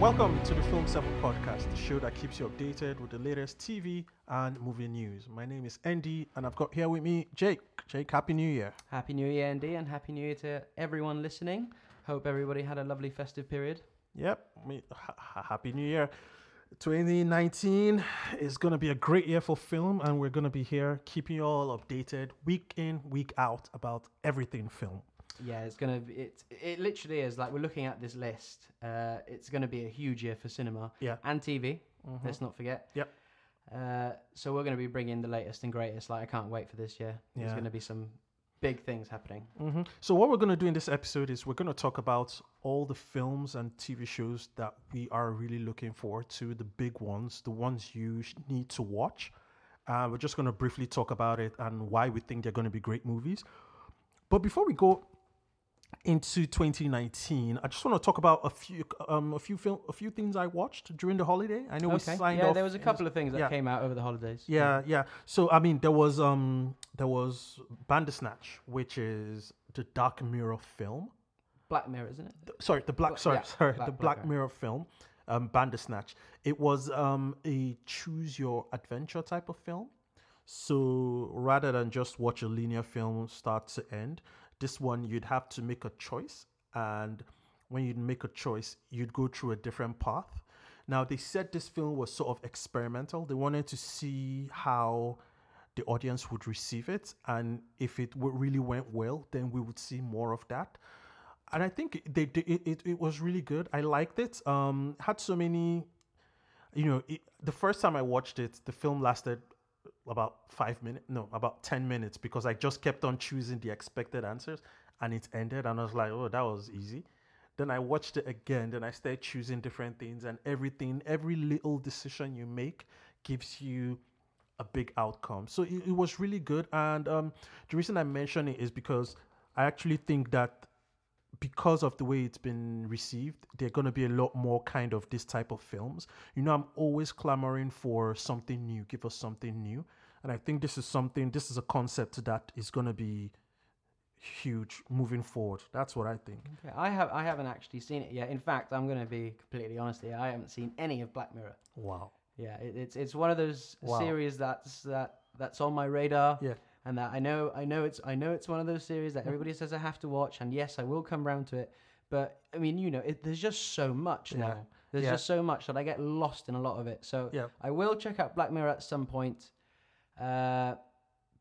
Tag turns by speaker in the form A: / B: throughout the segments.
A: Welcome to the Film 7 podcast, the show that keeps you updated with the latest TV and movie news. My name is Andy, and I've got here with me Jake. Jake, Happy New Year.
B: Happy New Year, Andy, and Happy New Year to everyone listening. Hope everybody had a lovely festive period.
A: Yep, me- ha- ha- Happy New Year. 2019 is going to be a great year for film, and we're going to be here keeping you all updated week in, week out about everything film.
B: Yeah, it's gonna be, it. It literally is like we're looking at this list. Uh, it's gonna be a huge year for cinema
A: Yeah.
B: and TV.
A: Mm-hmm.
B: Let's not forget.
A: Yep.
B: Uh, so we're gonna be bringing the latest and greatest. Like I can't wait for this year. There's
A: Yeah.
B: gonna be some big things happening.
A: hmm So what we're going to do in this episode is we're going to talk about all the films and TV shows that we are really looking forward to, the big ones, the ones you sh- need to watch. Uh, we're just going to briefly talk about it and why we think they're going to be great movies. But before we go into 2019, I just want to talk about a few um, a few film a few things I watched during the holiday. I know we signed
B: Yeah,
A: off
B: there was a
A: in
B: couple of things that
A: yeah.
B: came out over the holidays.
A: yeah, yeah. So I mean, there was um, there was Bandersnatch, which is the Dark Mirror film.
B: Black Mirror, isn't it?
A: Th- Sorry, the Black.
B: Bla-
A: Sorry,
B: yeah,
A: sorry,
B: Black-
A: the
B: Black
A: Black
B: Mirror.
A: Mirror film, um, Bandersnatch. It was um a choose your adventure type of film. So rather than just watch a linear film start to end, this one you'd have to make a choice, and when you'd make a choice, you'd go through a different path. Now they said this film was sort of experimental. They wanted to see how the audience would receive it, and if it w- really went well, then we would see more of that. And I think it- they, they it, it, it was really good. I liked it. Um, had so many, you know, it, the first time I watched it, the film lasted about five minutes, no, about ten minutes, because I just kept on choosing the expected answers, and it ended, and I was like, oh, that was easy. Then I watched it again. Then I started choosing different things, and everything, every little decision you make gives you a big outcome. So it, it was really good. And um, the reason I mention it is because I actually think that because of the way it's been received, there are going to be a lot more kind of this type of films. You know, I'm always clamoring for something new. Give us something new. And I think this is something, this is a concept that is going to be huge moving forward. That's what I think.
B: Okay. I have. I haven't actually seen it yet. In fact, I'm gonna be completely honest here. I haven't seen any of Black Mirror.
A: Wow.
B: Yeah, it, it's it's one of those
A: Wow.
B: series that's that that's on my radar.
A: Yeah.
B: And that I know I know it's I know it's one of those series that everybody says I have to watch, and yes, I will come round to it. But I mean, you know, it, there's just so much
A: Yeah.
B: now. There's
A: Yeah.
B: just so much that I get lost in a lot of it. So
A: Yeah.
B: I will check out Black Mirror at some point. Uh,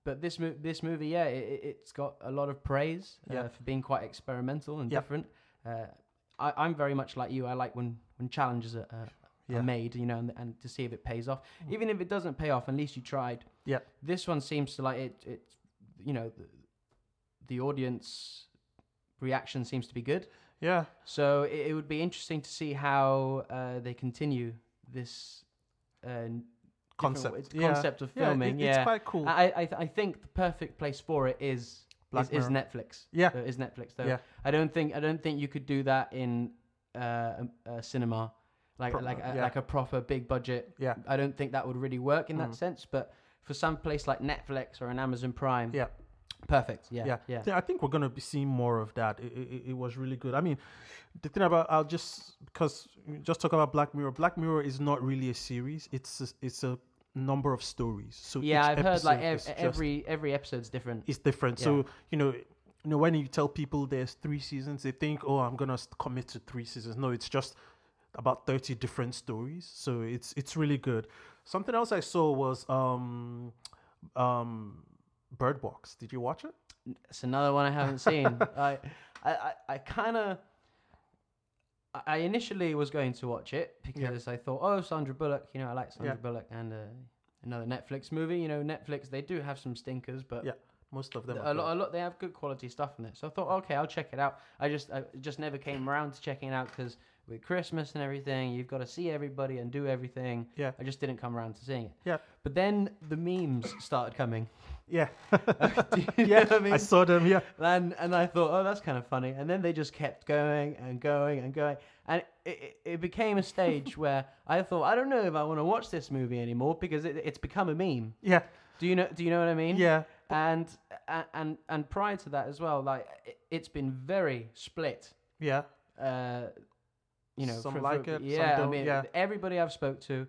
B: but this mo- this movie, yeah, it, it's got a lot of praise uh,
A: Yeah.
B: for being quite experimental and
A: Yeah.
B: different. Uh, I, I'm very much like you. I like when when challenges are, are,
A: Yeah. Mm.
B: are made, you know, and, and to see if it pays off. Even if it doesn't pay off, at least you tried.
A: Yeah.
B: This one seems to like it. It, you know, the, the audience reaction seems to be good.
A: Yeah.
B: So it, it would be interesting to see how uh, they continue this uh, different
A: Concept.
B: w-
A: Yeah.
B: concept of
A: Yeah, it-
B: filming. Yeah,
A: It's quite cool.
B: I, I, I think the perfect place for it is
A: Black
B: is, is
A: Mirror.
B: Netflix.
A: Yeah.
B: Though- uh, Is Netflix though?
A: Yeah.
B: I don't think I don't think you could do that in uh, um, uh, cinema, like
A: Pro-
B: like a,
A: yeah.
B: like a proper big budget.
A: Yeah.
B: I don't think that would really work in
A: Mm.
B: that sense. But for some place like Netflix or an Amazon Prime,
A: Yeah.
B: perfect. Yeah,
A: yeah.
B: yeah,
A: Th- I think we're gonna be seeing more of that. It, it, it was really good. I mean, the thing about I'll just because just talk about Black Mirror. Black Mirror is not really a series. It's a, it's a number of stories. So
B: Yeah,
A: each
B: I've heard like
A: episode
B: ev-
A: is just-
B: every every episode's different.
A: it's different. So you know. You know, when you tell people there's three seasons, they think, "Oh, I'm gonna st- commit to three seasons." No, it's just about thirty different stories, so it's it's really good. Something else I saw was um, um, Bird Box. Did you watch it?
B: It's another one I haven't seen. I, I, I, I kind of. I- I initially was going to watch it because I thought, oh, Sandra Bullock. You know, I like Sandra
A: Yeah.
B: Bullock and uh, another Netflix movie. You know, Netflix they do have some stinkers, but
A: Yeah, Most of them.
B: th-
A: are
B: a lot, a lot they have good quality stuff in it. So I thought, okay, I'll check it out. I just, I just never came around to checking it out because with Christmas and everything, you've got to see everybody and do everything.
A: Yeah.
B: I just didn't come around to seeing it.
A: Yeah.
B: But then the memes started coming.
A: Yeah.
B: Do you know
A: yeah,
B: what
A: I, saw them. Yeah.
B: and and I thought, oh, that's kind of funny. And then they just kept going and going and going, and it, it, it became a stage where I thought, I don't know if I want to watch this movie anymore because it, it's become a meme.
A: Yeah.
B: Do you know? Do you know what I mean?
A: Yeah.
B: And and and, and prior to that as well, like it, it's been very split.
A: Yeah.
B: Uh, you know,
A: Some
B: for-
A: like
B: for-
A: it, some
B: Yeah, I
A: don't,
B: mean,
A: yeah.
B: everybody I've spoke to,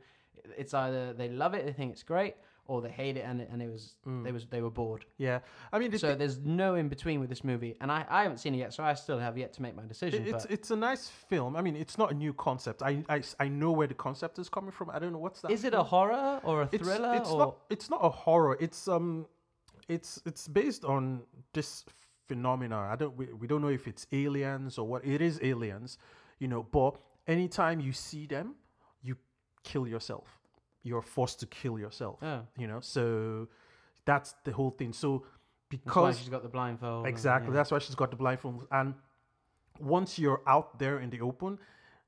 B: it's either they love it, they think it's great, or they hate it and it, and it was
A: Mm.
B: they was they were bored.
A: Yeah, I mean, it,
B: So there's no in between with this movie, and I, I haven't seen it yet, so I still have yet to make my decision.
A: it- it's
B: but
A: it's a nice film. I mean, it's not a new concept. I, I I know where the concept is coming from. I don't know what's that.
B: is it a horror or a
A: uh, it's,
B: thriller
A: It's
B: or
A: not. It's not a horror. It's um, it's it's based on this phenomena. I don't. We, we don't know if it's aliens or what. It is aliens, you know. But anytime you see them, you kill yourself. You're forced to kill yourself.
B: Oh.
A: You know. So that's the whole thing. So
B: That's why
A: because
B: she's got the blindfold? and-
A: Exactly.
B: yeah.
A: That's why she's got the blindfold. And once you're out there in the open,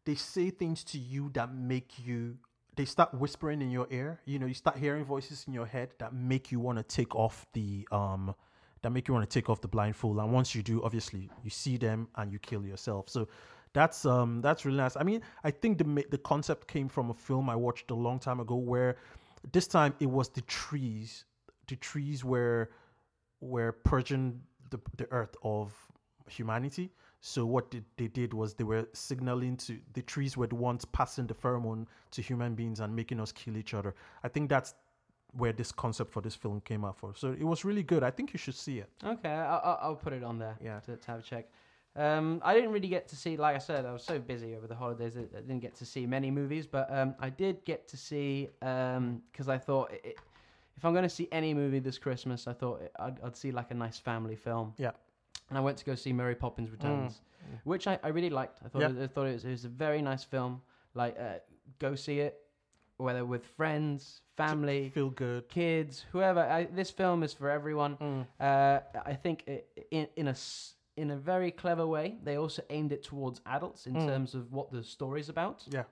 A: they say things to you that make you. They start whispering in your ear. You know, you start hearing voices in your head that make you want to take off the um, that make you want to take off the blindfold. And once you do, obviously, you see them and you kill yourself. So that's um, that's really nice. I mean, I think the ma- the concept came from a film I watched a long time ago where this time it was the trees. The trees were were purging the, the earth of humanity. So what did, they did was they were signaling to the trees were the ones passing the pheromone to human beings and making us kill each other. I think that's where this concept for this film came out for. So it was really good. I think you should see it.
B: Okay, I'll, I'll- I'll put it on there
A: Yeah.
B: to, to have a check. Um, I didn't really get to see, like I said, I was so busy over the holidays that I didn't get to see many movies, but um, I did get to see, because I thought i i- if I'm going to see any movie this Christmas, I thought i I'd, I'd see like a nice family film.
A: Yeah. Mm.
B: And I went to go see Mary Poppins Returns, which I, I really liked. I thought,
A: Yeah.
B: it, I thought it, was, it was a very nice film. Like, uh, go see it, whether with friends, family
A: Feel good.
B: kids, whoever. I, this film is for everyone. Uh, I think i in in a s- in a very clever way, they also aimed it towards adults in terms of what the story's about.
A: Yeah.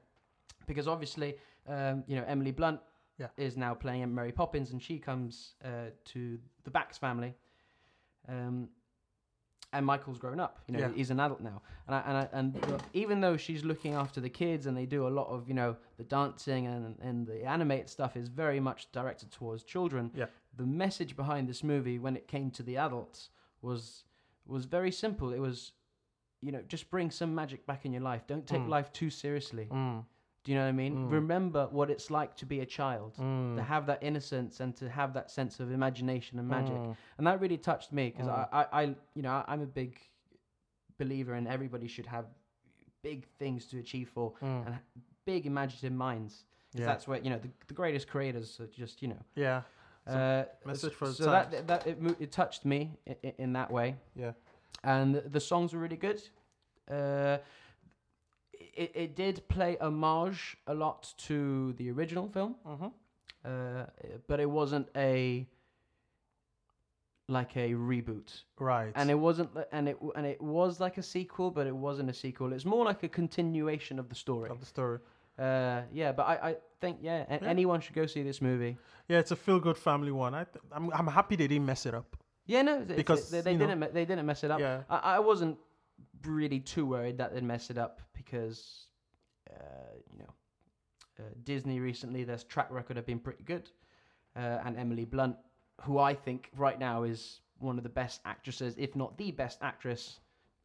B: Because obviously, um, you know Emily Blunt
A: Yeah.
B: is now playing Mary Poppins, and she comes uh, to the Bax family. Um, and Michael's grown up. You know,
A: Yeah.
B: he's an adult now, and I, and I, and the- even though she's looking after the kids and they do a lot of you know the dancing and and the animated stuff is very much directed towards children.
A: Yeah.
B: The message behind this movie, when it came to the adults, was was very simple. It was, you know, just bring some magic back in your life. Don't take
A: Mm.
B: life too seriously.
A: Mm.
B: Do you know what I mean?
A: Mm.
B: Remember what it's like to be a child,
A: Mm.
B: to have that innocence and to have that sense of imagination and magic
A: Mm.
B: and that really touched me because
A: Mm.
B: I, I, I, you know, I'm a big believer in everybody should have big things to achieve for
A: Mm.
B: and big imaginative minds. 'Cause
A: Yeah.
B: That's where you know the, the greatest creators are just you know.
A: yeah. So,
B: Uh,
A: message
B: s-
A: for the
B: so that that it, mo- it touched me in, in that way,
A: Yeah.
B: and the, the songs were really good. Uh, it, it did play homage a lot to the original film
A: Mm-hmm.
B: uh, but it wasn't a like a reboot,
A: Right.
B: and it wasn't, li- and it w- and it was like a sequel, but it wasn't a sequel. It's more like a continuation of the story.
A: of the story.
B: Uh, yeah, but I, I think yeah, a-
A: Oh. Yeah.
B: anyone should go see this movie.
A: Yeah, it's a feel good family one. I th- I'm, I'm happy they didn't mess it up.
B: Yeah, no, it's- it's-
A: Because,
B: they, they
A: you know-
B: didn't me- they didn't mess it up.
A: Yeah.
B: I, I wasn't really too worried that they'd mess it up because uh, you know uh, Disney recently their track record have been pretty good, uh, and Emily Blunt, who I think right now is one of the best actresses, if not the best actress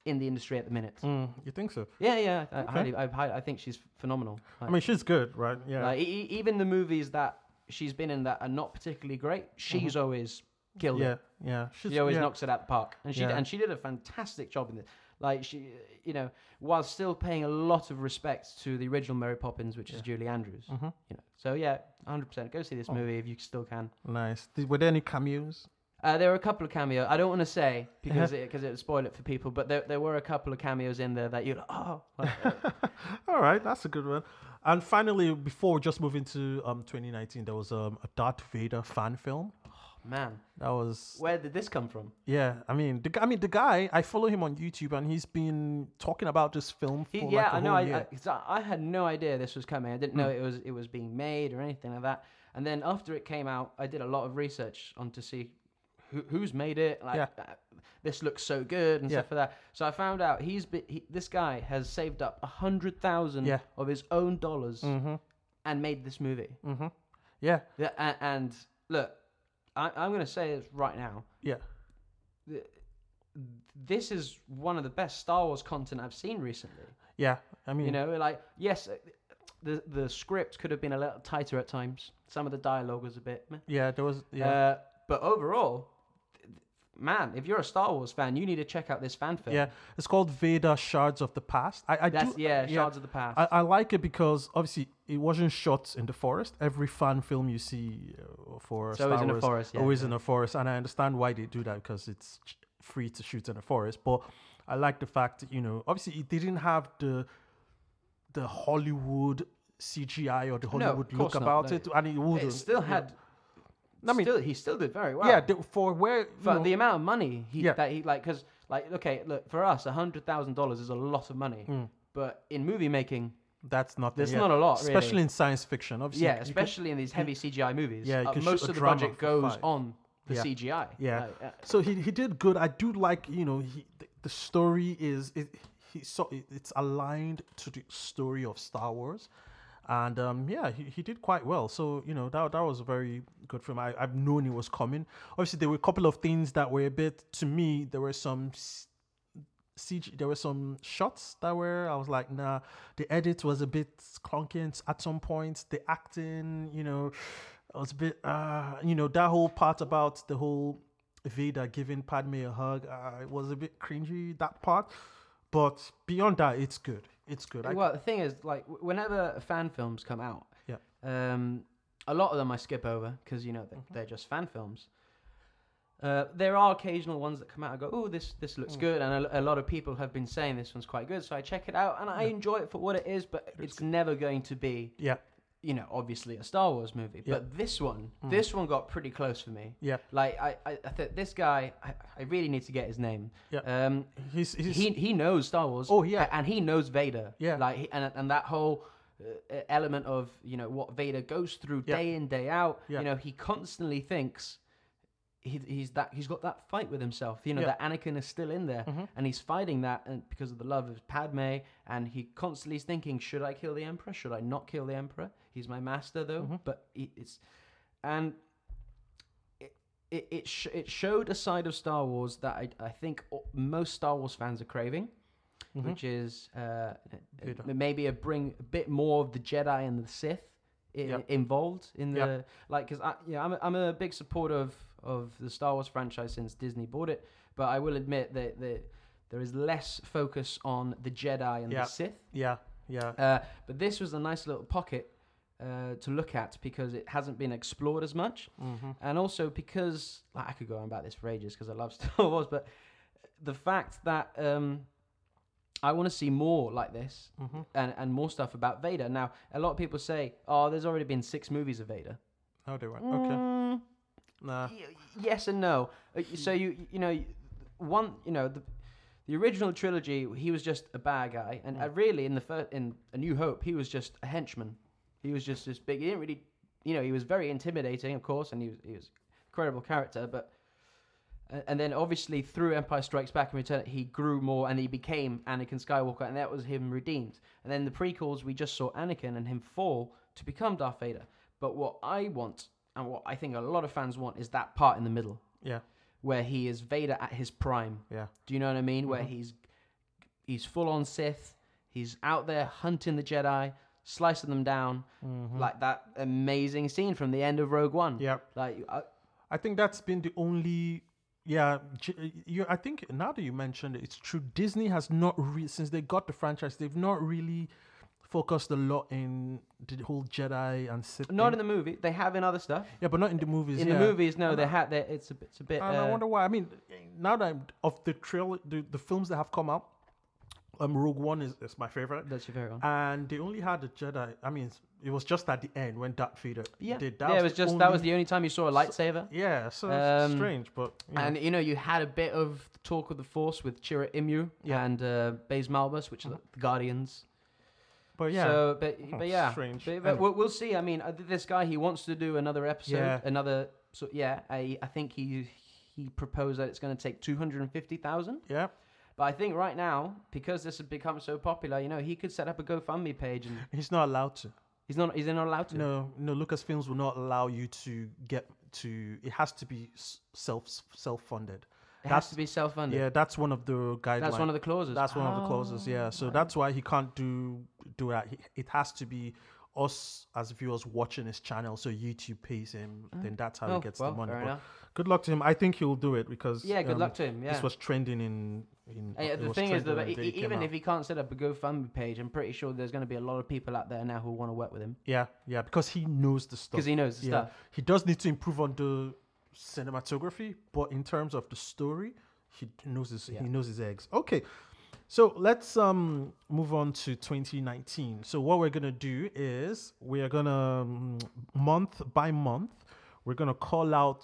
B: in the industry at the minute.
A: Mm, you think so?
B: Yeah, yeah, I, I
A: Okay.
B: highly, I, hi- I think she's phenomenal.
A: I
B: Like-
A: mean, she's good, right? Yeah.
B: like, e- e- even the movies that she's been in that are not particularly great, she's always killed it
A: Mm-hmm. yeah. Yeah. She's
B: she always
A: yeah.
B: knocks it out the park, and she
A: Yeah.
B: and she did a fantastic job in this. Like she, you know, while still paying a lot of respect to the original Mary Poppins, which is Julie Andrews.
A: Mhm.
B: You know, so yeah, hundred percent. Go see this
A: Oh.
B: movie if you still can.
A: Nice. Th- Were there any cameos?
B: Uh, there were a couple of cameo. I don't want to say because it, cause it would spoil it for people, but there, there were a couple of cameos in there that you're like, oh, like, uh,
A: All right, that's a good one. And finally, before we just move into um 2019, there was um, a Darth Vader fan film.
B: man,
A: That was
B: where did this come from?
A: yeah. I mean, the, gu- I mean the guy. I follow him on YouTube, and he's been talking about this film for
B: He,
A: like
B: yeah,
A: a
B: I know.
A: whole
B: I, I,
A: year. Hmm.
B: 'cause I, I had no idea this was coming. I didn't know it was it was being made or anything like that. And then after it came out, I did a lot of research on to see who, who's made it. Like,
A: Yeah.
B: uh, this looks so good and
A: Yeah.
B: stuff like that. So I found out he's be, he, this guy has saved up a hundred thousand
A: Yeah.
B: of his own dollars
A: Mhm.
B: and made this movie.
A: mm-hmm. Yeah,
B: Yeah, And, and look, I, I'm going to say this right now.
A: yeah,
B: This is one of the best Star Wars content I've seen recently.
A: Yeah, I mean,
B: You know, like yes, uh, the the script could have been a little tighter at times. Some of the dialogue was a bit. meh.
A: yeah, there was yeah.
B: Uh, but overall, th- th- man, if you're a Star Wars fan, you need to check out this fan film.
A: Yeah, it's called Vader Shards of the Past. I, I
B: That's
A: do,
B: yeah, Shards of the Past.
A: I, I like it because obviously it wasn't shot in the forest. Every fan film you see uh, for
B: It's
A: Star
B: always in a
A: Wars,
B: forest, yeah,
A: always
B: yeah.
A: in a forest, and I understand why they do that because it's ch- free to shoot in a forest. But I like the fact that you know, obviously it didn't have the the Hollywood CGI or the
B: of
A: Hollywood
B: course
A: look
B: not,
A: about
B: no.
A: it, and it wouldn't.
B: it still
A: you know.
B: had.
A: I mean-
B: still, he still did very well.
A: yeah, the- for where you
B: for
A: know,
B: the amount of money he
A: Yeah.
B: that he like because like okay look for us a hundred thousand dollars is a lot of money
A: Mm.
B: but in movie making
A: that's not
B: there's
A: yeah.
B: not a lot really.
A: especially in science fiction. Obviously,
B: yeah
A: you could-
B: especially in these heavy cgi movies
A: Yeah, you
B: uh,
A: can shoot
B: most
A: a
B: of the
A: drama
B: budget
A: for
B: goes
A: five.
B: on the
A: Yeah.
B: cgi
A: Yeah.
B: like, uh,
A: So he, he did good. I do like you know he the, the story is it he so it, it's aligned to the story of Star Wars, and um yeah he, he did quite well. So you know that that was a very good film. I I've known it was coming. Obviously there were a couple of things that were a bit to me there were some. s- CG, there were some shots that were I was like, nah. The edit was a bit clunky and s- at some points. The acting, you know, I was a bit, uh, you know, that whole part about the whole Vader giving Padme a hug, uh, it was a bit cringy that part. But beyond that, it's good. It's good. I,
B: well the thing is like w- whenever fan films come out
A: Yeah.
B: um a lot of them i skip over because you know
A: Mm-hmm.
B: they're, they're just fan films uh, there are occasional ones that come out. I go, oh, this this
A: Mm.
B: looks good, and a, a lot of people have been saying this one's quite good. So I check it out, and I enjoy it for what it is. But it's never going to be,
A: yeah,
B: you know, obviously a Star Wars
A: Yeah.
B: movie.
A: Mm.
B: But this one, this one got pretty close for me.
A: yeah.
B: Like I, I, I th- this guy, I, I really need to get his name.
A: Yeah.
B: Um,
A: He's, he's
B: he he knows Star Wars.
A: Oh, yeah.
B: a- and he knows Vader.
A: Yeah.
B: like he- and and that whole uh, element of you know what Vader goes through
A: Yeah.
B: day in day out.
A: Yeah.
B: You know he constantly thinks. He, he's that he's got that fight with himself you know
A: Yeah.
B: that Anakin is still in there
A: mm-hmm,
B: and he's fighting that and because of the love of Padme and he constantly is thinking should I kill the emperor should I not kill the emperor he's my master though but he, it's and it it, sh- it showed a side of Star Wars that I, I think o- most Star Wars fans are craving,
A: mm-hmm.
B: which is uh,
A: Vader.
B: m- maybe a bring a bit more of the Jedi and the Sith i-
A: Yeah.
B: involved in the
A: Yeah.
B: like because I yeah I'm a, I'm a big supporter of of the Star Wars franchise since Disney bought it, but I will admit that that there is less focus on the Jedi and
A: Yeah.
B: the Sith.
A: yeah, yeah,
B: Uh, but this was a nice little pocket uh, to look at because it hasn't been explored as much,
A: Mm-hmm,
B: and also because like, I could go on about this for ages because I love Star Wars, but the fact that um, I want to see more like this
A: mm-hmm.
B: and, and more stuff about Vader. Now, a lot of people say, "Oh, there's already been six movies of Vader."
A: No, they weren't. Okay, Ah.
B: Mm,
A: nah.
B: y- yes and no. Uh, So you you know one you know the the original trilogy he was just a bad guy, and uh, really in the first in A New Hope he was just a henchman. He was just this big. He didn't really you know he was very intimidating, of course, and he was he was incredible character, but. a- And then, obviously, through Empire Strikes Back and Return, he grew more and he became Anakin Skywalker, and that was him redeemed. And then the prequels, we just saw Anakin and him fall to become Darth Vader. But what I want, and what I think a lot of fans want, is that part in the middle
A: Yeah,
B: where he is Vader at his prime.
A: yeah, Mm-hmm.
B: Do you know what I mean? Where he's he's full on Sith. He's out there hunting the Jedi, slicing them down, like that amazing scene from the end of Rogue One.
A: Mm-hmm. yeah.
B: Like I,
A: I think that's been the only. Yeah, J- you. I think now that you mentioned it, it's true. Disney has not re- since they got the franchise, they've not really focused a lot in the whole Jedi and Sith.
B: not
A: thing.
B: in the movie. They have in other stuff.
A: yeah, but not in the movies.
B: In
A: yeah.
B: the movies, no, they had. they- It's a bit. It's a bit.
A: and I
B: uh,
A: wonder why. I mean, now that I'm, of the trail, the, the films that have come out, um, Rogue One is, is my favorite,
B: that's your favorite one.
A: and they only had the Jedi. I mean, it was just at the end when Darth Vader
B: yeah,
A: did that.
B: yeah. It was
A: the
B: just that was
A: only-
B: the only time you saw a lightsaber.
A: yeah. So it's
B: Um,
A: strange, but you know.
B: And you know, you had a bit of the talk of the Force with Chira Imu
A: Yeah. Uh-huh.
B: and uh, Baze Malbus, which are the Guardians.
A: but yeah,
B: So, but,
A: Oh,
B: but yeah,
A: strange.
B: But, but
A: Anyway.
B: we'll, we'll see. I mean, uh, th- this guy he wants to do another episode,
A: Yeah.
B: another. So yeah, I I think he he proposed that it's going to take two hundred and fifty thousand.
A: yeah.
B: But I think right now because this has become so popular, you know, he could set up a GoFundMe page, and
A: He's not allowed to.
B: he's not he's not allowed to.
A: No, no. Lucasfilms will not allow you to get to. It has to be self self funded.
B: It
A: That's-
B: has to be self-funded.
A: Yeah, that's one of the guidelines.
B: that's one of the clauses.
A: That's one of the clauses, yeah.
B: Ah,
A: So
B: right.
A: that's why he can't do do that. He- It has to be us as viewers watching his channel. So YouTube pays him. Then that's how
B: Oh,
A: he gets
B: well,
A: the money.
B: fair
A: But
B: enough.
A: good luck to him. I think he'll do it because
B: Yeah, good
A: um,
B: luck to him. Yeah.
A: This was trending in. in
B: Hey,
A: it
B: the
A: was
B: thing is,
A: trending
B: that
A: the
B: e-
A: day
B: e-
A: it came
B: even
A: out.
B: if he can't set up a GoFundMe page, I'm pretty sure there's going to be a lot of people out there now who want to work with him
A: yeah, yeah, because he knows the stuff.
B: because he knows the
A: yeah,
B: stuff.
A: he does need to improve on the cinematography, but in terms of the story, he d- knows his
B: Yeah.
A: he knows his eggs. Okay, so let's um move on to 2019. So what we're gonna do is we are gonna um, month by month, we're gonna call out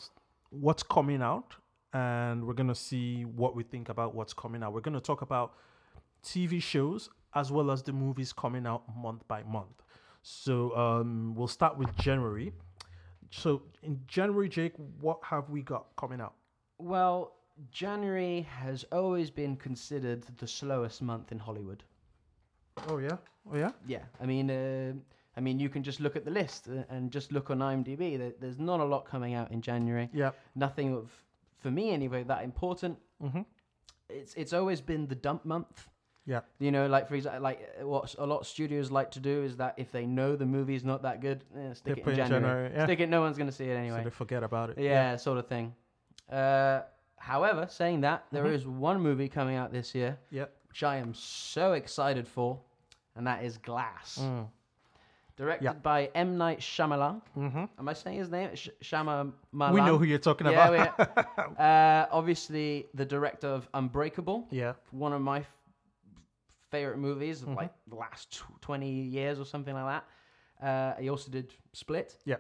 A: what's coming out, and we're gonna see what we think about what's coming out. We're gonna talk about TV shows as well as the movies coming out month by month. So um, we'll start with January. So in January, Jake, what have we got coming out?
B: Well, January has always been considered the slowest month in Hollywood.
A: Oh yeah, oh yeah.
B: Yeah, I mean, uh, I mean, you can just look at the list uh, and just look on IMDb. There- There's not a lot coming out in January.
A: Yeah.
B: Nothing of, for me anyway, that important.
A: Mm-hmm.
B: It's it's always been the dump month.
A: Yeah.
B: You know, like for example, like uh, what a lot of studios like to do is that if they know the movie's not that good, eh, stick it in January.
A: yeah.
B: Stick it, no one's going to see it
A: So
B: anyway.
A: they forget about it.
B: yeah, sort of thing. Uh, however, saying that, there
A: Mhm.
B: is one movie coming out this year,
A: Yeah.
B: which I am so excited for, and that is Glass,
A: Mm.
B: directed
A: Yeah.
B: by M Night Shyamalan.
A: Mm-hmm.
B: Am I saying his name? Sh- Shyamalan.
A: We know who you're talking
B: Yeah,
A: about.
B: we- uh, obviously the director of Unbreakable,
A: yeah.
B: one of my f- favorite movies of
A: Mhm.
B: like the last tw- 20 years or something like that. Uh, he also did Split.
A: Yeah.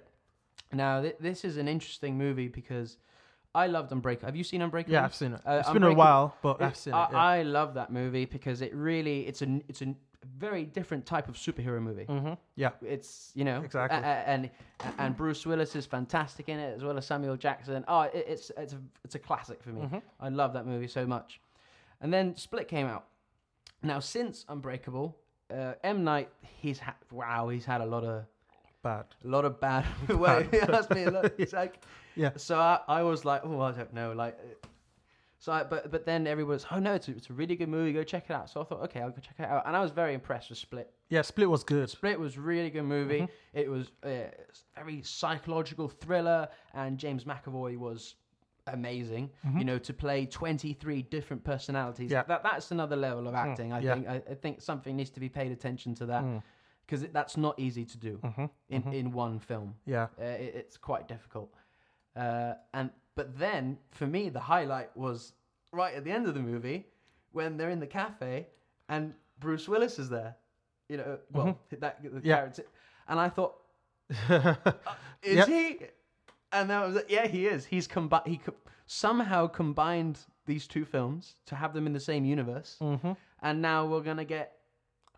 B: Now, th- this is an interesting movie because I loved Unbreakable. Have you seen Unbreakable?
A: Yeah, I've seen it.
B: Uh,
A: it's been a
B: Unbreakable-
A: while, but
B: It-
A: I've seen
B: I,
A: it. Yeah.
B: I love that movie because it really, it's a, n- it's a n- very different type of superhero movie.
A: mm-hmm. Yeah.
B: It's you know
A: Exactly.
B: a- a- and and Bruce Willis is fantastic in it as well as Samuel Jackson. Oh, it, it's it's a, it's a classic for me.
A: Mhm.
B: I love that movie so much. And then Split came out. Now since Unbreakable, uh, M Night he's ha- wow he's had a lot of
A: Bad.
B: a lot of bad. well, he asked me a lot. It's like
A: Yeah.
B: So I, I was like oh I don't know like. uh, So I, but but then everyone's oh no it's a, it's a really good movie go check it out. So I thought okay I'll go check it out and I was very impressed with Split.
A: Yeah. Split was good.
B: Split was a really good movie.
A: Mm-hmm.
B: It was uh, s- very psychological thriller, and James McAvoy was amazing. You know, to play twenty three different personalities.
A: Mm-hmm. Yeah. Hmm.
B: That, that's another level of acting. I
A: yeah.
B: think. I, I think something needs to be paid attention to that
A: Mm.
B: because that's not easy to do
A: Mm-hmm.
B: in, in one film.
A: Yeah.
B: Uh, it, it's quite difficult. Uh, and but then for me, the highlight was right at the end of the movie when they're in the cafe and Bruce Willis is there. You know, uh, well, that the
A: Mm-hmm. Yeah.
B: character. And I thought, is
A: Yep.
B: he? And then I was like, yeah, he is. He's combi- he co- somehow combined these two films to have them in the same universe,
A: mm-hmm.
B: and now we're gonna get.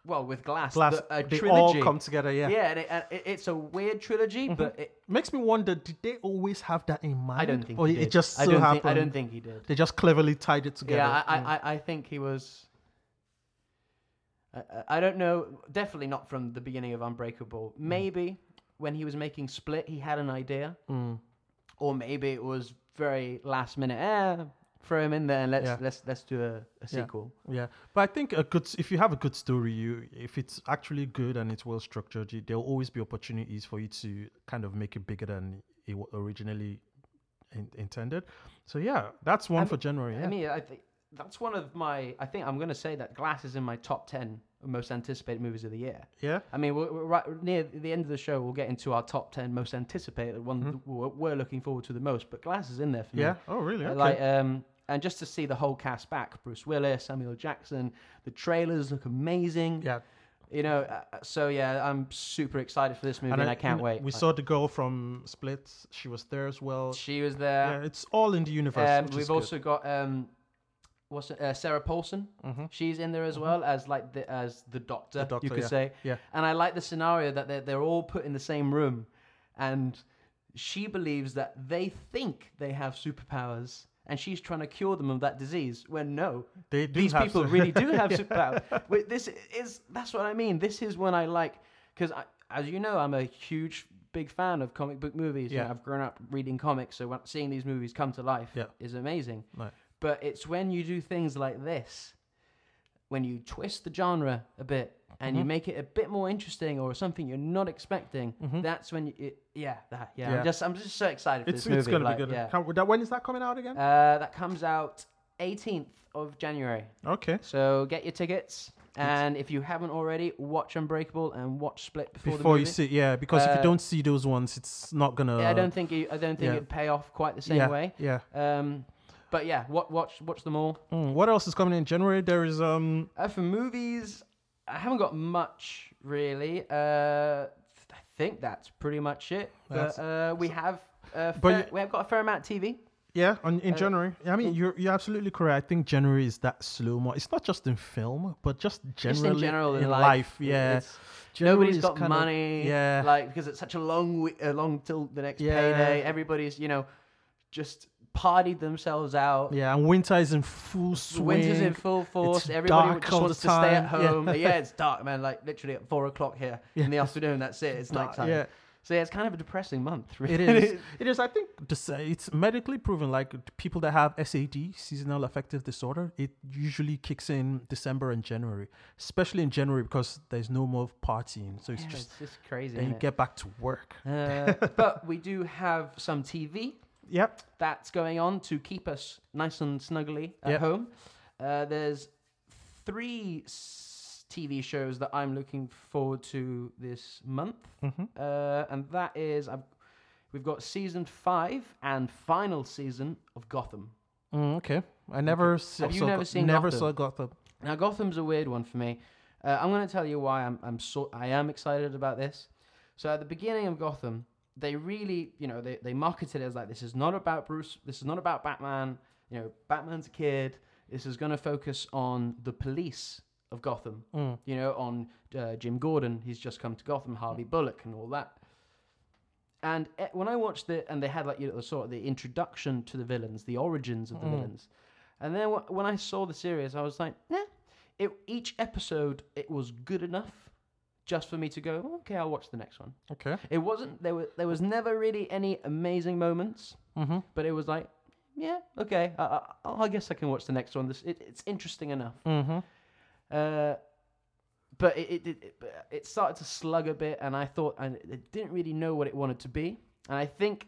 B: Well, with Glass,
A: Glass.
B: the, a
A: they
B: trilogy.
A: all come together. Yeah. Mm-hmm.
B: yeah, and it, and it, it's a weird trilogy, but it,
A: Makes me wonder. Did they always have that in mind?
B: I don't think
A: Or
B: he
A: it
B: did.
A: just so
B: I don't
A: happened.
B: Think, I don't think he did.
A: They just cleverly tied it together.
B: Yeah, I, I, I, I think he was. I- I- I don't know. Definitely not from the beginning of Unbreakable. Maybe when he was making Split, he had an idea,
A: Mm.
B: or maybe it was very last minute. Eh, throw him in there and let's
A: Yeah.
B: let's let's do a, a sequel.
A: Yeah, but I think a good if you have a good story, you if it's actually good and it's well structured, you, there'll always be opportunities for you to kind of make it bigger than it was originally in, intended. So yeah, that's one
B: I
A: for January. Yeah.
B: I mean, I think that's one of my. I think I'm going to say that Glass is in my top ten of most anticipated movies of the year.
A: yeah,
B: I mean, we're, we're right near the end of the show. We'll get into our top ten most anticipated, one that we're, we're looking forward to the most. But Glass is in there for me.
A: Mm-hmm. yeah. Oh really?
B: Uh,
A: Okay.
B: Like, um, and just to see the whole cast back, Bruce Willis, Samuel Jackson, the trailers look amazing.
A: yeah,
B: You know, uh, uh, so yeah, I'm super excited for this movie, and, I, can't
A: you know,
B: wait.
A: We
B: Like,
A: saw the girl from Split. She was there as well.
B: she was there.
A: yeah, it's all in the universe.
B: um,
A: which
B: we've
A: is good.
B: also got um, what's it, uh, Sarah Paulson.
A: Mhm.
B: She's in there as well as like the, as the doctor,
A: The doctor,
B: you could
A: yeah.
B: say.
A: Yeah.
B: And I like the scenario that they're, they're all put in the same room, and she believes that they think they have superpowers, and she's trying to cure them of that disease. When no,
A: They do
B: these
A: have
B: people
A: some-
B: really do have superpowers. Wait, this is that's what I mean. This is when I like because as you know, I'm a huge big fan of comic book movies. You
A: Yeah.
B: know, I've grown up reading comics, so when, seeing these movies come to life
A: Yeah.
B: is amazing.
A: Right.
B: But it's when you do things like this, when you twist the genre a bit and you
A: Mhm.
B: make it a bit more interesting or something you're not expecting,
A: Mhm.
B: that's when you, it, yeah, that, yeah,
A: Yeah.
B: I'm just, I'm just so excited for
A: It's,
B: this movie.
A: it's going
B: like,
A: to be good.
B: yeah.
A: Can't- that- when is that coming out again?
B: Uh, that comes out 18th of January.
A: okay.
B: So get your tickets. And if you haven't already, watch Unbreakable and watch Split before,
A: Before,
B: the movie.
A: you see, yeah, because if
B: Uh,
A: you don't see those ones, it's not going to.
B: yeah, I don't think you, I don't think
A: yeah.
B: it'd pay off quite the same
A: yeah,
B: way.
A: Yeah.
B: Um, but yeah, watch watch watch them all.
A: Mm, what else is coming in January? There is um.
B: Uh, for movies, I haven't got much really. Uh, I think that's pretty much it. But
A: That's-
B: uh, we have uh,
A: But
B: fair,
A: you-
B: we have got a fair amount of TV.
A: Yeah, on, in
B: Uh,
A: January. I mean,
B: in-
A: you're you're absolutely correct. I think January is that slow mo. It's not just in film, but just generally
B: just in general in,
A: life. Yeah,
B: It's-
A: January
B: nobody's
A: is
B: got
A: kinda-
B: money.
A: yeah.
B: like because it's such a long we- uh, long till the next
A: Yeah.
B: payday. Everybody's you know just partied themselves out.
A: Yeah, and winter is in full swing.
B: Winter's in full force.
A: It's
B: Everybody
A: dark
B: just
A: all
B: wants to
A: the
B: stay at
A: time. Yeah.
B: home. Yeah. it's dark, man. Like literally at four o'clock here in the afternoon. That's it. It's
A: Dark,
B: nighttime.
A: yeah.
B: So yeah, it's kind of a depressing month. Really.
A: It is. it is. I think this, uh, it's medically proven. Like the people that have SAD, seasonal affective disorder, it usually kicks in December and January, especially in January because there's no more partying. So it's
B: Yeah,
A: just
B: it's just crazy.
A: then you
B: innit?
A: get back to work.
B: Uh, but we do have some TV
A: Yep.
B: that's going on to keep us nice and snuggly at
A: Yep.
B: home. Uh, there's three s- TV shows that I'm looking forward to this month,
A: Mm-hmm.
B: uh, and that is I've, we've got season five and final season of Gotham.
A: Mm, okay. I never. Saw,
B: Have you
A: saw
B: never
A: Go-
B: seen
A: Never
B: Gotham?
A: saw Gotham.
B: Now Gotham's a weird one for me. Uh, I'm going to tell you why I'm I'm so I am excited about this. So at the beginning of Gotham, they really you know they they marketed it as like this is not about Bruce, this is not about Batman. You know, Batman's a kid. This is going to focus on the police of Gotham.
A: Mm.
B: You know, on uh, Jim Gordon, he's just come to Gotham, Harvey Bullock, and all that. And eh, when I watched it, and they had like you know the sort of the introduction to the villains, the origins of the
A: Mm.
B: villains, and then wh- when I saw the series, I was like, eh. It each episode it was good enough just for me to go, "Oh, okay, I'll watch the next one.
A: Okay.
B: It wasn't there were there was never really any amazing moments,
A: Mm-hmm. but
B: but it was like, yeah, okay, I, I, I guess I can watch the next one. This it, it's interesting enough.
A: Mm-hmm.
B: Uh, but it it, it it- it started to slug a bit, and I thought and it didn't really know what it wanted to be. And I think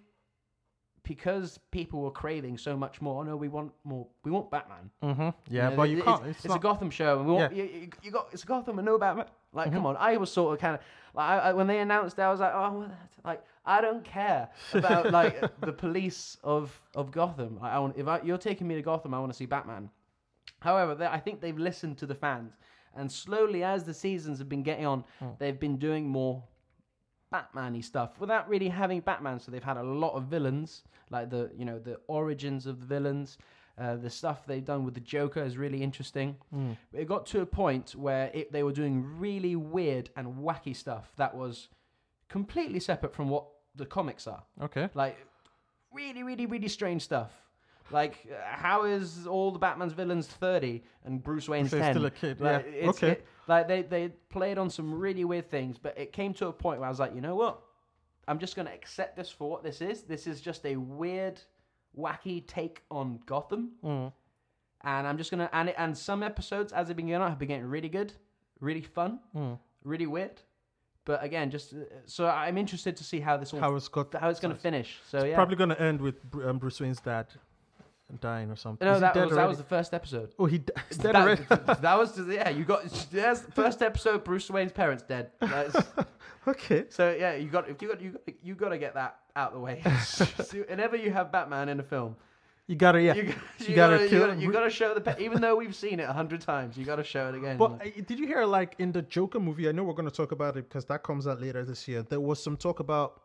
B: because people were craving so much more, no, we want more, we want Batman.
A: Mm-hmm. Yeah,
B: know,
A: but
B: it-
A: you
B: it's-
A: can't.
B: It's,
A: It's, not.
B: a Gotham show, and we want, you, you, you got it's a Gotham and no Batman. Like,
A: Mm-hmm.
B: come on! I was sort of kind of like I, I, when they announced, it, I was like, oh, well, that's- like I don't care about like the police of of Gotham. Like, I want if I, you're taking me to Gotham, I want to see Batman. However, they, I think they've listened to the fans, and slowly as the seasons have been getting on,
A: Hmm.
B: they've been doing more Batman-y stuff without really having Batman. So they've had a lot of villains, like the you know the origins of the villains. Uh, the stuff they've done with the Joker is really interesting.
A: mm,
B: But it got to a point where it, they were doing really weird and wacky stuff that was completely separate from what the comics are.
A: okay.
B: Like really, really, really strange stuff. Like uh, how is all the Batman's villains thirty and Bruce Wayne's
A: So he's
B: ten?
A: still a kid,
B: Like,
A: yeah.
B: it's-
A: Okay.
B: it- like they they played on some really weird things, but it came to a point where I was like, you know what? I'm just gonna accept this for what this is. This is just a weird, wacky take on Gotham,
A: Mm.
B: and I'm just gonna and it, and some episodes as they've been going on have been getting really good, really fun,
A: Mm.
B: really weird. But again, just uh, so I'm interested to see how this all
A: How is Gotham?
B: how it's gonna finish. So yeah,
A: Probably going to end with Bru- um, Bruce Wayne's dad dying or something. Is
B: No,
A: he
B: that
A: dead
B: was, that
A: already?
B: was the first episode.
A: Oh, he d- is dead already.
B: That, that was just, yeah. You got yes, first episode. Bruce Wayne's parents dead. That's-
A: okay.
B: so yeah, you got you got you got, you got to get that out the way. So whenever you have Batman in a film,
A: You gotta, yeah.
B: you, g-
A: You gotta
B: you gotta, you
A: kill
B: gotta,
A: him.
B: you gotta show the pa- even though we've seen it a hundred times, you gotta show it again.
A: but
B: Like,
A: uh, did you hear, like, in the Joker movie? I know we're going to talk about it because that comes out later this year. There was some talk about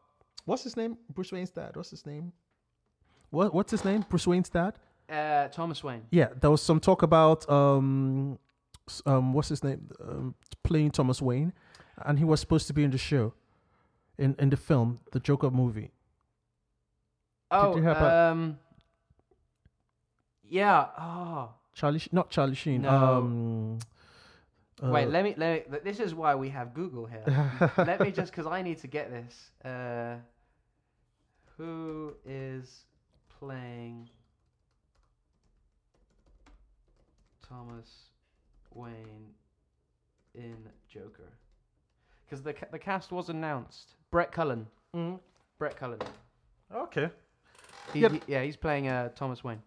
A: what's his name? Bruce Wayne's dad. What's his name? What, what's his name? Bruce Wayne's dad?
B: uh, Thomas Wayne.
A: Yeah, there was some talk about um, s- um, what's his name um, playing Thomas Wayne, and he was supposed to be in the show, in in the film, the Joker movie.
B: Oh,
A: you hear about-
B: um, yeah. Oh,
A: Charlie, Sh- not Charlie Sheen.
B: No.
A: Um, uh,
B: wait. Let me. Let me. This is why we have Google here. let me just because I need to get this. Uh, who is playing Thomas Wayne in Joker? Because the ca- the cast was announced. Brett Cullen.
A: Mm.
B: Brett Cullen.
A: Okay.
B: He,
A: Yep.
B: he- yeah, he's playing uh, Thomas Wayne.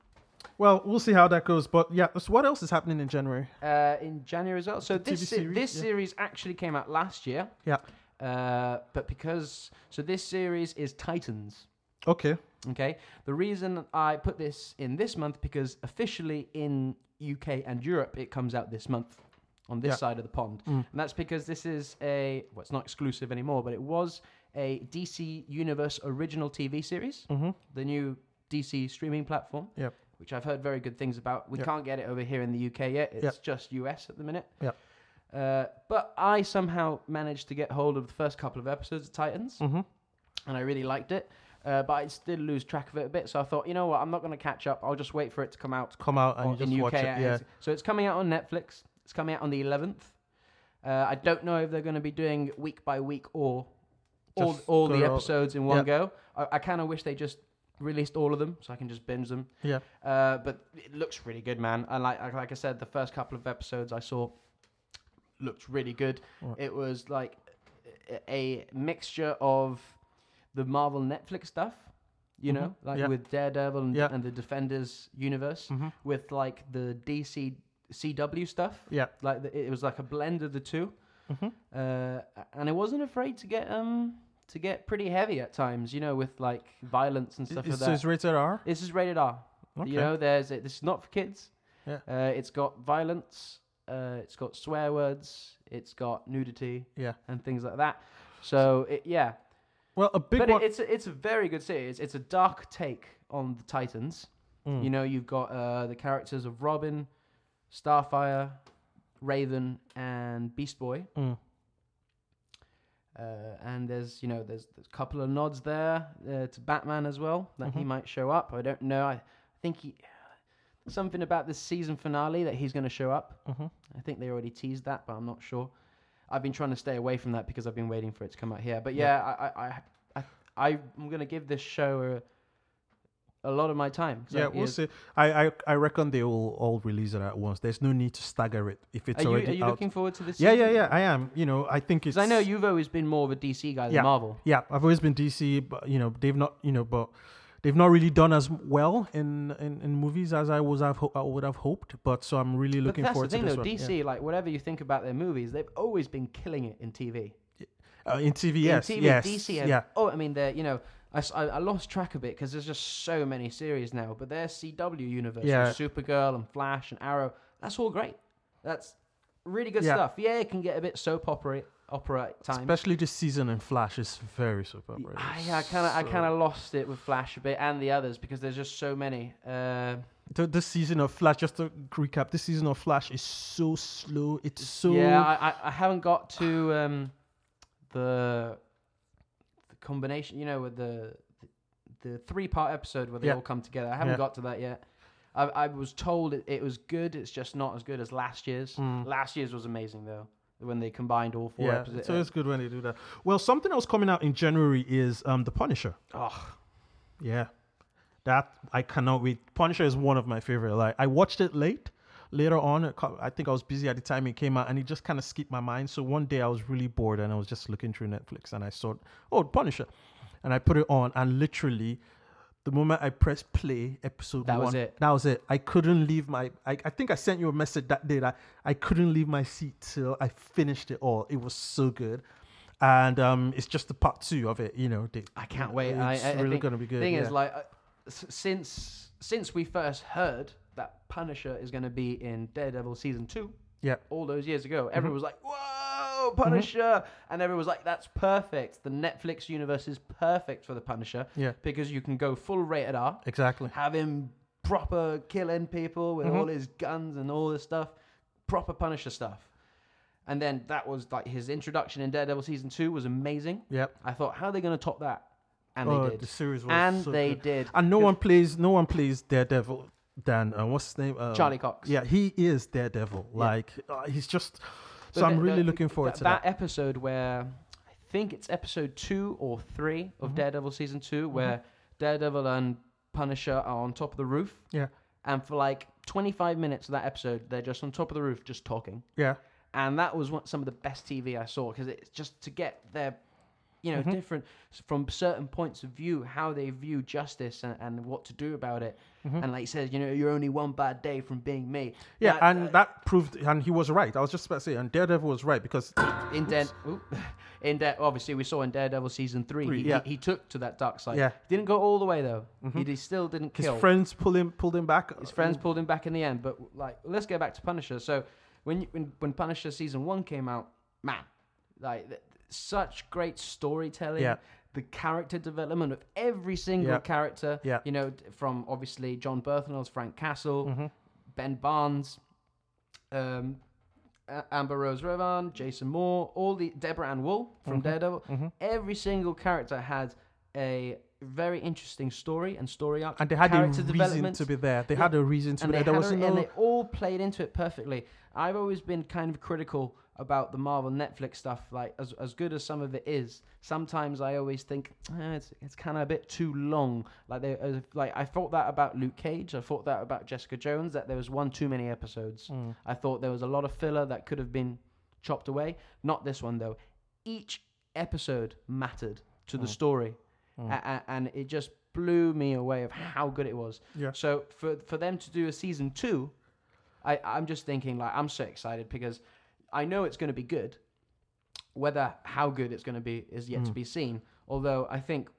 A: Well, we'll see how that goes. But yeah, so what else is happening in January?
B: Uh, in January as well. So
A: The
B: this
A: TV
B: se-
A: series,
B: this
A: yeah.
B: series actually came out last year.
A: Yeah.
B: Uh, but because so this series is Titans.
A: Okay.
B: Okay. The reason I put this in this month because officially in UK and Europe it comes out this month on this
A: Yeah.
B: side of the pond.
A: Mm.
B: And that's because this is a well it's not exclusive anymore, but it was a DC Universe original TV series,
A: Mm-hmm.
B: the new DC streaming platform.
A: Yep.
B: Which I've heard very good things about. We
A: Yep.
B: can't get it over here in the UK yet. It's
A: Yep.
B: just US at the minute.
A: Yep.
B: Uh, but I somehow managed to get hold of the first couple of episodes of Titans
A: Mm-hmm.
B: and I really liked it. Uh, but I did lose track of it a bit, so I thought, you know what, I'm not going to catch up. I'll just wait for it to come out
A: Come out and
B: on-
A: you just
B: in
A: watch
B: UK.
A: it.
B: and
A: Yeah.
B: it's- So it's coming out on Netflix. It's coming out on the 11th. Uh, I don't know if they're going to be doing week by week or all,
A: Just
B: all
A: go
B: the
A: all-
B: episodes in one
A: yeah.
B: go. I, I kind of wish they just released all of them so I can just binge them.
A: Yeah.
B: Uh, but it looks really good, man. And like like- like I said, the first couple of episodes I saw looked really good.
A: Right.
B: It was like a- a mixture of the Marvel Netflix stuff, you know,
A: Mhm.
B: like
A: Yeah.
B: with Daredevil and,
A: Yeah.
B: and the Defenders universe,
A: Mm-hmm.
B: with like the DC CW stuff.
A: Yeah.
B: Like the, it was like a blend of the two,
A: Mm-hmm.
B: uh, and I wasn't afraid to get um to get pretty heavy at times, you know, with like violence and stuff like
A: so
B: that.
A: it's rated R.
B: This is rated R.
A: Okay.
B: You know, there's it. This is not for kids.
A: Yeah.
B: Uh, it's got violence. Uh, it's got swear words. It's got nudity.
A: Yeah.
B: And things like that. So it, yeah,
A: Well, a big
B: but
A: one.
B: it, it's a, it's a very good series. It's a dark take on the Titans.
A: Mm.
B: You know, you've got uh, the characters of Robin, Starfire, Raven, and Beast Boy.
A: Mm.
B: Uh, and there's you know there's, there's a couple of nods there uh, to Batman as well that he
A: Mhm.
B: might show up. I don't know. I think he something about this season finale that he's going to show up.
A: Mhm.
B: I think they already teased that, but I'm not sure. I've been trying to stay away from that because I've been waiting for it to come out here. But
A: Yeah.
B: yeah, I I, I, I I'm going to give this show a, a lot of my time. 'cause I-
A: Yeah, we'll
B: it-
A: see. I, I I reckon they will all release it at once. There's no need to stagger it if it's
B: Are you,
A: already
B: are you
A: out.
B: looking forward to this?
A: yeah, yeah, yeah. I am. You know, I think it's.
B: Because I know you've always been more of a DC guy than
A: Yeah.
B: Marvel.
A: Yeah, I've always been DC, but you know they've not. You know, but they've not really done as well in in, in movies as I was have ho- I would have hoped. But so I'm really looking
B: but that's
A: forward
B: the thing,
A: to this
B: though.
A: one. yeah.
B: DC, like whatever you think about their movies, they've always been killing it in TV.
A: Uh, in TV, yes,
B: in TV,
A: yes,
B: DC. Have,
A: yeah,
B: Oh, I mean, they're you know, I, s- I- I lost track of it because there's just so many series now. But their CW universe,
A: Yeah.
B: with Supergirl and Flash and Arrow, that's all great. That's really good
A: Yeah.
B: stuff. Yeah, it can get a bit soap opera opera at times.
A: especially this season and Flash is very super.
B: I, I kind of I kind of lost it with Flash a bit and the others because there's just so many. Uh,
A: Th- this season of Flash, just to recap, this season of Flash is so slow. It's so
B: yeah, I, I, I haven't got to um, the the combination, you know, with the the, the three part episode where they
A: Yeah.
B: all come together. I haven't
A: Yeah.
B: got to that yet. I, I was told it, it was good. It's just not as good as last year's.
A: Mm.
B: Last year's was amazing though, when they combined all four
A: yeah.
B: episodes.
A: It's always good when they do that. Well, something else coming out in January is um, the Punisher.
B: oh,
A: Yeah, that I cannot wait. Punisher is one of my favorite. Like I watched it late. Later on, it co- I think I was busy at the time it came out, and it just kind of skipped my mind. So one day I was really bored, and I was just looking through Netflix, and I saw, oh, Punisher, and I put it on, and literally, the moment I pressed play, episode
B: That
A: one,
B: was it.
A: that was it. I couldn't leave my. I, I think I sent you a message that day that I couldn't leave my seat till I finished it all. It was so good, and um, it's just the part two of it. You know, they,
B: I can't wait. I-
A: It's
B: I, I
A: really
B: think-
A: gonna be good.
B: Thing is,
A: yeah.
B: like, uh, s- since since we first heard that Punisher is going to be in Daredevil season two,
A: Yeah.
B: all those years ago, everyone was
A: Mm-hmm.
B: like, "Whoa, Punisher!" and everyone was like, "That's perfect. The Netflix universe is perfect for the Punisher
A: yeah.
B: because you can go full rated R,
A: Exactly.
B: have him proper killing people with
A: Mhm.
B: all his guns and all this stuff, proper Punisher stuff." And then that was like his introduction in Daredevil season two was amazing.
A: Yep.
B: I thought, how are they going to top that? And
A: oh,
B: they did.
A: the series was
B: And
A: so
B: they
A: good.
B: did.
A: And no one plays. No one plays Daredevil. Dan, uh, what's his name? Um,
B: Charlie Cox.
A: Yeah, he is Daredevil. Like uh, he's just. So
B: But
A: I'm
B: the-
A: really
B: the-
A: looking forward
B: th-
A: to
B: that episode where I think it's episode two or three of
A: Mhm.
B: Daredevil season two, where Daredevil and Punisher are on top of the roof.
A: Yeah.
B: and for like 25 minutes of that episode, they're just on top of the roof, just talking.
A: Yeah.
B: And that was one, some of the best TV I saw because it's just to get their, you know,
A: Mhm.
B: different from certain points of view, how they view justice and, and what to do about it.
A: Mhm.
B: And like he says, you know, you're only one bad day from being me.
A: Yeah,
B: That- uh,
A: and that proved, and he was right. I was just about to say, and Daredevil was right because
B: In Dare, ooh, in Dare, obviously we saw in Daredevil season three,
A: Three,
B: he,
A: yeah.
B: he, he took to that dark side.
A: Yeah. Mm-hmm.
B: didn't go all the way though. He, d- still didn't
A: his
B: kill.
A: friends pulled him, pulled him back. uh,
B: His friends pulled him back in the end. But like, let's go back to Punisher. So when you, when when Punisher season one came out, man, like th- such great storytelling.
A: Yeah.
B: The character development of every single
A: Yeah.
B: character.
A: Yeah.
B: You know, d- from obviously John Berthelot's Frank Castle,
A: Mm-hmm.
B: Ben Barnes, um, A- Amber Rose Revan, Jason Moore, all the Deborah Ann Wool
A: Mm-hmm.
B: from Daredevil. Every single character had a very interesting story and story arc
A: And they had a
B: character
A: reason
B: development
A: to be there. They
B: Yeah.
A: had a reason to
B: and
A: be
B: they,
A: there. There
B: had
A: was
B: a- and
A: no.
B: they all played into it perfectly. I've always been kind of critical about the Marvel Netflix stuff. Like as as good as some of it is, sometimes I always think "Ah, it's it's kind of a bit too long. Like they as if- like I thought that about Luke Cage. I thought that about Jessica Jones. That there was one too many episodes.
A: Mm.
B: I thought there was a lot of filler that could have been chopped away. Not this one though. Each episode mattered to
A: Hmm.
B: the story,
A: Mm.
B: A- a- and it just blew me away of how good it was.
A: Yeah.
B: So for for them to do a season two, I I'm just thinking like I'm so excited because I know it's going to be good. Whether how good it's going to be is yet to
A: Mm.
B: be seen. Although I think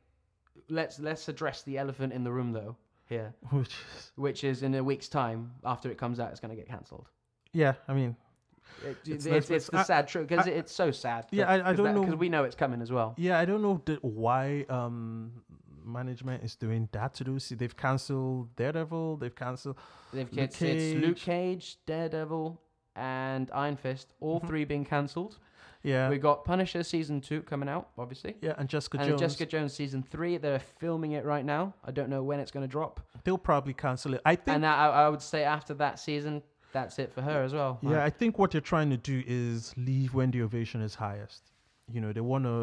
B: let's let's address the elephant in the room though here,
A: Which is,
B: which is in a week's time after it comes out, it's going to get cancelled.
A: yeah, I mean,
B: It,
A: It's
B: it's,
A: Netflix.
B: it's, the
A: I-
B: sad truth because
A: I-
B: it's so sad.
A: Yeah, I- I don't know-
B: because we know it's coming as well.
A: yeah, I don't know the, why um management is doing that to do. See, they've cancelled Daredevil. They've cancelled.
B: They've,
A: Luke
B: it's, it's Luke Cage, Daredevil, and Iron Fist, all
A: Mm-hmm.
B: three being cancelled.
A: Yeah,
B: We got Punisher season two coming out, obviously.
A: yeah, and Jessica
B: and
A: Jones.
B: Jessica Jones season three, they're filming it right now. I don't know when it's going to drop.
A: They'll probably cancel it. I think.
B: And I, I would say after that season, that's it for her as well.
A: Yeah, I think what they're trying to do is leave when the ovation is highest. You know, they want to,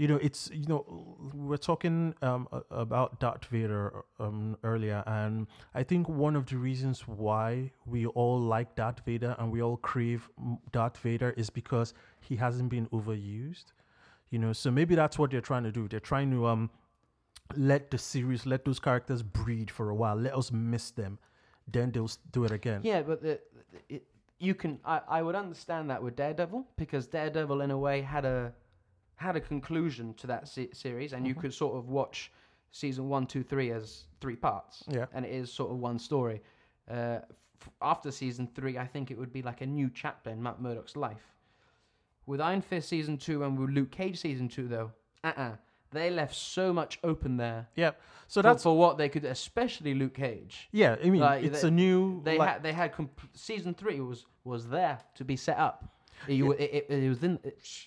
A: you know, it's, you know, we're talking um, a- about Darth Vader um, earlier, and I think one of the reasons why we all like Darth Vader and we all crave m- Darth Vader is because he hasn't been overused. You know, so maybe that's what they're trying to do. They're trying to um, let the series, let those characters breed for a while, let us miss them, then they'll s- do it again.
B: Yeah, but the, the- it, you can. I, I would understand that with Daredevil because Daredevil, in a way, had a had a conclusion to that se- series, and
A: Mm-hmm.
B: you could sort of watch season one, two, three as three parts.
A: Yeah.
B: and it is sort of one story. Uh, f- after season three, I think it would be like a new chapter in Matt Murdock's life. With Iron Fist season two and with Luke Cage season two, though, uh uh they left so much open there.
A: Yeah. So
B: for-
A: that's
B: for what they could, especially Luke Cage.
A: Yeah, I mean,
B: Like,
A: it's
B: they-
A: a new.
B: They
A: like-
B: had they had comp- season three was was there to be set up. It, you- it, it- it was in, it, shh.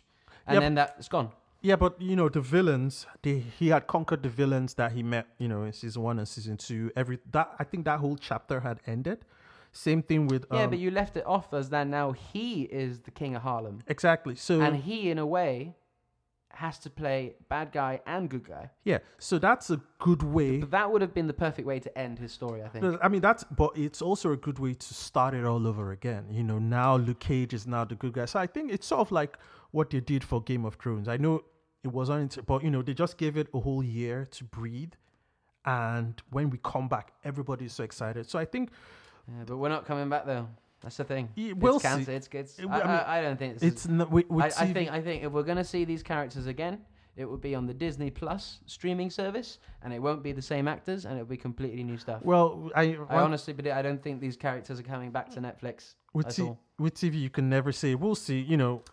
B: and
A: Yep.
B: then that it's gone.
A: yeah, but you know the villains. They, he had conquered the villains that he met. You know, in season one and season two. Every that I think that whole chapter had ended. Same thing with um,
B: yeah, but you left it off as that now he is the king of Harlem,
A: exactly. So
B: and he in a way has to play bad guy and good guy.
A: yeah, so that's a good way.
B: But that would have been the perfect way to end his story, I think.
A: No, I mean that's, but it's also a good way to start it all over again. You know, now Luke Cage is now the good guy. So I think it's sort of like what they did for Game of Thrones. I know it wasn't, but you know, they just gave it a whole year to breathe. And when we come back, everybody's so excited. So I think
B: Yeah, but we're not coming back though. That's the thing.
A: Yeah, we'll
B: it's
A: see.
B: cancer. It's, it's,
A: It- I
B: I,
A: mean,
B: I, I don't think this is-
A: it's not, with, with
B: I, I
A: TV
B: think I think if we're gonna see these characters again, it would be on the Disney Plus streaming service, and it won't be the same actors, and it'll be completely new stuff.
A: Well, I,
B: I honestly, but I don't think these characters are coming back to Netflix.
A: with,
B: at
A: t-
B: all.
A: with TV you can never say we'll see. You know,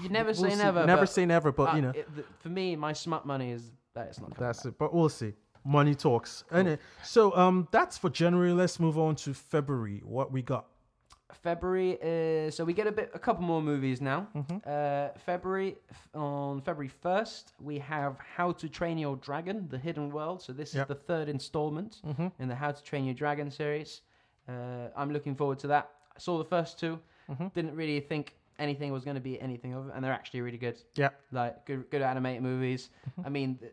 B: You never
A: we'll
B: say
A: see.
B: never.
A: never
B: but,
A: say never. But
B: uh,
A: you know,
B: it- th- for me, my smart money is that it's not. Coming
A: that's
B: back.
A: it. But we'll see. Money talks. Anyway, so um, that's for January. Let's move on to February. What we got?
B: February is so we get a bit a couple more movies now.
A: Mhm.
B: Uh, February f- on February first we have How to Train Your Dragon: The Hidden World. So this
A: Yep.
B: is the third installment
A: Mhm.
B: in the How to Train Your Dragon series. Uh, I'm looking forward to that. I saw the first two.
A: Mhm.
B: Didn't really think anything was going to be anything of it, and they're actually really good.
A: Yeah.
B: like good good animated movies. I mean. The,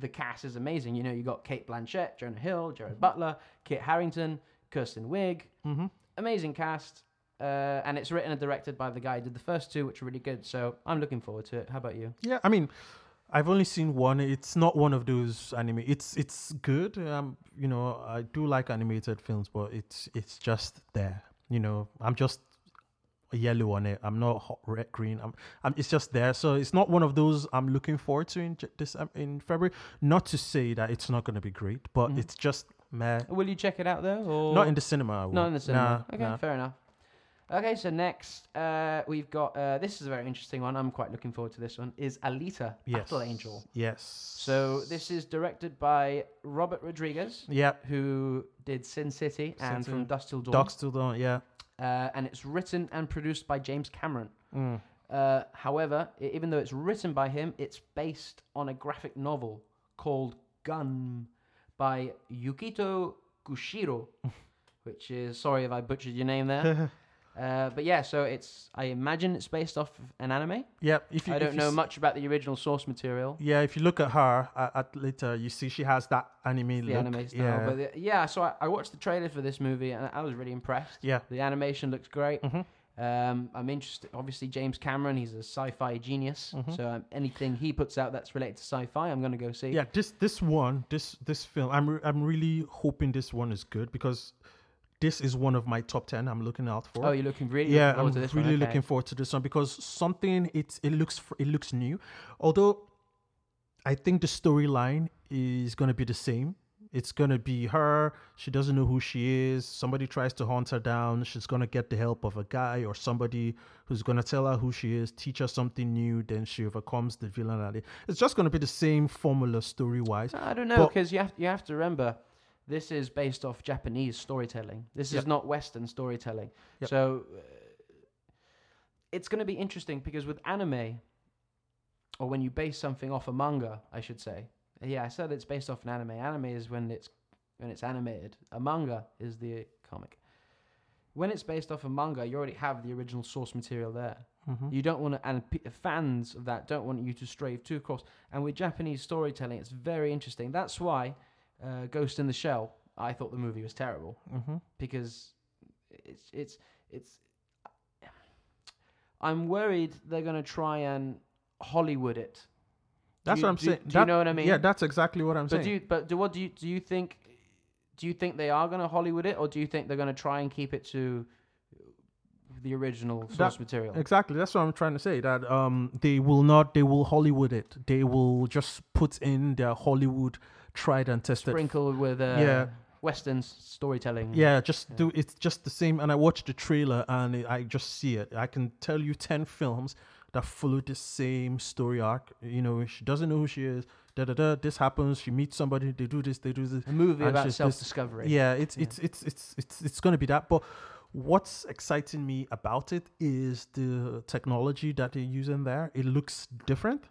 B: the cast is amazing. You know, you got Kate Blanchett, Jonah Hill, Jared Butler, Kit Harrington, Kirsten Wig.
A: Mm-hmm.
B: Amazing cast. Uh, and it's written and directed by the guy who did the first two, which are really good. So I'm looking forward to it. How about you?
A: Yeah, I mean, I've only seen one. It's not one of those anime. It's it's good. Um, you know, I do like animated films, but it's it's just there. You know, I'm just yellow on it. I'm not hot red green. I'm, I'm it's just there. So it's not one of those I'm looking forward to in J- this um, in February. Not to say that it's not going to be great, but
B: Mhm.
A: it's just meh.
B: Will you check it out though? Or
A: Not in the cinema. I
B: Not
A: will.
B: in the cinema.
A: Nah,
B: okay,
A: nah.
B: fair enough. Okay, so next uh, we've got uh, this is a very interesting one. I'm quite looking forward to this one. Is Alita
A: Yes.
B: Battle Angel?
A: Yes.
B: So this is directed by Robert Rodriguez,
A: Yeah.
B: who did Sin City
A: Sin
B: and
A: City.
B: From Dust Till Dawn,
A: Dogs still don't. Yeah.
B: uh, and it's written and produced by James Cameron.
A: Mm.
B: Uh, however, i- even though it's written by him, it's based on a graphic novel called Gun by Yukito Kushiro, which is sorry if I butchered your name there. Uh, but yeah, so it's I imagine it's based off of an anime.
A: Yeah. If you
B: I
A: if
B: don't
A: you
B: know
A: s-
B: much about the original source material,
A: Yeah, if you look at her at, at later, you see she has that anime
B: the
A: look.
B: anime style.
A: yeah,
B: But the, yeah, so I, I watched the trailer for this movie and I was really impressed.
A: yeah,
B: The animation looks great.
A: Mhm.
B: Um, I'm interested. Obviously, James Cameron, he's a sci-fi genius.
A: Mhm.
B: So um, anything he puts out that's related to sci-fi, I'm going to go see.
A: yeah. This this one, this this film, I'm re- I'm really hoping this one is good because this is one of my top ten. I'm looking out for.
B: Oh, you're looking really
A: yeah,
B: looking forward
A: I'm
B: to this
A: really
B: one. okay.
A: looking forward to this one because something it's it looks fr- it looks new, although I think the storyline is gonna be the same. It's gonna be her. She doesn't know who she is. Somebody tries to hunt her down. She's gonna get the help of a guy or somebody who's gonna tell her who she is, teach her something new. Then she overcomes the villain. And it- It's just gonna be the same formula story wise.
B: I don't know
A: But-
B: because you have you have to remember this is based off Japanese storytelling. This is
A: Yep.
B: not Western storytelling.
A: Yep.
B: So uh, it's going to be interesting because with anime, or when you base something off a manga, I should say. Yeah, I said it's based off an anime. Anime is when it's when it's animated. A manga is the comic. When it's based off a manga, you already have the original source material there.
A: Mm-hmm,
B: You don't want to, and p- fans of that don't want you to stray too cross. And with Japanese storytelling, it's very interesting. That's why uh, Ghost in the Shell, I thought the movie was terrible
A: Mm-hmm.
B: because it's it's it's. I'm worried they're going to try and Hollywood it. Do
A: That's
B: you-
A: what I'm
B: do-
A: saying.
B: Do you
A: That-
B: know what I mean?
A: Yeah, that's exactly what I'm
B: But do
A: saying.
B: you, but do what do you do you think do you think they are going to Hollywood it or do you think they're going to try and keep it to the original source
A: That-
B: material?
A: Exactly. That's what I'm trying to say. That um, they will not. They will Hollywood it. They will just put in their Hollywood tried and tested.
B: sprinkled with uh,
A: Yeah.
B: Western s- storytelling.
A: Yeah, just
B: Yeah.
A: do. It's just the same. And I watched the trailer, and it, I just see it. I can tell you ten films that follow the same story arc. You know, she doesn't know who she is. Da da da. This happens. She meets somebody. They do this. They do this.
B: a movie
A: And
B: about
A: she's this-
B: self-discovery.
A: Yeah, it's
B: Yeah.
A: it's it's it's it's it's going to be that. But what's exciting me about it is the technology that they're using there. It looks different,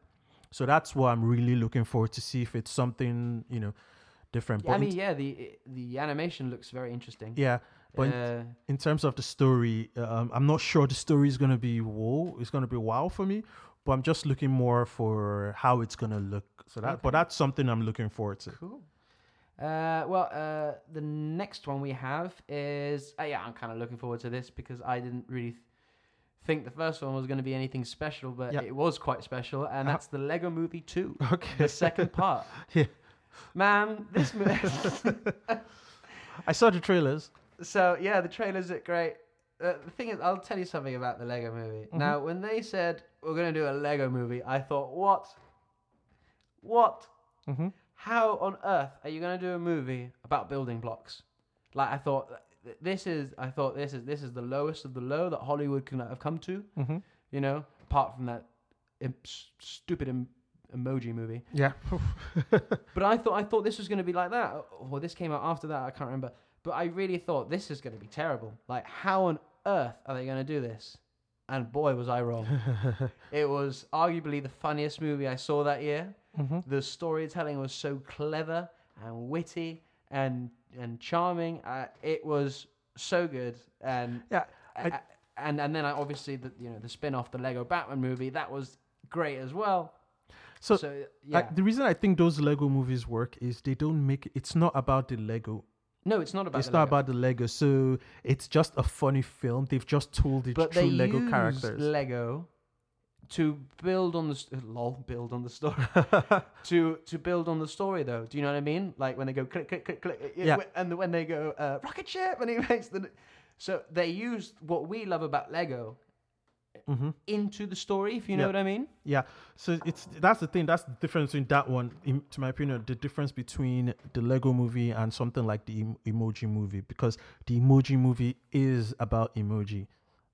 A: so that's what I'm really looking forward to see if it's something you know different.
B: Yeah, I
A: in-
B: mean, yeah, the the animation looks very interesting.
A: yeah. But in-
B: uh,
A: in terms of the story, um, I'm not sure the story is going to be whoa. It's going to be wow for me, but I'm just looking more for how it's going to look. So that, but
B: Okay.
A: that's something I'm looking forward to.
B: cool. Uh, well, uh, the next one we have is uh, yeah, I'm kind of looking forward to this because I didn't really th- think the first one was going to be anything special, but
A: Yeah.
B: it was quite special, and
A: Uh-huh.
B: that's the Lego Movie Two,
A: Okay.
B: the second part.
A: Yeah.
B: Man, this movie.
A: I saw the trailers.
B: So yeah, the trailers look great. Uh, the thing is, I'll tell you something about the Lego Movie.
A: Mhm.
B: Now, when they said we're going to do a Lego Movie, I thought, what? What?
A: Mm-hmm.
B: How on earth are you going to do a movie about building blocks? Like I thought, th- this is I thought this is this is the lowest of the low that Hollywood can have come to.
A: Mm-hmm.
B: You know, apart from that im- s- stupid em- emoji movie.
A: Yeah.
B: But I thought I thought this was going to be like that, or this came out after that. I can't remember. But I really thought this is going to be terrible. Like, how on earth are they going to do this? And boy, was I wrong. it was arguably the funniest movie I saw that year.
A: mm-hmm.
B: The storytelling was so clever and witty and and charming. Uh, it was so good. And
A: Yeah,
B: a-
A: I-
B: a- and and then I obviously the you know the spin off the Lego Batman movie that was great as well.
A: So,
B: so
A: I-
B: yeah,
A: the reason I think those Lego movies work is they don't make it's not about the Lego.
B: No, it's not about.
A: it's
B: the
A: not
B: Lego.
A: about the Lego, so it's just a funny film. They've just told the
B: but
A: true
B: they
A: Lego
B: used
A: characters.
B: Lego to build on the st- lol, build on the story to to build on the story though. Do you know what I mean? Like when they go click click click click,
A: Yeah.
B: yeah. and when they go uh, rocket ship, and he makes the. So they used what we love about Lego
A: hmm
B: into the story, if you know
A: Yeah.
B: what I mean.
A: Yeah, so it's that's the thing. That's the difference between that one, in, to my opinion, the difference between the Lego movie and something like the em- Emoji movie, because the Emoji movie is about emoji.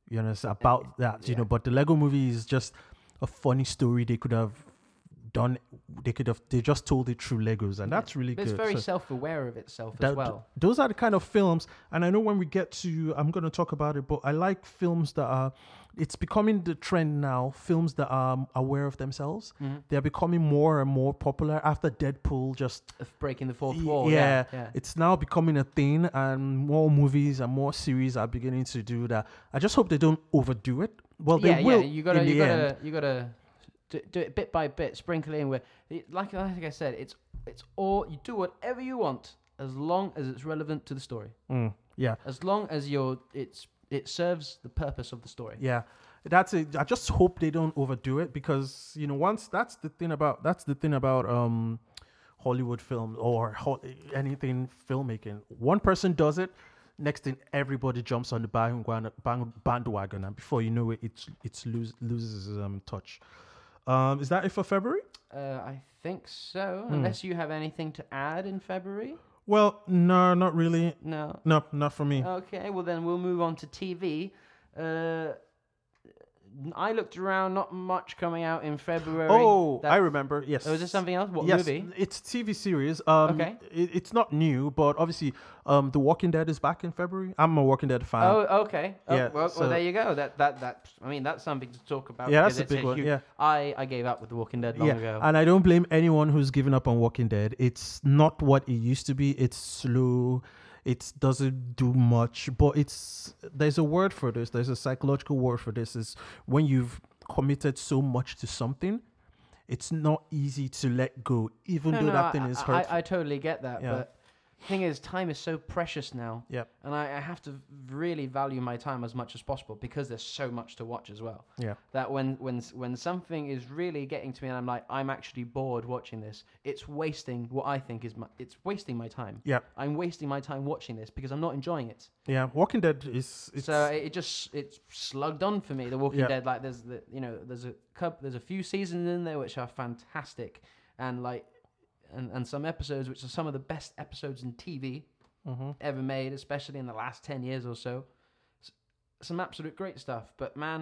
A: You know, it's about that. You
B: Uh, yeah.
A: know, but the Lego movie is just a funny story. They could have done. They could have. They just told it through Legos, and that's really
B: But
A: good.
B: it's very
A: So-
B: self-aware of itself
A: that-
B: as well.
A: Those are the kind of films, and I know when we get to, I'm going to talk about it, but I like films that are, it's becoming the trend now, films that are um, aware of themselves.
B: Mm-hmm.
A: They're becoming more and more popular after Deadpool just.
B: Of breaking the fourth
A: Y-
B: wall.
A: yeah,
B: Yeah,
A: It's now becoming a thing, and more movies and more series are beginning to do that. I just hope they don't overdo it. Well, they
B: yeah,
A: will.
B: yeah. You gotta,
A: in the
B: you
A: end.
B: gotta, you gotta do, do it bit by bit, sprinkle in where, it- like, like I said, it's it's all you do whatever you want as long as it's relevant to the story,
A: Mm, yeah.
B: as long as you're it's it serves the purpose of the story.
A: Yeah, that's it. I just hope they don't overdo it because you know once that's the thing about that's the thing about um Hollywood films or ho- anything filmmaking. One person does it, next thing everybody jumps on the bandwagon, band- bandwagon and before you know it, it's it's lose, loses um touch. Um, is that it for February?
B: Uh, I think so.
A: Hmm.
B: Unless you have anything to add in February.
A: Well, no, not really.
B: No.
A: No, not for me.
B: Okay. Well, then we'll move on to TV. Uh, I looked around. Not much coming out in February.
A: oh, I
B: That's-
A: remember. Yes.
B: Oh, is this something else? What
A: yes,
B: movie?
A: it's TV series. Um,
B: Okay.
A: it- it's not new, but obviously, um, The Walking Dead is back in February. I'm a Walking Dead fan.
B: Oh, okay. Oh,
A: Uh, yeah,
B: well, well,
A: so-
B: there you go. That that that. I mean, that's something to talk about.
A: Yeah,
B: because
A: that's a
B: it's
A: big one,
B: huge-
A: yeah.
B: I I gave up with The Walking Dead long
A: yeah,
B: ago.
A: and I don't blame anyone who's given up on Walking Dead. It's not what it used to be. It's slow. It doesn't do much, but it's there's a word for this. There's a psychological word for this. Is when you've committed so much to something, it's not easy to let go, even
B: No,
A: though
B: no,
A: that
B: I,
A: thing is
B: I-
A: hurtful.
B: I, I totally get that.
A: Yeah.
B: But the thing is, time is so precious now.
A: Yep.
B: And I, I have to really value my time as much as possible because there's so much to watch as well.
A: yeah,
B: That when when when something is really getting to me and I'm like I'm actually bored watching this, it's wasting what I think is my, it's wasting my time.
A: yeah,
B: I'm wasting my time watching this because I'm not enjoying it.
A: yeah. Walking Dead is it's
B: so it it just it's slugged on for me. The Walking
A: Yeah.
B: Dead, like there's the you know there's a cup there's a few seasons in there which are fantastic, and like and and some episodes which are some of the best episodes in TV
A: Mhm.
B: ever made, especially in the last ten years or so. S- some absolute great stuff, but man,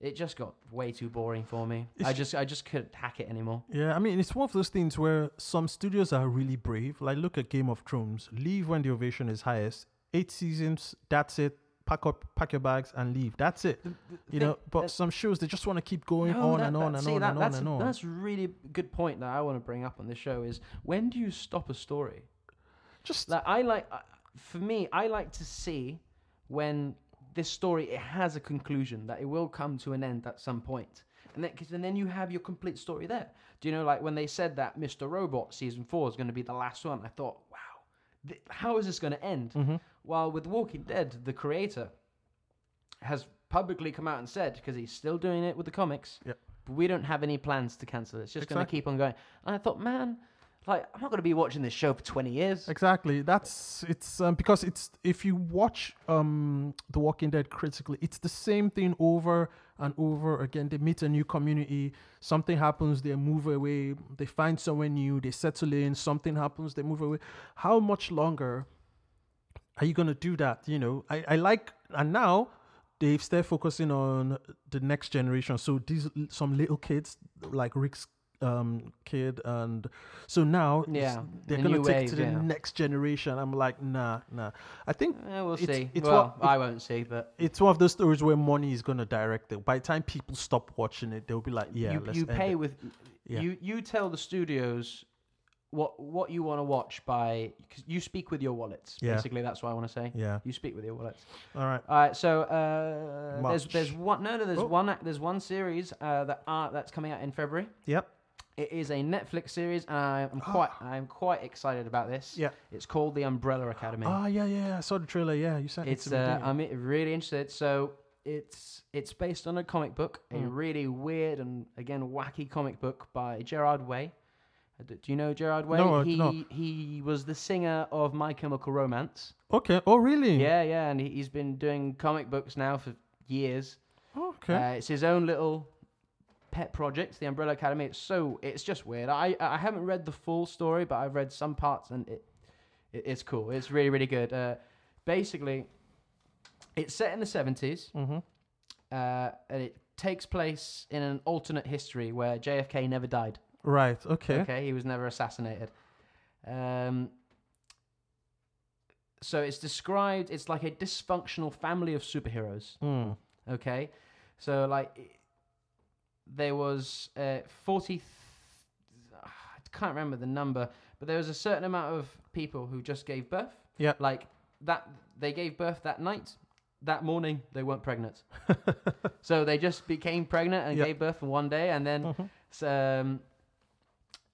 B: it just got way too boring for me. I
A: It's-
B: just I just couldn't hack it anymore.
A: Yeah, I mean, it's one of those things where some studios are really brave. Like, look at Game of Thrones. Leave when the ovation is highest. Eight seasons, that's it. Pack up, pack your bags, and leave. That's it. You know, but
B: that-
A: some shows they just want to keep going
B: No,
A: on
B: that-
A: and on
B: that-
A: and
B: see,
A: on
B: that-
A: and on
B: that's
A: and
B: a-
A: on.
B: That's a really good point that I want to bring up on this show is when do you stop a story?
A: Just
B: Like I like, I- for me, I like to see when this story it has a conclusion that it will come to an end at some point, and then because then you have your complete story there. Do you know like when they said that Mr. Robot season four is going to be the last one? I thought, wow, th- how is this going to end?
A: Mm-hmm.
B: While with Walking Dead, the creator has publicly come out and said because he's still doing it with the comics.
A: Yep.
B: But we don't have any plans to cancel it. It's just going to
A: Exactly.
B: keep on going. And I thought, man, like I'm not going to be watching this show for 20 years.
A: exactly. That's it's um, because it's if you watch um The Walking Dead critically, it's the same thing over and over again. They meet a new community, something happens, they move away, they find somewhere new, they settle in, something happens, they move away. How much longer are you going to do that? You know, I, I like, and now they've started focusing on the next generation. So these some little kids like Rick's um kid, and so now it's-
B: Yeah,
A: they're
B: the
A: going to
B: new
A: take it
B: wave,
A: to the
B: yeah.
A: next generation. I'm like, nah, nah. I think
B: Eh, we'll
A: It's-
B: see.
A: it's
B: well,
A: what-
B: I won't see, but
A: it's one of those stories where money is going to direct it. By the time people stop watching it, they'll be like, yeah,
B: you,
A: let's
B: you
A: end
B: pay
A: it.
B: with
A: Yeah.
B: you you tell the studios what what you want to watch by cause you speak with your wallets.
A: Yeah.
B: Basically, that's what I want to say.
A: Yeah.
B: You speak with your wallets.
A: All right.
B: All right, so uh, there's
A: March.
B: there's one no no there's
A: Oh.
B: uh, one ac- there's one series uh, that are that's coming out in February.
A: Yep.
B: It is a Netflix series, and I- I'm quite I'm quite excited about this.
A: Yeah.
B: It's called The Umbrella Academy.
A: Ah, yeah, yeah, yeah. I saw the trailer. Yeah, you sent it
B: it's
A: to me.
B: uh,
A: didn't you?
B: I'm i- really interested. So it's it's based on a comic book, a
A: Mm.
B: really weird and again wacky comic book by Gerard Way. Uh, d- Do you know Gerard Way?
A: No, I do
B: he
A: not.
B: he was the singer of My Chemical Romance.
A: okay. Oh, really?
B: Yeah, yeah, and he- he's been doing comic books now for years.
A: Okay.
B: Uh, it's his own little pet project, the Umbrella Academy. It's so it's just weird. I I haven't read the full story, but I've read some parts, and it, it it's cool. It's really really good. Uh, basically, it's set in the seventies,
A: mm-hmm.
B: uh, and it takes place in an alternate history where JFK never died.
A: Right. Okay.
B: Okay, he was never assassinated. Um, so it's described. It's like a dysfunctional family of superheroes
A: Mm.
B: okay so like i- there was uh, 40 th- i can't remember the number but there was a certain amount of people who just gave birth
A: Yeah.
B: like that they gave birth that night that morning they weren't pregnant so they just became pregnant and
A: Yeah.
B: gave birth in one day and then
A: Mhm.
B: s- um,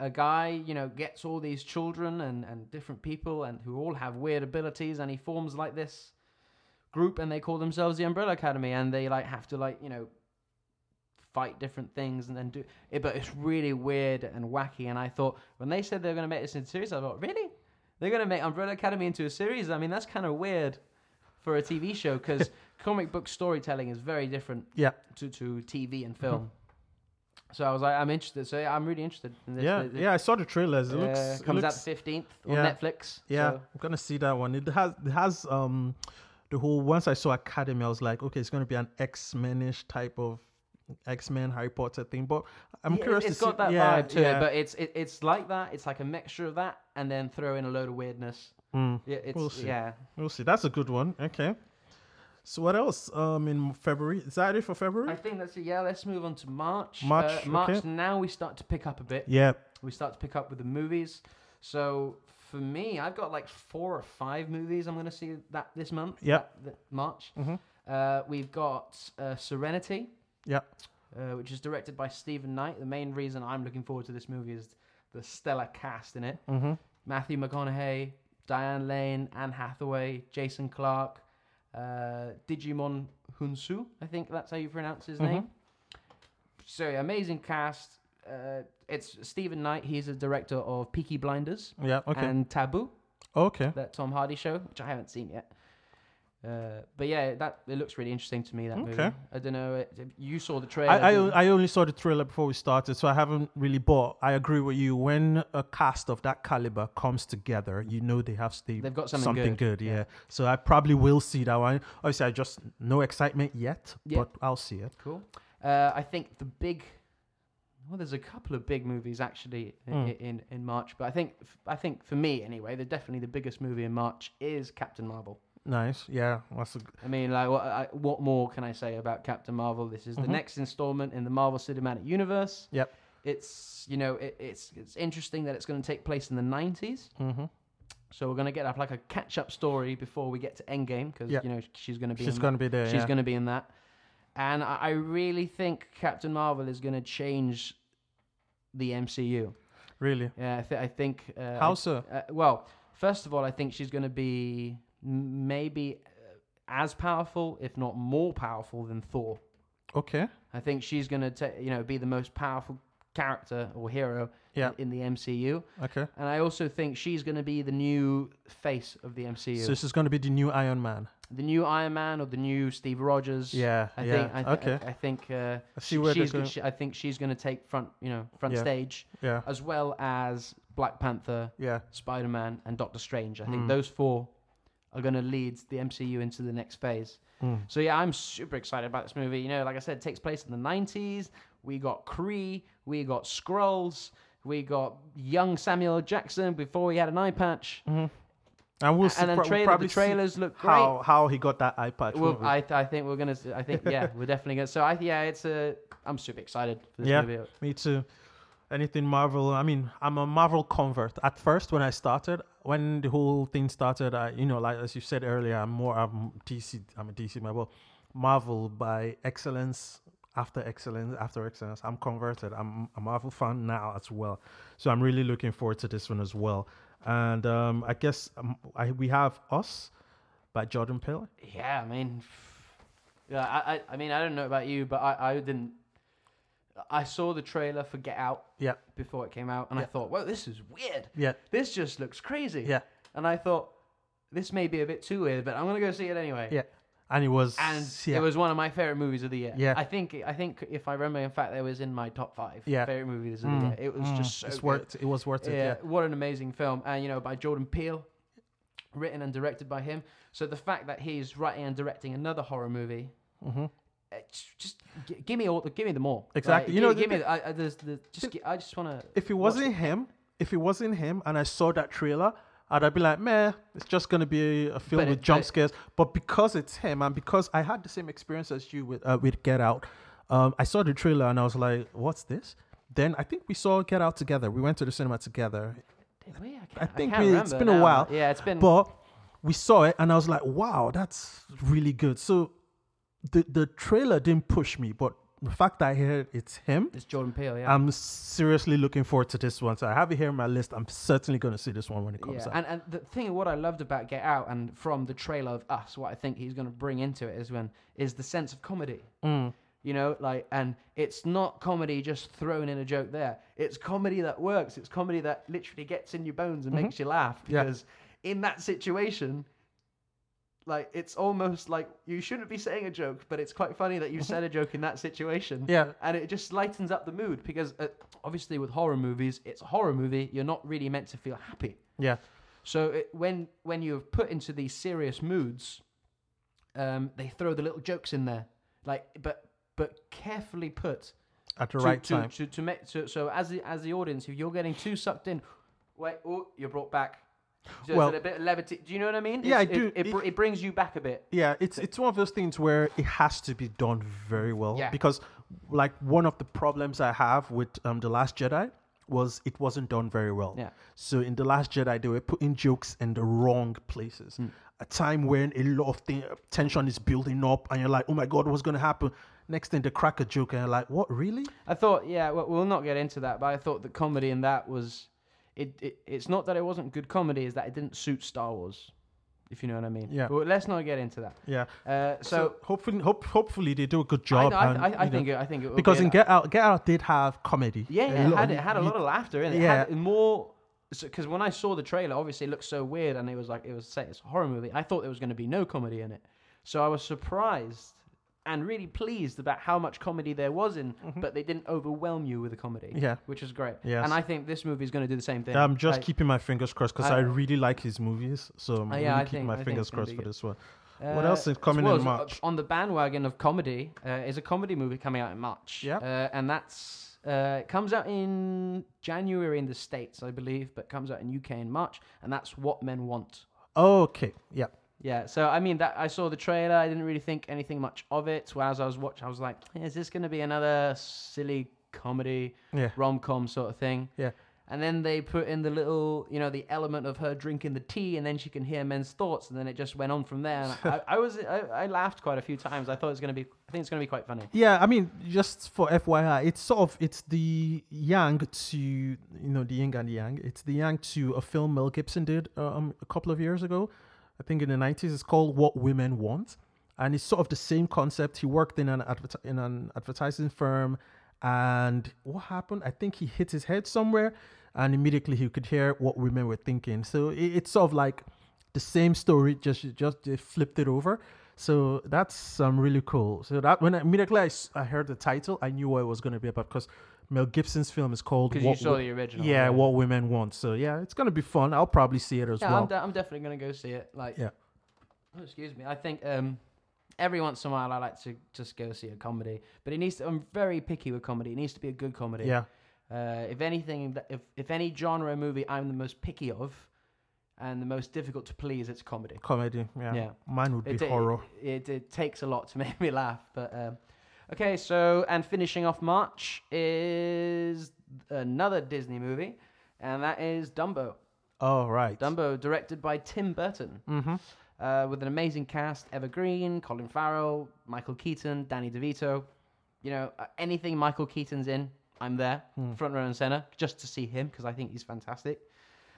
B: a guy, you know, gets all these children and, and different people and who all have weird abilities, and he forms like this group, and they call themselves the Umbrella Academy, and they like have to like you know fight different things and then do it, but it's really weird and wacky. And I thought when they said they were going to make this into a series, I thought really they're going to make Umbrella Academy into a series. I mean, that's kind of weird for a TV show because comic book storytelling is very different
A: Yeah.
B: to, to TV and film. So I was like, I'm interested. So yeah, I'm really interested. In this.
A: Yeah.
B: It- it,
A: yeah. I saw the trailers. It
B: uh,
A: looks. it
B: comes
A: looks-
B: out the 15th on
A: yeah.
B: Netflix.
A: Yeah,
B: So,
A: I'm gonna see that one. It has it has um the whole once I saw Academy, I was like, okay, it's gonna be an X Menish type of X Men Harry Potter thing. But I'm
B: yeah,
A: curious
B: It's
A: to
B: got
A: see.
B: that
A: yeah,
B: vibe to
A: yeah.
B: it, but it's it, it's like that. It's like a mixture of that, and then throw in a load of weirdness.
A: Mm,
B: Yeah, it's
A: We'll see.
B: yeah.
A: we'll see. That's a good one. Okay. So what else? Um, in February is that it for
B: I
A: February?
B: think that's it. Yeah, let's move on to March.
A: March,
B: uh, March.
A: okay.
B: Now we start to pick up a bit.
A: Yeah.
B: We start to pick up with the movies. So for me, I've got like four or five movies I'm going to see that this month.
A: Yep.
B: that- that March.
A: Mhm.
B: Uh, we've got uh, Serenity.
A: Yep.
B: Uh, which is directed by Stephen Knight. The main reason I'm looking forward to this movie is the stellar cast in it.
A: Mm-hmm.
B: Matthew McConaughey, Diane Lane, Anne Hathaway, Jason Clark, uh, Digimon Hunsu, I think that's how you pronounce his
A: Mhm.
B: name. So amazing cast. Uh, it's Stephen Knight. He's a director of Peaky Blinders
A: Yeah. Okay.
B: and Taboo,
A: okay.
B: that Tom Hardy show, which I haven't seen yet. Uh, but yeah, that it looks really interesting to me. That
A: Okay.
B: movie. I don't know. It, you saw the trailer.
A: I, I,
B: didn't you?
A: I only saw the trailer before we started, so I haven't really. But I agree with you. When a cast of that caliber comes together, you know they have they,
B: They've got something
A: good. yeah. So I probably will see that one. Obviously, I just no excitement yet,
B: Yeah.
A: but I'll see it.
B: Cool. Uh, I think the big. Well, there's a couple of big movies actually in,
A: Mm.
B: in in March, but I think I think for me anyway, the definitely the biggest movie in March is Captain Marvel.
A: Nice. Yeah. That's a,
B: I mean, like, what I, what more can I say about Captain Marvel? This is the
A: Mhm.
B: next installment in the Marvel Cinematic Universe.
A: Yep.
B: It's you know it, it's it's interesting that it's going to take place in the 90s,
A: mm-hmm.
B: so we're going to get up like a catch up story before we get to Endgame because
A: Yeah.
B: you know she's going to be
A: She's
B: in
A: gonna be there.
B: She's
A: yeah.
B: going to be in that. And I, I really think Captain Marvel is going to change the MCU.
A: really.
B: Yeah, I, th- I think. Uh,
A: How so?
B: Uh, well, first of all, I think she's going to be m- maybe uh, as powerful, if not more powerful, than Thor.
A: Okay.
B: I think she's going to, you know, be the most powerful character or hero
A: Yeah.
B: in the MCU.
A: Okay.
B: And I also think she's going to be the new face of the MCU,
A: So this is gonna be the new Iron Man.
B: the new Iron Man or the new Steve Rogers.
A: Yeah.
B: I
A: yeah.
B: think. I th-
A: okay.
B: I, I think. Uh,
A: I see where they're
B: she's.
A: going.
B: She, I think she's going to take front. You know, front
A: Yeah.
B: stage
A: yeah.
B: as well as Black Panther,
A: Yeah.
B: Spider Man, and Doctor Strange. I think
A: Mm.
B: those four are going to lead the MCU into the next phase.
A: Mm.
B: So yeah, I'm super excited about this movie. You know, like I said, it takes place in the '90s. We got Kree. We got Skrulls. We got young Samuel Jackson before he had an eye patch.
A: And we'll see.
B: and then
A: pro- we'll
B: trailer,
A: probably
B: the
A: see
B: trailers look great.
A: how how he got that eye patch.
B: Well,
A: won't we?
B: I, th- I think we're gonna. s- I think yeah, we're definitely gonna. So I yeah, it's a. I'm super excited for this
A: Yeah.
B: movie.
A: Me too. Anything Marvel? I mean, I'm a Marvel convert. At first, when I started, when the whole thing started, I, you know, like as you said earlier, I'm more I'm DC. I'm a DC. My well, Marvel by excellence. After excellence, after excellence, I'm converted. I'm a Marvel fan now as well, so I'm really looking forward to this one as well. And um, I guess um, I, we have Us by Jordan Peele.
B: Yeah, I mean, yeah, I, I, I mean, I don't know about you, but I, I didn't. I saw the trailer for Get Out
A: Yeah,
B: before it came out, and I
A: Yeah.
B: thought, "Whoa, this is weird.
A: yeah,
B: This just looks crazy."
A: yeah,
B: And I thought, "This may be a bit too weird, but I'm gonna go see it anyway."
A: yeah. And it was
B: And
A: yeah,
B: it was one of my favorite movies of the year.
A: Yeah.
B: I think I think if I remember, in fact, it was in my top five
A: Yeah.
B: favorite movies of the
A: Mm,
B: year. It was
A: mm,
B: just so
A: it's
B: good.
A: worth it was worth it.
B: yeah,
A: Yeah,
B: what an amazing film, and you know, by Jordan Peele, written and directed by him. So the fact that he's writing and directing another horror movie,
A: hmm
B: it's just g- give me all, give me them all.
A: Exactly.
B: Like,
A: You
B: gi-
A: know,
B: give
A: the-
B: me. The, I, I, there's the, just, gi- I just want to.
A: If it wasn't him, if it wasn't him, and I saw that trailer, I'd be like, meh, it's just gonna be a film
B: But
A: with
B: it-
A: jump
B: but-
A: scares. But because it's him, and because I had the same experience as you with uh, with Get Out, um, I saw the trailer and I was like, what's this? Then I think we saw Get Out together. We went to the cinema together. I think
B: can't
A: we- it's
B: remember
A: been a
B: now.
A: while,
B: Yeah, it's been.
A: but we saw it and I was like, wow, that's really good. So the the trailer didn't push me, but the fact that I heard it's him,
B: it's Jordan Peele. Yeah.
A: I'm seriously looking forward to this one. So I have it here in my list. I'm certainly going to see this one when it comes
B: yeah.
A: out.
B: And and the thing, what I loved about Get Out and from the trailer of Us, what I think he's going to bring into it is when is the sense of comedy. You know, like, and it's not comedy just thrown in a joke there. It's comedy that works. It's comedy that literally gets in your bones and makes you laugh.
A: Mm-hmm. Yeah.
B: Because in that situation, like, it's almost like you shouldn't be saying a joke, but it's quite funny that you said a joke in that situation.
A: Mm-hmm. Yeah.
B: And it just lightens up the mood because uh, obviously with horror movies, it's a horror movie. You're not really meant to feel happy.
A: Yeah.
B: So it, when when you're put into these serious moods, um, they throw the little jokes in there, like but but carefully put
A: At the
B: to,
A: right
B: to,
A: time.
B: to to make so, so as the, as the audience, if you're getting too sucked in, wait, oh, you're brought back. So
A: Well-
B: well, a bit of levity. Do you know what I mean?
A: Yeah,
B: It's-
A: I
B: it-
A: do.
B: It, br-
A: If-
B: it brings you back a bit.
A: Yeah, it's it's one of those things where it has to be done very well
B: Yeah.
A: because, like, one of the problems I have with um, the Last Jedi was it wasn't done very well.
B: Yeah.
A: So in the Last Jedi, they were putting jokes in the wrong places.
B: Mm.
A: A time when a lot of thing, uh, tension is building up, and you're like, oh my god, what's going to happen? Next thing, they crack a joke, and you're like, what really?
B: I thought, yeah, well, we'll not get into that, but I thought the comedy in that was, it, it. It's not that it wasn't good comedy, is that it didn't suit Star Wars, if you know what I mean.
A: Yeah.
B: But let's not get into that.
A: Yeah.
B: Uh, so,
A: So, hopefully, hope, hopefully they do a good
B: I,
A: job.
B: I,
A: and,
B: I, I
A: you know,
B: think it, I think it will
A: because
B: be
A: in
B: a-
A: Get Out, Get Out did have comedy.
B: yeah,
A: A
B: it
A: lot
B: had
A: of-
B: it had a lot of laughter in it.
A: Yeah.
B: it had more because when I saw the trailer, obviously it looked so weird, and it was like it was say it's a horror movie. I thought there was going to be no comedy in it, so I was surprised and really pleased about how much comedy there was in, but they didn't overwhelm you with a comedy.
A: Mm-hmm. Yeah.
B: which is great.
A: Yes.
B: and I think this movie is going to do the same thing.
A: I'm just
B: Like,
A: keeping my fingers crossed because I,
B: I-
A: really like his movies, so I'm
B: Uh, yeah, I
A: really keeping
B: think- I
A: my
B: think
A: fingers
B: it's gonna
A: crossed
B: be
A: for
B: good.
A: this one. what
B: uh,
A: else is
B: as
A: coming
B: well
A: in
B: as, uh,
A: March?
B: On the bandwagon of comedy uh, is a comedy movie coming out in March.
A: Yeah.
B: Uh, and that's uh, it comes out in January in the States, I believe, but comes out in UK in March, and that's What Men Want.
A: Okay, yeah,
B: Yeah, so I mean that I saw the trailer, I didn't really think anything much of it. Well, as I was watching, I was like, "Eh, is this going to be another silly comedy
A: yeah,
B: rom-com sort of thing?
A: yeah,
B: And then they put in the little, you know, the element of her drinking the tea, and then she can hear men's thoughts, and then it just went on from there. And I, I was, I, I laughed quite a few times. I thought it was gonna be, I think it's gonna be quite funny.
A: yeah. I mean, just for FYI, it's sort of it's the yang to you know the yin and yang. It's the yang to a film Mel Gibson did um, a couple of years ago, I think in the '90s. It's called What Women Want, and it's sort of the same concept. He worked in an adver- in an advertising firm, and what happened? I think he hit his head somewhere, and immediately he could hear what women were thinking. So it, it's sort of like the same story, just just they flipped it over. So that's um, really cool. So that when I, immediately I, s- I heard the title, I knew what it was going to be about because Mel Gibson's film is called
B: Because you
A: What
B: saw
A: Wo-
B: the original.
A: Yeah, What Women Want. So yeah, it's going to be fun. I'll probably see it as
B: Yeah, I'm,
A: well.
B: de- I'm definitely gonna go see it. Like,
A: Yeah.
B: Oh, excuse me. I think um, every once in a while I like to just go see a comedy, but it needs. To, I'm very picky with comedy. It needs to be a good comedy.
A: Yeah,
B: Uh, if anything, that- if if any genre of movie I'm the most picky of, and the most difficult to please, it's comedy.
A: comedy. Yeah.
B: Yeah.
A: mine would be horror.
B: It, it takes a lot to make me laugh, but um, okay. So and finishing off March is another Disney movie, and that is Dumbo.
A: All right.
B: Dumbo, directed by Tim Burton,
A: Mm-hmm.
B: uh, with an amazing cast: Evergreen, Colin Farrell, Michael Keaton, Danny DeVito. You know, uh, anything Michael Keaton's in, I'm there,
A: Hmm.
B: front row and center, just to see him because I think he's fantastic.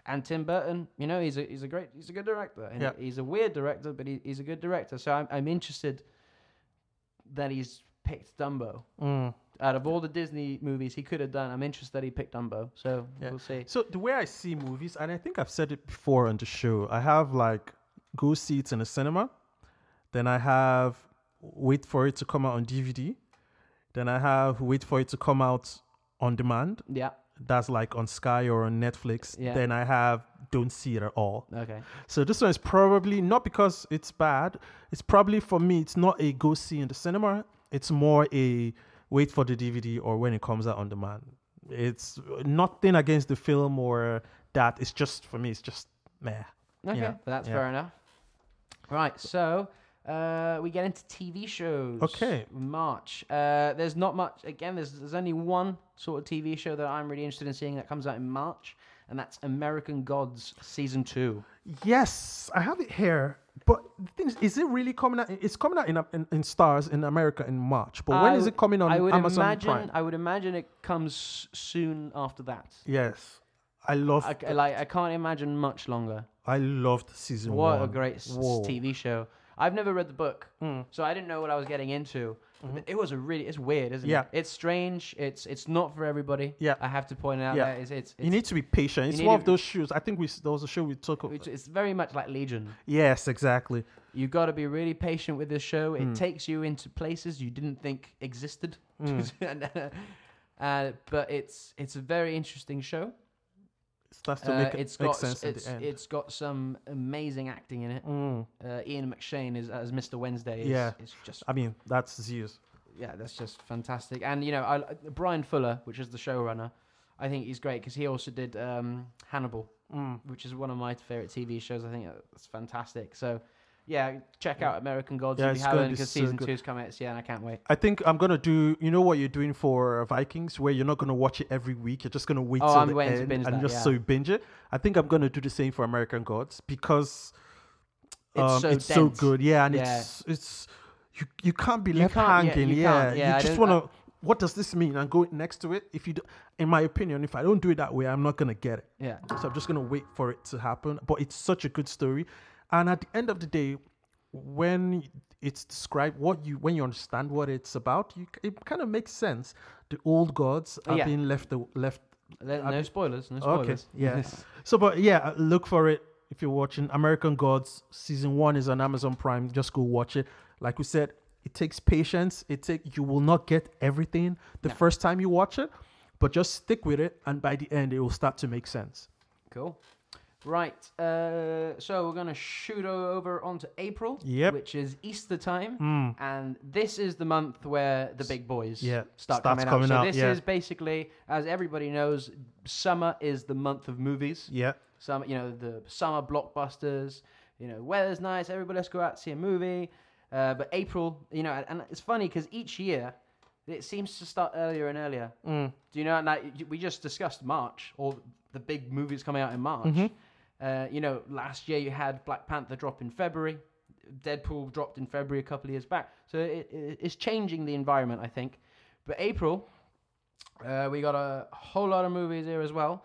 B: And Tim Burton, you know, he's a he's a great he's a good director. And
A: Yeah.
B: He's a weird director, but he, he's a good director. So I'm I'm interested that he's picked Dumbo.
A: Mm.
B: Out of all the Disney movies he could have done, I'm interested that he picked Dumbo. So
A: Yeah.
B: we'll see.
A: So the way I see movies, and I think I've said it before on the show, I have like go see it in a cinema, then I have wait for it to come out on DVD, then I have wait for it to come out on demand.
B: Yeah.
A: That's like on Sky or on Netflix.
B: Yeah.
A: Then I have don't see it at all.
B: Okay.
A: So this one is probably not because it's bad. It's probably for me. It's not a go see in the cinema. It's more a wait for the DVD or when it comes out on demand. It's nothing against the film or that. It's just for me. It's just meh.
B: Okay,
A: Yeah,
B: that's
A: yeah.
B: fair enough. Right, so uh, we get into TV shows.
A: Okay.
B: March. Uh, there's not much. Again, there's there's only one sort of TV show that I'm really interested in seeing that comes out in March, and that's American Gods season two.
A: Yes, I have it here. But the thing is, is it really coming out? It's coming out in in, in stars in America in March. But when
B: I
A: is
B: w-
A: it coming on
B: I would
A: Amazon
B: imagine.
A: Prime?
B: I would imagine it comes soon after that.
A: Yes, I love.
B: I, c- like I can't imagine much longer.
A: I loved season
B: What
A: one.
B: a great s- s-
A: Whoa. Hmm.
B: TV show! I've never read the book, so I didn't know what I was getting into. But it was a really it's weird, isn't
A: Mm-hmm. Yeah.
B: it? It's strange. It's it's not for everybody.
A: Yeah.
B: I have to point out
A: Yeah.
B: that it's it's
A: You
B: it's,
A: need to be patient. It's
B: need
A: one
B: to-
A: of those shoes. I think we s- there was a show we took. o-
B: it's, it's very much like Legion.
A: Yes, exactly.
B: You got to be really patient with this show.
A: Hmm.
B: It takes you into places you didn't think existed.
A: Hmm.
B: And, uh, uh, but it's it's a very interesting show.
A: That's to
B: Uh,
A: make it
B: it's
A: make
B: got
A: sense in
B: it's,
A: the end.
B: it's got some amazing acting in it.
A: Mm.
B: Uh, Ian McShane is as Mr. Wednesday. Is,
A: Yeah.
B: is just
A: I mean, that's Zeus.
B: yeah, that's just fantastic. And you know, I, Brian Fuller, which is the showrunner, I think he's great because he also did um, Hannibal,
A: Mm.
B: which is one of my favorite TV shows. I think that's fantastic. So, yeah, check out American Gods
A: Yeah,
B: if you
A: it's gonna
B: haven't
A: be
B: because
A: so
B: season
A: good.
B: two's coming out. Yeah, and I can't wait.
A: I think I'm gonna do. You know what you're doing for Vikings, where you're not gonna watch it every week. You're just gonna wait
B: Oh,
A: till
B: I'm
A: the
B: waiting to
A: end
B: binge
A: and
B: that,
A: just
B: yeah.
A: so you binge it. I think I'm gonna do the same for American Gods because
B: It's
A: um,
B: so
A: it's
B: dense.
A: good. Yeah, and
B: Yeah.
A: it's it's you you can't be
B: You
A: left
B: can't- yeah,
A: hanging.
B: you
A: Yeah,
B: can't. Yeah, I
A: you just
B: don't- I-
A: wanna. What does this mean? And go next to it. If you, do, in my opinion, if I don't do it that way, I'm not gonna get it.
B: Yeah,
A: So I'm just gonna wait for it to happen. But it's such a good story, and at the end of the day, when it's described, what you when you understand what it's about, you c- it kind of makes sense. The old gods are
B: Yeah.
A: being left the left.
B: Le-
A: I'll
B: no
A: be-
B: spoilers, no
A: Okay,
B: spoilers.
A: yeah. So, but yeah, uh, look for it if you're watching American Gods season one is on Amazon Prime. Just go watch it. Like we said, it takes patience. It take you will not get everything the first time you watch it, but just stick with it, and by the end, it will start to make sense.
B: Cool. Right, uh, so we're gonna shoot o- over onto April,
A: Yep.
B: which is Easter time, and this is the month where the big boys
A: Yeah,
B: start
A: starts
B: coming,
A: coming
B: out. So
A: out,
B: this
A: yeah.
B: is basically, as everybody knows, summer is the month of movies.
A: Yeah.
B: Some, you know, the summer blockbusters. You know, weather's nice, everybody let's go out and see a movie. Uh, but April, you know, and, and it's funny because each year it seems to start earlier and earlier.
A: Mm.
B: Do you know? Now y- we just discussed March or the big movies coming out in March. Uh, you know, last year you had Black Panther drop in February, Deadpool dropped in February a couple of years back. So it, it, it's changing the environment, I think. But April, uh, we got a whole lot of movies here as well.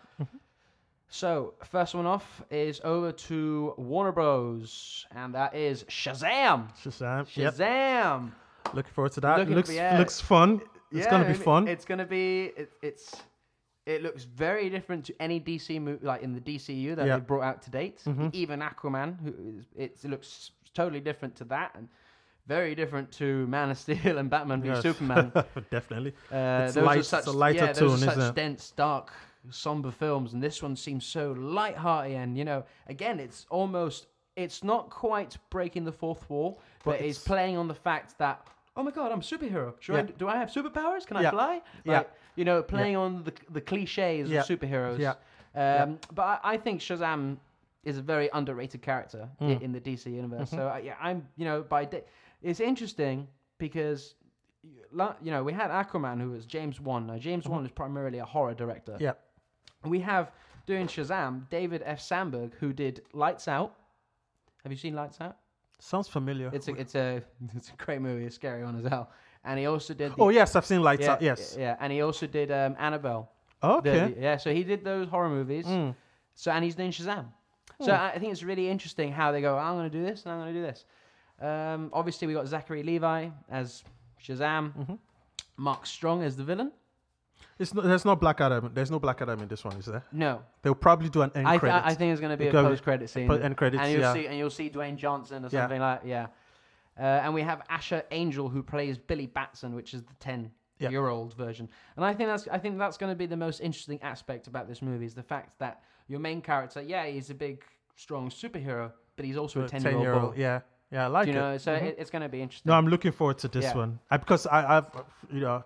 B: So first one off is over to Warner Bros. and that is Shazam.
A: Shazam. Yep.
B: Shazam.
A: Looking forward to that.
B: Looking-
A: looks
B: yeah.
A: looks fun. It's gonna be
B: maybe-
A: fun.
B: It's gonna be it, it's it looks very different to any DC movie like in the DCU that
A: Yeah. Mm-hmm.
B: they've brought out to date. Even Aquaman, who is, it's, it looks totally different to that, and very different to Man of Steel and Batman v
A: Yes.
B: Superman.
A: Definitely.
B: Uh,
A: It's
B: those
A: light-
B: are
A: it's a
B: such,
A: lighter
B: yeah, those
A: tone,
B: are such
A: isn't it?
B: dense, dark, somber films, and this one seems so light-hearted. And you know, again, it's almost it's not quite breaking the fourth wall, but, it's,
A: it's-
B: playing on the fact that oh my god, I'm a superhero. Should I,
A: Yeah.
B: do I have superpowers? Can I
A: Yeah.
B: fly?
A: Yeah.
B: Like, you know, playing on the the cliches
A: Yeah.
B: of superheroes.
A: Yeah.
B: Um, But I, I think Shazam is a very underrated character i-
A: Hmm.
B: in the DC universe.
A: Mm-hmm.
B: So I, yeah, I'm you know by da- it's interesting because y- la- you know we had Aquaman who was James Wan. Now James Wan is primarily a horror director.
A: Mm-hmm. Yeah.
B: We have doing Shazam David F. Sandberg who did Lights Out. Have you seen Lights Out?
A: Sounds familiar. Oh,
B: It's a it's a it's a great movie. It's scary one as hell. and he also did. The,
A: Oh yes, I've seen Lights
B: yeah,
A: Out. Yes.
B: yeah, and he also did um, Annabelle. The-
A: Okay.
B: the- yeah, so he did those horror movies.
A: Mm.
B: So and he's doing Shazam. So I I think it's really interesting how they go. "Oh, I'm going to do this and I'm going to do this. Um, obviously, we got Zachary Levi as Shazam. Mark Strong as the villain.
A: It's no, there's no Black Adam. There's no Black Adam in this one, is there?
B: No,
A: They'll probably do an end
B: I, th-
A: credit.
B: I think it's going to be a
A: Go with-
B: post credit scene.
A: po- end credits,
B: and you'll
A: yeah.
B: see and you'll see Dwayne Johnson or
A: Yeah.
B: something like yeah. Uh, and we have Asher Angel who plays Billy Batson, which is the ten
A: Yeah.
B: year old version. And I think that's I think that's going to be the most interesting aspect about this movie is the fact that your main character, yeah, he's a big strong superhero, but he's also a ten year old.
A: Yeah. Yeah, I like
B: You
A: it. Mm-hmm.
B: know, so it, it's going to be interesting.
A: No, I'm looking forward to this
B: Yeah.
A: one I, because I, I've, you know,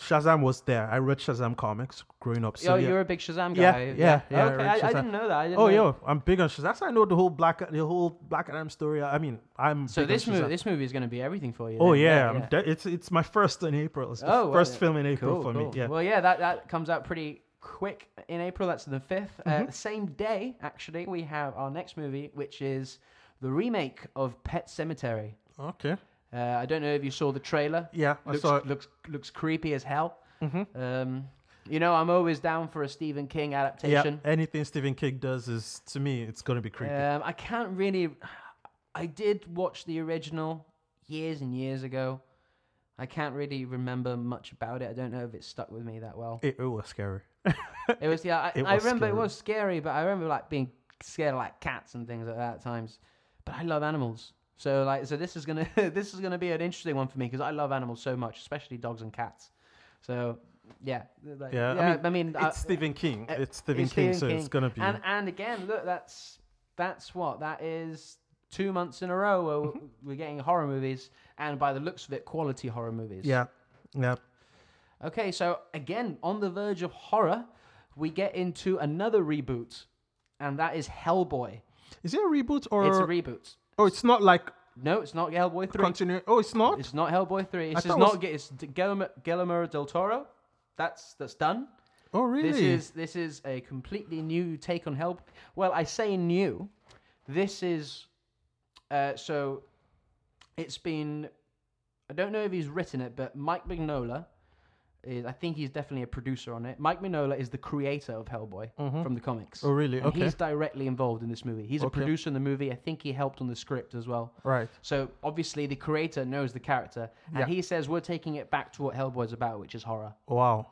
A: Shazam was there. I read Shazam comics growing up. So
B: oh,
A: yeah.
B: you're a big Shazam guy.
A: Yeah, yeah, yeah, I
B: okay,
A: read
B: I, I
A: Shazam.
B: didn't know that. I didn't
A: oh,
B: know that.
A: yeah, I'm big on Shazam. That's how I know the whole Black, the whole Black Adam story. I mean, I'm
B: So
A: big on
B: this movie,
A: Shazam.
B: this movie is going to be everything for you.
A: Oh
B: then.
A: yeah, I'm de- it's it's my first in April. It's the
B: Oh, well,
A: first
B: yeah.
A: film in April for
B: Cool, cool.
A: me. Yeah.
B: Well, yeah, that, that comes out pretty quick in April. That's the 5th.
A: Mm-hmm.
B: Uh, the same day, actually, we have our next movie, which is the remake of Pet Cemetery.
A: okay.
B: Uh, I don't know if you saw the trailer.
A: Yeah, I
B: looks,
A: saw it.
B: looks looks creepy as hell. Um, you know, I'm always down for a Stephen King adaptation.
A: Yeah, anything Stephen King does is to me, it's gonna be creepy.
B: Um, I can't really. I did watch the original years and years ago. I can't really remember much about it. I don't know if it stuck with me that well.
A: It, it was scary.
B: It was yeah. I,
A: It
B: I
A: was
B: remember it
A: scary.
B: was scary, but I remember like being scared of like cats and things like that at times. But I love animals, so like so this is gonna this is gonna be an interesting one for me because I love animals so much, especially dogs and cats. So yeah, like,
A: Yeah, I
B: I mean, I-
A: it's Stephen King.
B: uh,
A: It's Stephen King, so it's gonna be.
B: And and again, look, that's that's what that is. Two months in a row where
A: Mm-hmm.
B: we're- we're getting horror movies, and by the looks of it, quality horror movies.
A: yeah, yeah.
B: Okay, so again, on the verge of horror, we get into another reboot, and that is Hellboy.
A: Is it a reboot or?
B: it's a reboot.
A: oh, it's not like
B: No, it's not Hellboy 3.
A: continue. Oh, it's not.
B: it's not Hellboy 3. It's,
A: thought
B: just
A: it was-
B: not. It's D- Guillermo, Guillermo del Toro. That's that's done.
A: oh, really?
B: This is this is a completely new take on Hellboy. Well, I say new. This is uh, so. It's been. I don't know if he's written it, but Mike Mignola is. I think he's definitely a producer on it. Mike Mignola is the creator of Hellboy from the comics.
A: Oh, really?
B: And
A: Okay.
B: He's directly involved in this movie. He's a
A: Okay.
B: producer in the movie. I think he helped on the script as well.
A: right.
B: So obviously the creator knows the character, and
A: Yeah.
B: he says we're taking it back to what Hellboy's about, which is horror.
A: Wow.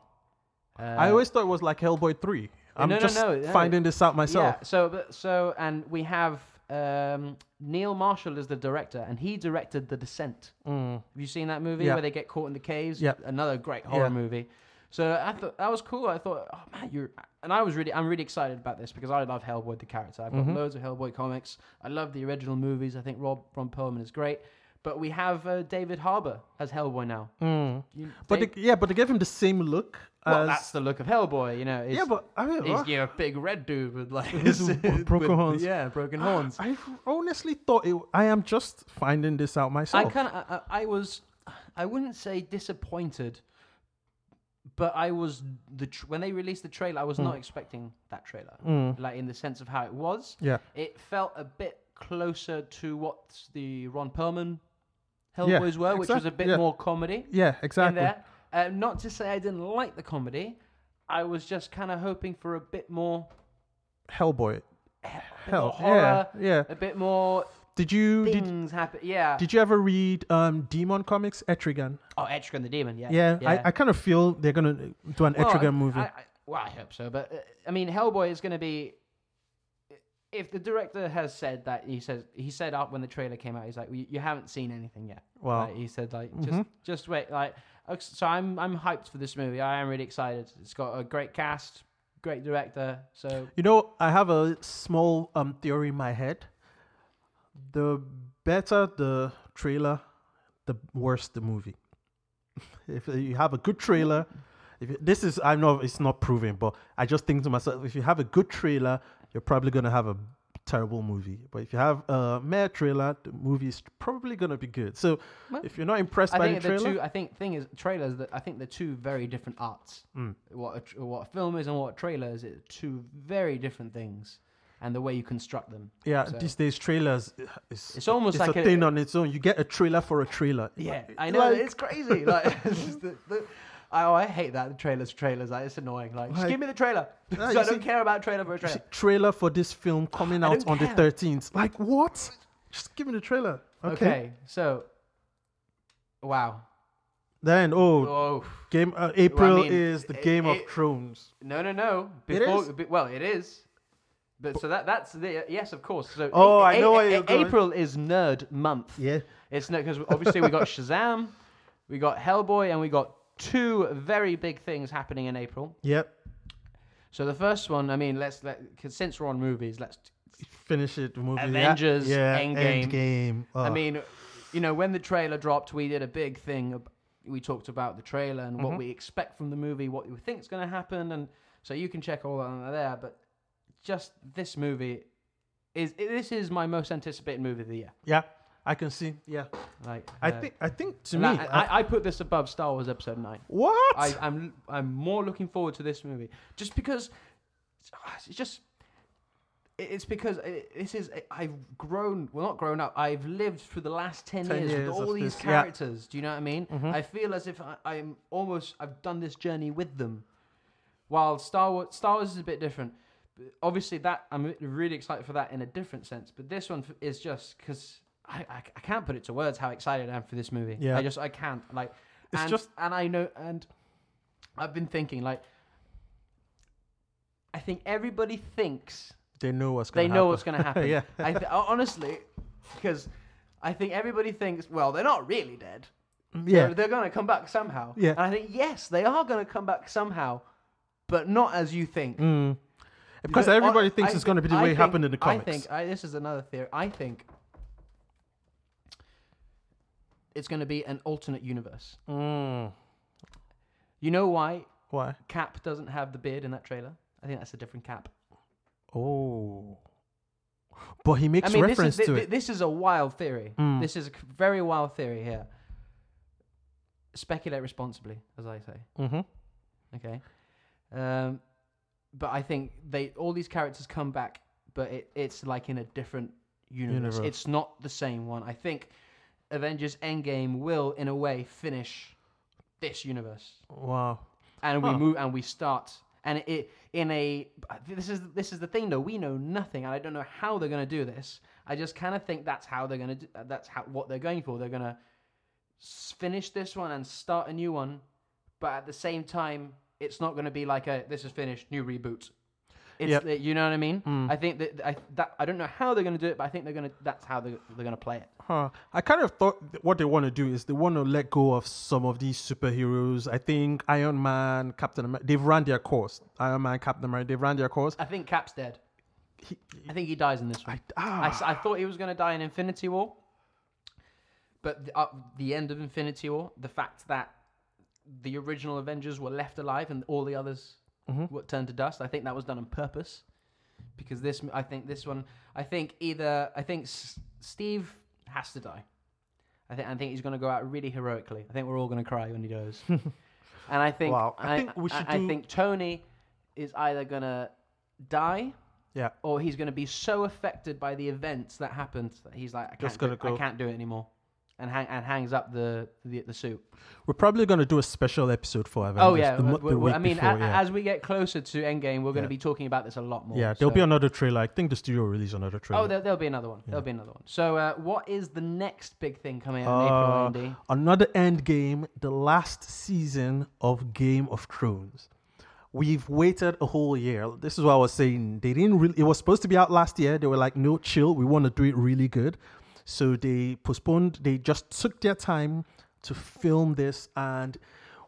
A: I always thought it was like Hellboy three. I'm
B: Uh, no, no,
A: just
B: no, no.
A: finding this out myself.
B: Yeah. So, but- so, and we have um, Neil Marshall is the director, and he directed The Descent.
A: Mm.
B: Have you seen that movie
A: Yeah.
B: where they get caught in the caves?
A: Yeah.
B: Another great horror
A: Yeah.
B: movie. So I thought that was cool. I thought, oh man, you're, and I was really, I'm really excited about this because I love Hellboy the character. I've got
A: Mm-hmm.
B: loads of Hellboy comics. I love the original movies. I think Rob Ron Perlman is great. But we have uh, David Harbour as Hellboy now. You-
A: Mm. But
B: Dave-
A: they, yeah, but they gave him the same look
B: well,
A: as
B: that's the look of Hellboy, you know. It's,
A: yeah, but I mean,
B: He's yeah, a big red dude with like
A: With b- broken
B: with-
A: horns.
B: Yeah, broken horns.
A: I honestly thought it. I am just finding this out
B: I
A: myself.
B: kind of, I, I was, I wouldn't say disappointed, but I was the tr- when they released the trailer, I was
A: Hmm.
B: not expecting that trailer. Like in the sense of how it was,
A: Yeah.
B: it felt a bit closer to what the Ron Perlman Hellboys were, which was a
A: exact-
B: bit
A: yeah.
B: more comedy.
A: Yeah,
B: in
A: exactly.
B: there. Uh, not to say I didn't like the comedy, I was just kind of hoping for a bit more
A: Hellboy.
B: more
A: Hell,
B: horror,
A: yeah, yeah.
B: a bit more
A: Did you did,
B: things happen. Yeah.
A: did you ever read um Demon Comics Etrigan?
B: oh, Etrigan the Demon. Yeah.
A: Yeah, I, I kind of feel they're gonna do an
B: Well, I-
A: Etrigan movie.
B: I, I- well, I hope so. But uh, I mean, Hellboy is going to be. If the director has said that he says he said up when the trailer came out, he's like, "You you haven't seen anything yet."
A: Wow.
B: Like, he said like, "Just
A: mm-hmm.
B: just wait." Like, ok- so I'm I'm hyped for this movie. I am really excited. It's got a great cast, great director. So
A: you know, I have a small um theory in my head. The better the trailer, the worse the movie. if you have a good trailer, if you, this is I know it's not proven, but I just think to myself, if you have a good trailer, you're probably gonna have a terrible movie. But if you have a mere trailer, the movie is probably gonna be good. So if you're not impressed
B: I
A: by
B: think
A: the
B: the
A: trailer,
B: two. I think thing is trailers. That I think they're two very different
A: Mm.
B: arts. What a tr- what a film is and what a trailer is. It's two very different things. and the way you construct them.
A: Yeah,
B: So-
A: these days trailers uh, is
B: It's almost
A: it's
B: like
A: a,
B: a-
A: thing on its own. You get a trailer for a trailer.
B: Yeah,
A: Like-
B: I know
A: like-
B: it's crazy. Like, it's just the, the, I, oh, I hate that the trailers, for trailers. Like, it's annoying. Like, just
A: Like-
B: give me the trailer.
A: Yeah,
B: so I
A: you
B: don't
A: see-
B: care about trailer for a trailer.
A: trailer for this film coming
B: I
A: out
B: don't
A: on
B: care.
A: the 13th. Like what? Just give me the trailer. Okay.
B: Okay, so wow.
A: Then oh,
B: Oh
A: game uh, April
B: mean,
A: is the
B: it-
A: Game
B: it-
A: of Thrones.
B: no, no, no.
A: It
B: Before,
A: is?
B: be- well, it is. But so that that's the yes, of course. So
A: Oh,
B: I
A: I know where you're going.
B: April is nerd month.
A: Yeah.
B: It's no because obviously we got Shazam, we got Hellboy, and we got two very big things happening in April.
A: Yep.
B: So the first one, I mean, let's let 'cause since we're on movies, let's.
A: Finish it. The movie. Yeah,
B: Avengers,
A: Yeah.
B: Endgame.
A: Endgame. Oh,
B: I
A: Ugh.
B: mean, you know, when the trailer dropped, we did a big thing. ab- We talked about the trailer and what we expect from the movie, what we think is going to happen, and so you can check all that on there. But just this movie is this is my most anticipated movie of the year.
A: yeah. I can see. Yeah.
B: Like
A: I
B: uh,
A: think. I think to
B: and I-
A: me.
B: I,
A: I-
B: I, put this above Star Wars Episode Nine.
A: what?
B: I, I'm I'm more looking forward to this movie just because it's just it- it's because i this is I've grown well not grown up I've lived through the last 10,
A: 10
B: years,
A: years
B: with all
A: of this,
B: these
A: yeah. Mm-hmm.
B: characters do you know what I mean I feel as if I, I'm almost I've done this journey with them while Star Wars Star Wars is a bit different obviously that I'm really excited for that in a different sense but this one is just because I, I I can't put it to words how excited I am for this movie
A: Yeah.
B: I just I can't like
A: It's
B: and,
A: just-
B: and I know and I've been thinking like I think everybody thinks
A: they know what's
B: they
A: going.
B: know what's going to happen.
A: yeah.
B: I th- honestly, because I think everybody thinks, well, they're not really dead.
A: yeah.
B: They're, going to come back somehow.
A: Yeah.
B: And I think yes, they are going to come back somehow, but not as you think.
A: Mm. Because
B: But I-
A: everybody thinks
B: I
A: it's
B: thi-
A: going to be the
B: I
A: way
B: think-
A: it happened in the
B: I
A: comics.
B: think I, this is another theory. I think it's going to be an alternate universe.
A: Mm.
B: You know why
A: Why?
B: Cap doesn't have the beard in that trailer? I think that's a different Cap.
A: Oh. But he makes
B: I mean,
A: reference
B: this is,
A: to
B: thi-
A: it.
B: thi- This is a wild theory.
A: Mm.
B: This is a c- very wild theory here. Speculate responsibly, as I say.
A: mm-hmm.
B: Okay. Um, but I think they all these characters come back, but it, it's like in a different universe.
A: Universe.
B: It's not the same one. I think Avengers Endgame will, in a way, finish this universe,
A: Wow.
B: and we
A: Huh.
B: move and we start. And it, in a this is this is the thing though. We know nothing, and I don't know how they're gonna do this. I just kind of think that's how they're gonna do, that's how what they're going for. They're gonna s- finish this one and start a new one, but at the same time, it's not going to be like a this is finished, new reboot. It's
A: Yep.
B: the- you know what I mean. I think that I that I don't know how they're going to do it, but I think they're going to that's how they're, they're going to play it.
A: Huh. I kind of thought th- what they want to do is they want to let go of some of these superheroes. I think Iron Man, Captain America, they've run their course. Iron Man, Captain America, they've run their course.
B: I think Cap's dead. I think he dies in this one. I,
A: ah,
B: s- I thought he was going to die in Infinity War, but the, uh, the end of Infinity War, the fact that the original Avengers were left alive and all the others
A: Mm-hmm.
B: were turned to dust, I think that was done on purpose. Because this, I think this one, I think either I think S- Steve has to die. I think I think he's going to go out really heroically. I think we're all going to cry when he does. and I think
A: Wow, I think we should
B: I,
A: do-
B: think Tony is either going to die
A: yeah.
B: or he's going to be so affected by the events that happened that he's like, I can't,
A: Just
B: do,
A: gotta
B: it- I
A: go.
B: can't do it anymore, and hang and hangs up the the, the suit.
A: We're probably going to do a special episode for Avengers.
B: oh yeah,
A: the, mo-
B: w-
A: the
B: w-
A: week
B: I mean,
A: before,
B: a-
A: yeah.
B: as we get closer to Endgame, we're going to
A: Yeah.
B: be talking about this a lot more.
A: yeah, there'll
B: so-
A: be another trailer. I think the studio will release another trailer.
B: Oh, there, there'll be another one. There'll be another one. So, uh, what is the next big thing coming out
A: Uh,
B: in April, Andy?
A: another end game, the last season of Game of Thrones. We've waited a whole year. This is what I was saying. They didn't really it was supposed to be out last year. They were like, no, chill, we want to do it really good. So they postponed, they just took their time to film this and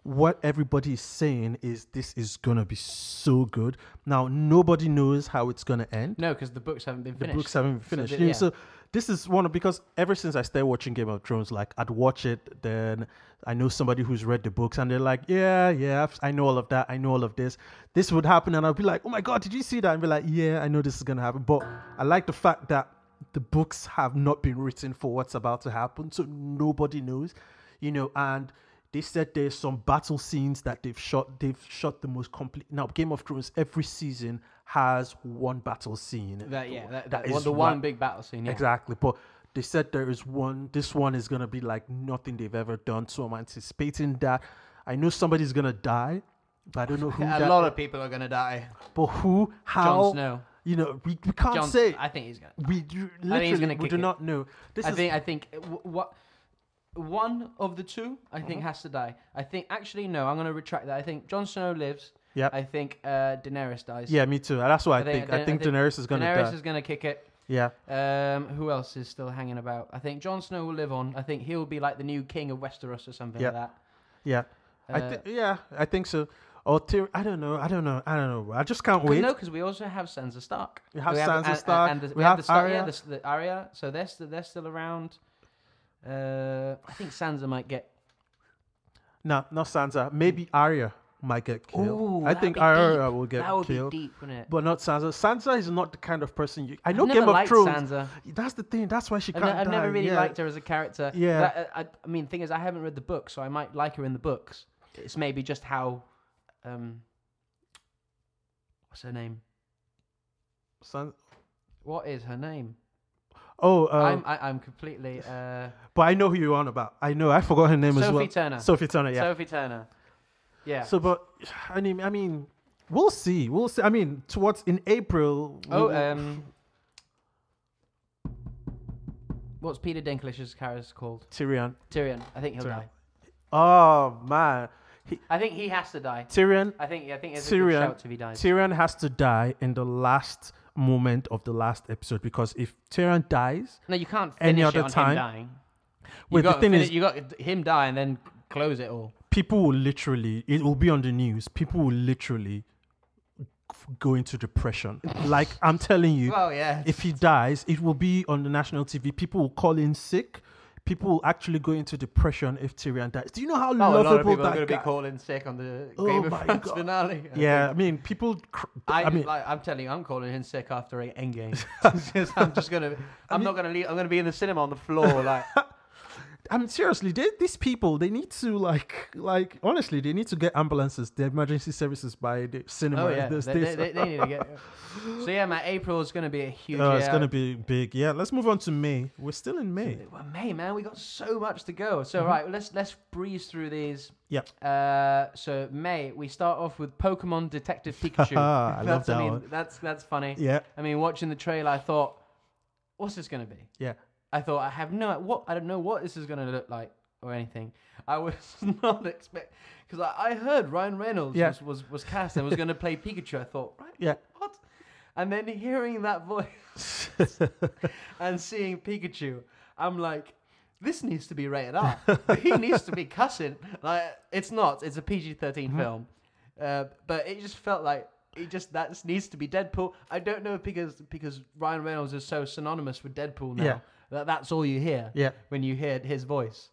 A: what everybody is saying is this is gonna be so good. Now nobody knows how it's gonna end
B: No, because the books haven't been
A: the
B: finished.
A: books haven't finished.
B: the-
A: yeah,
B: yeah.
A: So this is one of because ever since I started watching Game of Thrones, like I'd watch it, then I know somebody who's read the books, and they're like, "Yeah, yeah, I've- I know all of that. I know all of this. This would happen," and I'd be like, "Oh my god, did you see that?" And be like, "Yeah, I know this is gonna happen." But I like the fact that the books have not been written for what's about to happen, so nobody knows, you know, and. They said there's some battle scenes that they've shot. They've shot the most complete. Now, Game of Thrones, every season has one battle scene.
B: That, yeah, that,
A: that
B: that one-
A: is
B: the
A: ra-
B: one big battle scene. Yeah.
A: Exactly. But they said there is one, this one is going to be like nothing they've ever done. So I'm anticipating that. I know somebody's going to die, but I don't know who.
B: A
A: that-
B: lot of people are gonna die.
A: But who, how,
B: Jon Snow.
A: you know, we, we can't
B: Jon,
A: say.
B: I think he's gonna.
A: we do,
B: I think he's
A: literally,
B: gonna
A: we
B: kick
A: do
B: it.
A: not know. This
B: I
A: is
B: think I think w- what one of the two I think
A: Uh-huh.
B: has to die. I think actually no, I'm gonna retract that. I think Jon Snow lives.
A: Yep.
B: I think uh, Daenerys dies.
A: Yeah, me too. That's what I, think. I
B: Da-
A: think Daenerys is gonna
B: Daenerys
A: die.
B: is gonna kick it.
A: Yeah,
B: Um, who else is still hanging about? I think Jon Snow will live on. I think he'll be like the new king of Westeros or something
A: Yeah.
B: like Uh,
A: yeah.
B: that.
A: I thi- yeah, I think so. Or Tyr- I don't know. I don't know. I don't know. I just can't wait.
B: No, because we also have Sansa Stark.
A: We have
B: we
A: Sansa
B: and- and-
A: Stark,
B: And, the,
A: we
B: we, have,
A: have
B: the Stark,
A: Arya.
B: Yeah, the, s- the Arya. So they're still they're still around. Uh, I think Sansa might get.
A: No, not Sansa. Maybe Arya might get killed.
B: Ooh,
A: I
B: that'd
A: think
B: be
A: Arya
B: deep.
A: will get
B: that would
A: killed,
B: be deep, wouldn't it?
A: but not Sansa. Sansa is not the kind of person you. I know
B: I've never
A: Game of
B: liked
A: Thrones.
B: Sansa.
A: That's the thing. That's why she
B: I've,
A: can't.
B: ne- I've never
A: die,
B: really
A: yeah.
B: liked her as a character.
A: Yeah.
B: That- I, I, I mean, thing is, I haven't read the book, so I might like her in the books. It's maybe just how, um, what's her name?
A: San-
B: What is her name?
A: oh,
B: I'm
A: um,
B: I, I'm completely uh,
A: but I know who you're on about. I know. I forgot her name as
B: Sophie
A: well.
B: Turner.
A: Sophie Turner. Yeah.
B: Sophie Turner. Yeah.
A: So, but I mean, I mean, we'll see. We'll see. I mean, towards in April. we
B: oh,
A: will-
B: um, what's Peter Dinklage's character called?
A: Tyrion.
B: Tyrion. I think he'll
A: Tyrion.
B: die.
A: Oh man,
B: I think he has to die.
A: Tyrion.
B: I think I think it's a good
A: Tyrion-
B: shout if he dies.
A: Tyrion has to die in the last moment of the last episode because if Tyrion dies,
B: No, you can't finish
A: Any
B: it
A: other
B: on
A: time?
B: him dying.
A: Wait,
B: Wait,
A: the
B: got
A: thing
B: fin-
A: is-
B: you got him die and then close it all.
A: people will literally it will be on the news. People will literally f- go into depression. like I'm telling you,
B: Well, yeah.
A: if he dies, it will be on the national TV. People will call in sick. People will actually go into depression if Tyrion dies. Do you know how
B: Oh, a lot of
A: lovable
B: people are going
A: that
B: to
A: guy?
B: be calling sick on the
A: Oh
B: Game of
A: my
B: Thrones
A: God.
B: finale. I
A: yeah, I
B: think.
A: mean, people. Cr-
B: I,
A: I mean,
B: like, I'm telling you, I'm calling him sick after a Endgame. It's just- I'm just gonna, I'm not gonna leave. I'm gonna be in the cinema on the floor, like
A: I mean, seriously, they, these people they need to like, like honestly, they need to get ambulances, the emergency services by the cinema. uh,
B: oh yeah, they,
A: those
B: they,
A: days.
B: they, they need to get. So yeah, my April is gonna be a huge.
A: Oh,
B: year.
A: it's gonna be big. Yeah, let's move on to May. We're still in May.
B: Well, May, man, we got so much to go. So
A: Mm-hmm.
B: right, let's let's breeze through these.
A: Yep.
B: Uh, so May, we start off with Pokemon Detective Pikachu.
A: I love
B: That's-
A: that
B: mean,
A: one.
B: That's that's funny.
A: Yeah,
B: I mean, watching the trailer, I thought, what's this gonna be?
A: yeah.
B: I thought I have no what I don't know what this is gonna look like or anything. I was not expect because I, I heard Ryan Reynolds
A: Yeah.
B: was, was was cast and was gonna play Pikachu. I thought, right,
A: Yeah.
B: what? And then hearing that voice and seeing Pikachu, I'm like, this needs to be rated R. he needs to be cussing. Like it's not. It's a PG-13
A: Mm-hmm.
B: film, uh, but it just felt like. It just that just needs to be Deadpool. I don't know because because Ryan Reynolds is so synonymous with Deadpool now
A: Yeah.
B: that that's all you hear
A: Yeah.
B: when you hear his voice.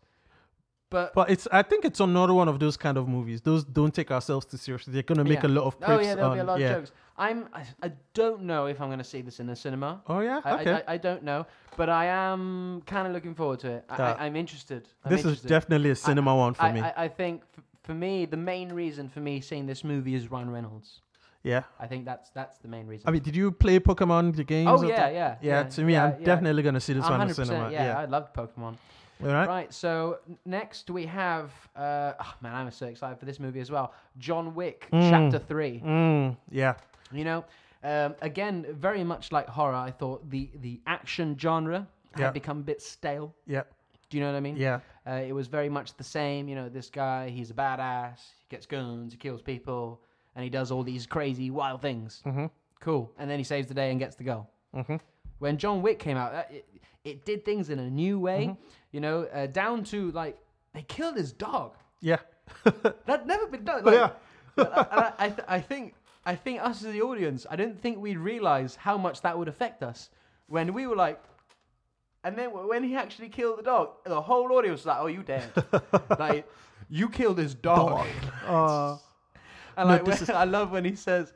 B: But,
A: But it's I think it's another one of those kind of movies. Those don't take ourselves too seriously. They're gonna make
B: yeah.
A: a lot of quips
B: oh yeah, there'll be a
A: on-
B: lot
A: yeah.
B: of jokes. I'm I, I don't know if I'm going to see this in the cinema.
A: Oh yeah,
B: I,
A: okay.
B: I, I, I don't know, but I am kind of looking forward to it. I,
A: Uh,
B: I, I'm interested. I'm
A: this is
B: interested.
A: definitely a cinema one for
B: I,
A: me.
B: I, I think f- for me the main reason for me seeing this movie is Ryan Reynolds.
A: yeah.
B: I think that's that's the main reason.
A: I mean, did you play Pokemon the games?
B: oh
A: or
B: yeah,
A: the-
B: yeah,
A: Yeah, to me, I'm
B: yeah.
A: definitely gonna see this one in the
B: 100%,
A: cinema.
B: Yeah,
A: Yeah,
B: I loved Pokemon.
A: all right.
B: Right, so n- next we have. Uh, oh man, I'm so excited for this movie as well. John Wick,
A: Mm.
B: Chapter 3.
A: Mm, yeah,
B: You know, um, again, very much like horror, I thought the, the action genre had
A: Yeah.
B: become a bit stale.
A: yeah,
B: Do you know what I mean?
A: yeah,
B: Uh, it was very much the same. You know, this guy, he's a badass, he gets guns, he kills people, and he does all these crazy, wild things.
A: Mhm.
B: Cool. And then he saves the day and gets the goal.
A: Mhm.
B: When John Wick came out, that, it, it did things in a new way, you know, uh, down to like, they killed his dog.
A: yeah,
B: That'd never been done.
A: Oh,
B: Like,
A: yeah.
B: and I, and I, I, th- I think I think us as the audience, I didn't think we'd realize how much that would affect us when we were like, and then wh- when he actually killed the dog, the whole audience was like, "Oh, you dead? like, you killed his dog."
A: Uh,
B: and
A: No,
B: like,
A: this
B: when- I love when he says,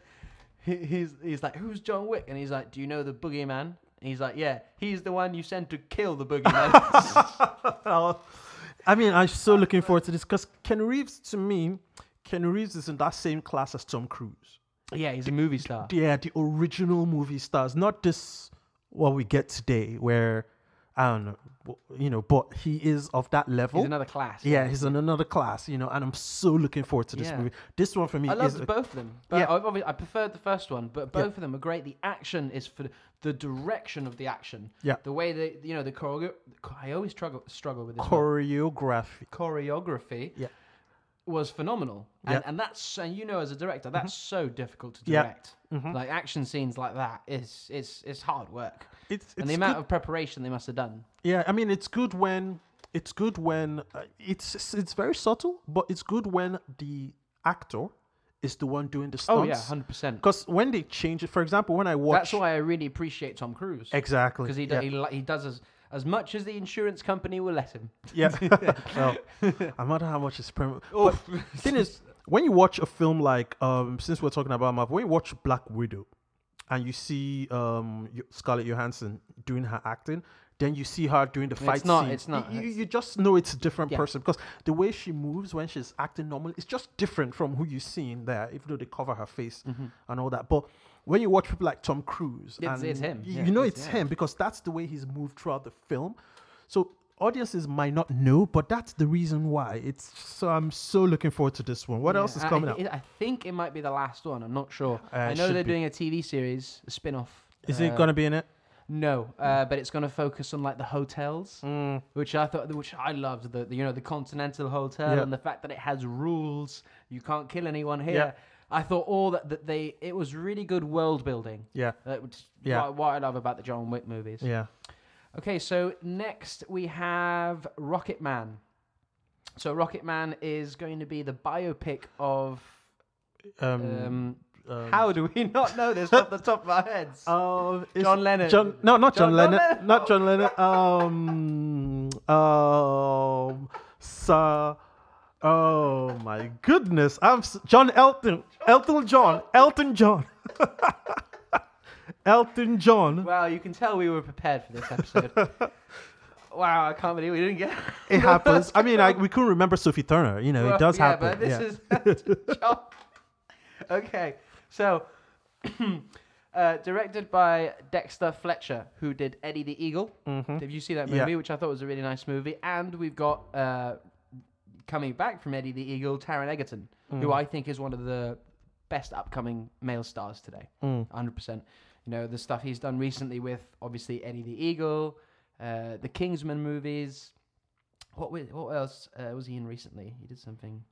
B: he, he's he's like, "Who's John Wick?" And he's like, "Do you know the boogeyman?" And he's like, "Yeah, he's the one you sent to kill the boogeyman."
A: I mean, I'm so looking forward to this because Ken Reeves, to me, Ken Reeves is in that same class as Tom Cruise.
B: Yeah, he's a movie star.
A: Yeah, the original movie stars, not this what we get today, where I don't know, w- you know, but he is of that level.
B: He's another class.
A: yeah, he's in another class, you know, and I'm so looking forward to this
B: Yeah.
A: movie. This one for me
B: I
A: is uh,
B: loved both of them. But
A: Yeah.
B: yeah. I preferred the first one, but both of them are great. The action is for the direction of the action.
A: Yeah.
B: The way they, you know, the choreo. I always struggle struggle with this. word.
A: choreography.
B: Choreography.
A: Yeah.
B: Was phenomenal, and,
A: Yeah. Mm-hmm.
B: and that's and you know as a director that's so difficult to
A: Yeah. Mm-hmm.
B: direct. Like action scenes like that is it's it's hard work,
A: It's, it's
B: and the amount of preparation they must have done.
A: Yeah, I mean it's good when it's good when uh, it's it's- it's very subtle, but it's good when the actor is the one doing the stunts.
B: Oh yeah, hundred percent.
A: Because when they change it, for example, when I watch
B: That's why I really appreciate Tom Cruise
A: exactly
B: because he, do-
A: yeah,
B: he li- he does as as much as the insurance company will let him.
A: yeah. well, I wonder how much is prim-
B: Oh,
A: but thing is when you watch a film like um since we're talking about Marvel, when you watch Black Widow and you see um Yo- Scarlett Johansson doing her acting. Then you see her doing the fight
B: not-
A: scene.
B: it's not,
A: You, you
B: it's-
A: you just know it's a different
B: Yeah.
A: person because the way she moves when she's acting normally is just different from who you see in there, even though they cover her face and all that. But when you watch people like Tom Cruise,
B: Mm-hmm. It's-
A: and
B: it's him.
A: You,
B: Yeah,
A: you know
B: it's-
A: it's
B: yeah.
A: him because that's the way he's moved throughout the film. So audiences might not know, but that's the reason why. It's so I'm so looking forward to this one. What else is
B: Yeah, I-
A: coming
B: I,
A: up?
B: it- I think it might be the last one. I'm not sure.
A: Uh,
B: I
A: it
B: know
A: should
B: they're
A: be.
B: doing a TV series, a spin-off.
A: Is
B: uh,
A: it gonna be in it?
B: No, uh, but it's gonna focus on like the hotels, which I thought, which I loved. The, the you know the Continental Hotel
A: Yeah.
B: and the fact that it has rules. You can't kill anyone here.
A: Yeah.
B: I thought all that, that they it was really good world building.
A: Yeah,
B: Uh, which is
A: Yeah.
B: what, what I love about the John Wick movies.
A: yeah.
B: Okay, so next we have Rocket Man. So Rocket Man is going to be the biopic of.
A: Um,
B: Um,
A: um,
B: how do we not know this off the top of our heads?
A: Um, it's
B: John Lennon.
A: John, no, not John,
B: John-
A: Lennon.
B: John Lennon.
A: Not John Lennon. Um, um, Sir. Oh my goodness! I'm s- John Elton. Elton John. Elton John. Elton John.
B: wow, you can tell we were prepared for this episode. wow, I can't believe we didn't get.
A: It happens. I mean, I, we couldn't remember Sophie Turner. You know, it does
B: yeah,
A: happen.
B: but this is John. Okay, so uh, directed by Dexter Fletcher, who did Eddie the Eagle.
A: Mhm.
B: Did you see that
A: Yeah.
B: movie? Which I thought was a really nice movie. And we've got uh, coming back from Eddie the Eagle, Taron Egerton,
A: Mm.
B: who I think is one of the best upcoming male stars today.
A: Mm.
B: Hundred percent. You know the stuff he's done recently with obviously Eddie the Eagle, uh, the Kingsman movies. What wi- what else uh, was he in recently? He did something.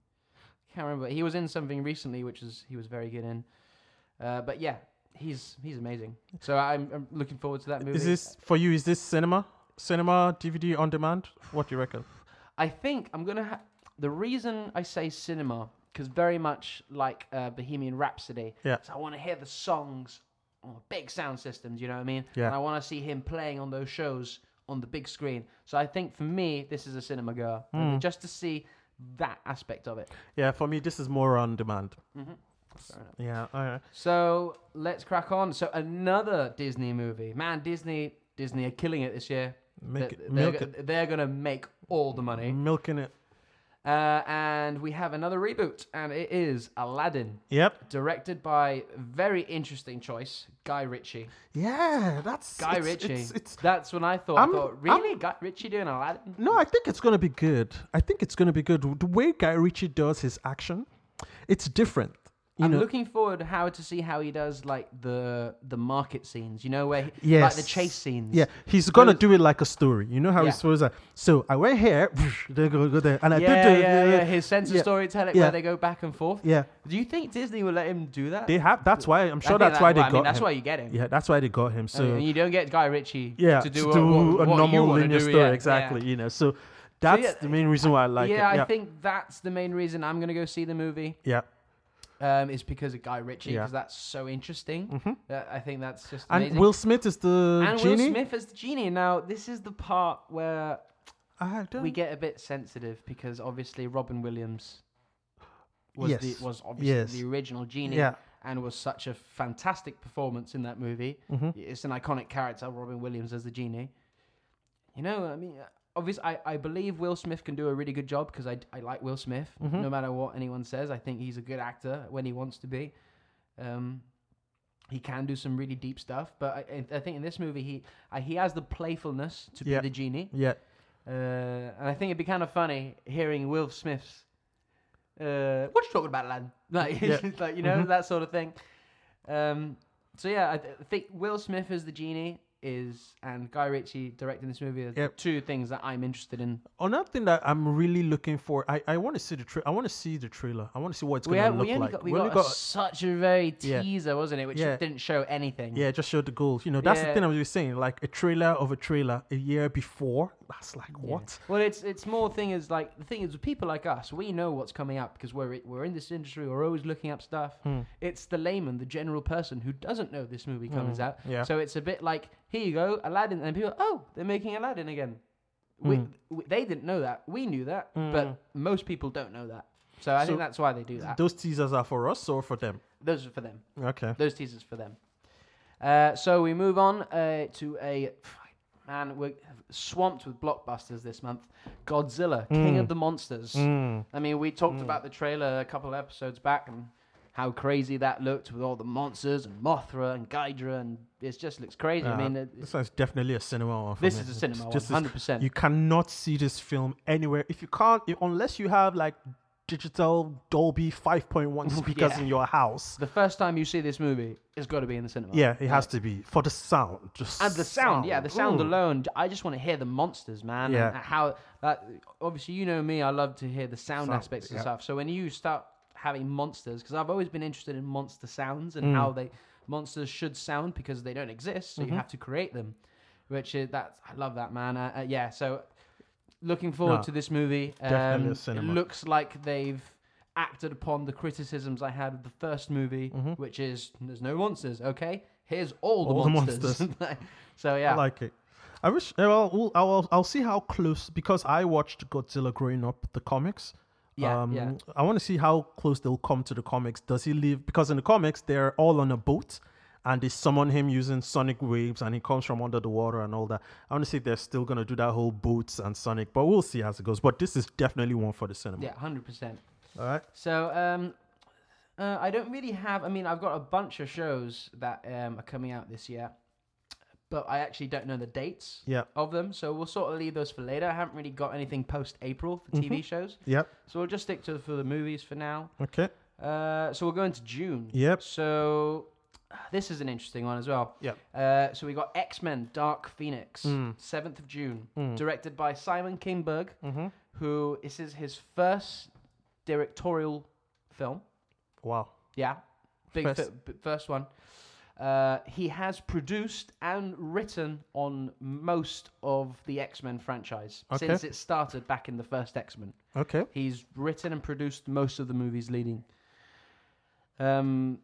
B: Can't remember. He was in something recently, which is he was very good in. Uh, but yeah, he's he's amazing. So I'm, I'm looking forward to that movie.
A: Is this for you? Is this cinema? Cinema DVD on demand? What do you reckon?
B: I think I'm gonna. Ha- the reason I say cinema, because very much like uh, Bohemian Rhapsody,
A: Yeah.
B: is I want to hear the songs on the big sound systems. You know what I mean?
A: Yeah.
B: And I want to see him playing on those shows on the big screen. So I think for me, this is a cinema go,
A: Hmm.
B: just to see that aspect of it.
A: Yeah, for me, this is more on demand.
B: Mm-hmm. Fair enough.
A: Yeah. All right.
B: So let's crack on. So another Disney movie, man. Disney, Disney are killing it this year.
A: Make
B: They-
A: it,
B: they're,
A: milk
B: go-
A: it,
B: they're gonna make all the money.
A: milking it.
B: Uh, and we have another reboot, and it is Aladdin,
A: Yep.
B: directed by very interesting choice, Guy Ritchie.
A: Yeah, that's
B: Guy
A: it's-
B: Ritchie.
A: It's, it's-
B: That's when I thought. I
A: I'm-
B: thought, really, Guy Ritchie doing Aladdin?
A: no, I think it's gonna be good. I think it's gonna be good. The way Guy Ritchie does his action, it's different. You
B: I'm
A: know,
B: looking forward how to see how he does like the the market scenes, you know, where he, like
A: Yes.
B: the chase scenes.
A: yeah, he's gonna
B: Those-
A: do it like a story. You know how
B: Yeah.
A: he's supposed to. So I went here, they go go there, and I
B: yeah,
A: did
B: yeah,
A: the,
B: yeah,
A: the-
B: His sense of
A: yeah,
B: storytelling,
A: yeah.
B: where they go back and forth.
A: yeah.
B: Do you think Disney will let him do that?
A: They have. That's why I'm
B: I
A: sure
B: think
A: that's
B: that-
A: why they
B: well, I
A: got
B: mean, that's
A: him.
B: why you get him.
A: yeah, that's why they got him. So
B: and you don't get Guy Ritchie
A: yeah,
B: to do,
A: to
B: what-
A: do
B: what-
A: a
B: what you
A: normal
B: wanna
A: linear
B: do,
A: story
B: yeah,
A: exactly.
B: yeah.
A: You know, so that's
B: yeah,
A: the main reason why I like
B: yeah,
A: it. Yeah,
B: I think that's the main reason I'm going to go see the movie
A: yeah.
B: um, is because of Guy Ritchie
A: Yeah. Mm-hmm.
B: because that's so interesting. That- I think that's just
A: And
B: amazing.
A: Will Smith is the
B: and Will
A: genie.
B: Smith as the genie. Now this is the part where
A: I don't
B: we get a bit sensitive because obviously Robin Williams was
A: Yes.
B: the, was obviously
A: Yes.
B: the original genie
A: Yeah.
B: and was such a fantastic performance in that movie.
A: mm-hmm.
B: It's an iconic character, Robin Williams as the genie. You know, I mean, obviously, I, I believe Will Smith can do a really good job because I, I like Will Smith. No matter what anyone says, I think he's a good actor when he wants to be. Um, he can do some really deep stuff, but I, I I think in this movie he uh, he has the playfulness to
A: Yeah.
B: be the genie,
A: Yeah.
B: uh, and I think it'd be kind of funny hearing Will Smith's uh, "What you talking about, lad?" Like,
A: Yeah.
B: it's like you know
A: Mhm.
B: that sort of thing. Um, so yeah, I, th- I think Will Smith as the genie is, and Guy Ritchie directing this movie are the
A: Yep.
B: two things that I'm interested in.
A: Another thing that I'm really looking for, I, I want to see the tra- I want to see the trailer. I want to see what it's
B: We,
A: gonna
B: had-
A: look
B: we only
A: like.
B: got, we
A: only
B: got, a such a very
A: Yeah.
B: teaser, wasn't it? Which
A: Yeah.
B: didn't show anything.
A: yeah, just show the goals. You know, that's
B: Yeah.
A: the thing I was saying. Like a trailer of a trailer a year before. That's like
B: Yeah.
A: what?
B: Well, it's it's more thing is like the thing is with people like us, we know what's coming up because we're we're in this industry. We're always looking up stuff.
A: Hmm.
B: It's the layman, the general person who doesn't know this movie comes
A: Mm,
B: out.
A: yeah.
B: So it's a bit like here you go, Aladdin, and people oh they're making Aladdin again. We,
A: Mm.
B: we, they didn't know that. We knew that,
A: Mm.
B: but most people don't know that. So I think
A: So-
B: that's why they do that.
A: Those teasers are for us or for them?
B: Those are for them.
A: Okay.
B: Those teasers for them. Uh, so we move on uh, to a man. We're swamped with blockbusters this month. Godzilla, King
A: Mm.
B: of the Monsters.
A: Mm.
B: I mean, we talked
A: Mm.
B: about the trailer a couple of episodes back and how crazy that looked with all the monsters and Mothra and Ghidra, and it just looks crazy. I
A: Uh,
B: mean, it,
A: This is definitely a cinema one. For
B: this
A: me.
B: is a cinema one,
A: This is-
B: hundred percent.
A: you cannot see this film anywhere. If you can't, if, unless you have like digital Dolby 5.1 speakers
B: Yeah.
A: in your house.
B: The first time you see this movie, it's got to be in the cinema.
A: Yeah, it has to be for the sound. Hmm. Just
B: And the sound, yeah, the sound
A: Ooh.
B: alone. j- I just want to hear the monsters, man. and
A: Yeah.
B: how that obviously you know me, I love to hear the sound,
A: Sound,
B: aspects and
A: yeah.
B: stuff. So when you start having monsters, because I've always been interested in monster sounds
A: Mm.
B: and how they monsters should sound because they don't exist, so
A: Mm-hmm.
B: you have to create them. Which is that's I love that man. Uh, uh, yeah, so looking forward
A: No,
B: to this movie.
A: definitely a
B: Um, it
A: cinema.
B: looks like they've acted upon the criticisms I had of the first movie, which is there's no monsters. Okay, here's all the
A: Mm-hmm. All the
B: monsters. so yeah,
A: I like it. I wish. eh, Well, we'll- I'll, I'll, I'll see how close because I watched Godzilla growing up, the comics. Um,
B: Yeah, yeah.
A: I want to see how close they'll come to the comics. Does he live? Because in the comics, they're all on a boat, and they summon him using sonic waves, and he comes from under the water and all that. I want to see if they're still gonna do that whole boats and sonic, but we'll see as it goes. But this is definitely one for the cinema.
B: yeah, hundred percent.
A: All right.
B: So um, uh, I don't really have. I mean, I've got a bunch of shows that um, are coming out this year, but I actually don't know the dates
A: Yeah.
B: of them. So we'll sort of leave those for later. I haven't really got anything post April for
A: Mm-hmm.
B: TV shows,
A: Yep.
B: so we'll just stick to for the movies for now.
A: Okay.
B: Uh, so we'll go into June.
A: Yep.
B: So this is an interesting one as well.
A: Yep.
B: Uh, so we got X Men: Dark Phoenix,
A: Mm.
B: seventh of June,
A: Mm.
B: directed by Simon Kingberg,
A: Mhm.
B: who this is his first directorial film.
A: Wow.
B: Yeah, big
A: First.
B: first, first one. Uh, he has produced and written on most of the X Men franchise
A: Okay.
B: since it started back in the first X Men.
A: Okay.
B: He's written and produced most of the movies leading. Um,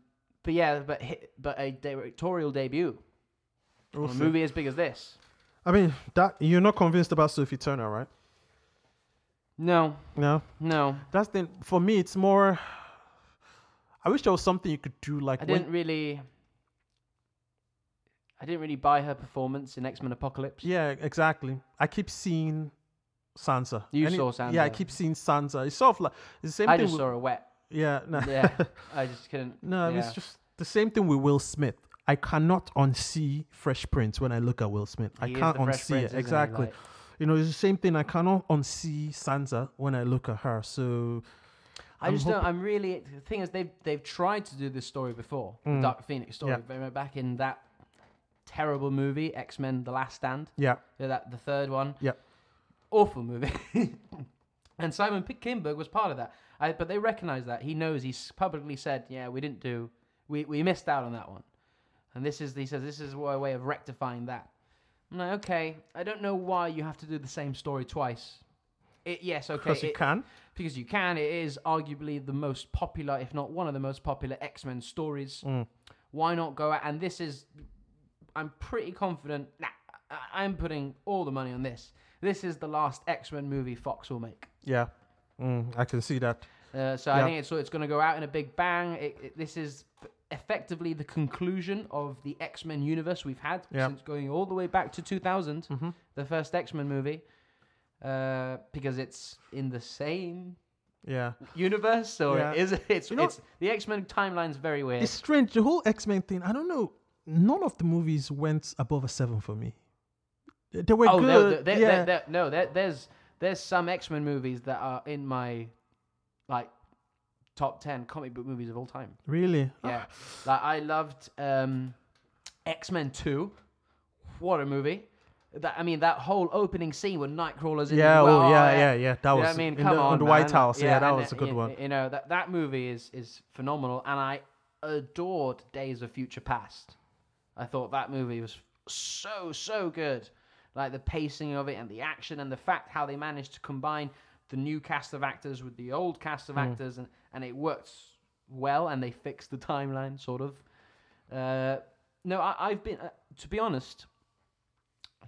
B: but yeah, but hi- but a directorial debut
A: We'll
B: on a
A: see.
B: movie as big as this.
A: I mean, that you're not convinced about Sophie Turner, right?
B: No,
A: No.
B: no,
A: That's the for me. It's more. I wish there was something you could do like
B: I
A: when-
B: didn't really. I didn't really buy her performance in X Men Apocalypse.
A: yeah, exactly. I keep seeing Sansa.
B: You
A: And it-
B: saw
A: Yeah, I
B: Sansa.
A: keep seeing Sansa. It's sort of like it's the same
B: I
A: thing.
B: just
A: with,
B: saw her wet.
A: Yeah, no,
B: Yeah, I just couldn't.
A: no,
B: yeah.
A: it's just the same thing with Will Smith. I cannot unsee Fresh Prince when I look at Will Smith. I
B: He is
A: can't
B: the Fresh
A: unsee
B: Prince,
A: it.
B: isn't he?
A: Exactly.
B: Like,
A: You know, it's the same thing. I cannot unsee Sansa when I look at her. So
B: I
A: I'm
B: just don't.
A: hoping-
B: I'm really. The thing is, they've they've tried to do this story before, the
A: Mm.
B: Dark Phoenix story,
A: Yeah.
B: very much back in that terrible movie, X Men: The Last Stand.
A: yeah,
B: Yeah, that the third one.
A: Yep.
B: Awful movie. and Simon P- Kinberg was part of that. I, but they recognize that. He knows. He's publicly said, "Yeah, we didn't do. We we missed out on that one." And this is he says this is a way of rectifying that. I'm like, okay, I don't know why you have to do the same story twice. It, yes, okay,
A: because you
B: it-
A: can.
B: because you can. It is arguably the most popular, if not one of the most popular X Men stories.
A: Mm.
B: Why not go out? And this is, I'm pretty confident. Nah, I- I'm putting all the money on this. This is the last X Men movie Fox will make.
A: Yeah, Mm, I can see that.
B: Uh, so I
A: Yeah.
B: think it's it's going to go out in a big bang. It, it- this is effectively the conclusion of the X Men universe we've had
A: Yeah.
B: since going all the way back to 2000, the first X Men movie, uh, because it's in the same
A: Yeah.
B: universe, or
A: Yeah.
B: is it? It's,
A: You know-
B: it's the X Men timeline's very weird.
A: It's strange. The whole X Men thing, I don't know. None of the movies went above a seven for me. They they were
B: oh
A: good.
B: no, there, there,
A: yeah.
B: there, there- no, there, there's there's some X Men movies that are in my like top ten comic book movies of all time.
A: Really?
B: Yeah, like I loved um, X Men Two. What a movie! That I mean, that whole opening scene with Nightcrawler's in
A: Yeah,
B: the well,
A: oh,
B: oh,
A: yeah, yeah, yeah. That
B: You know
A: was
B: what I mean,
A: in,
B: come
A: the,
B: on,
A: in the White
B: man.
A: House. Yeah, that
B: and
A: was a
B: it-
A: good
B: you,
A: one.
B: You know that that movie is is phenomenal, and I adored Days of Future Past. I thought that movie was so so good, like the pacing of it and the action and the fact how they managed to combine the new cast of actors with the old cast of
A: Hmm.
B: actors, and and it works well, and they fixed the timeline sort of. Uh, no, I, I've been uh, to be honest. uh,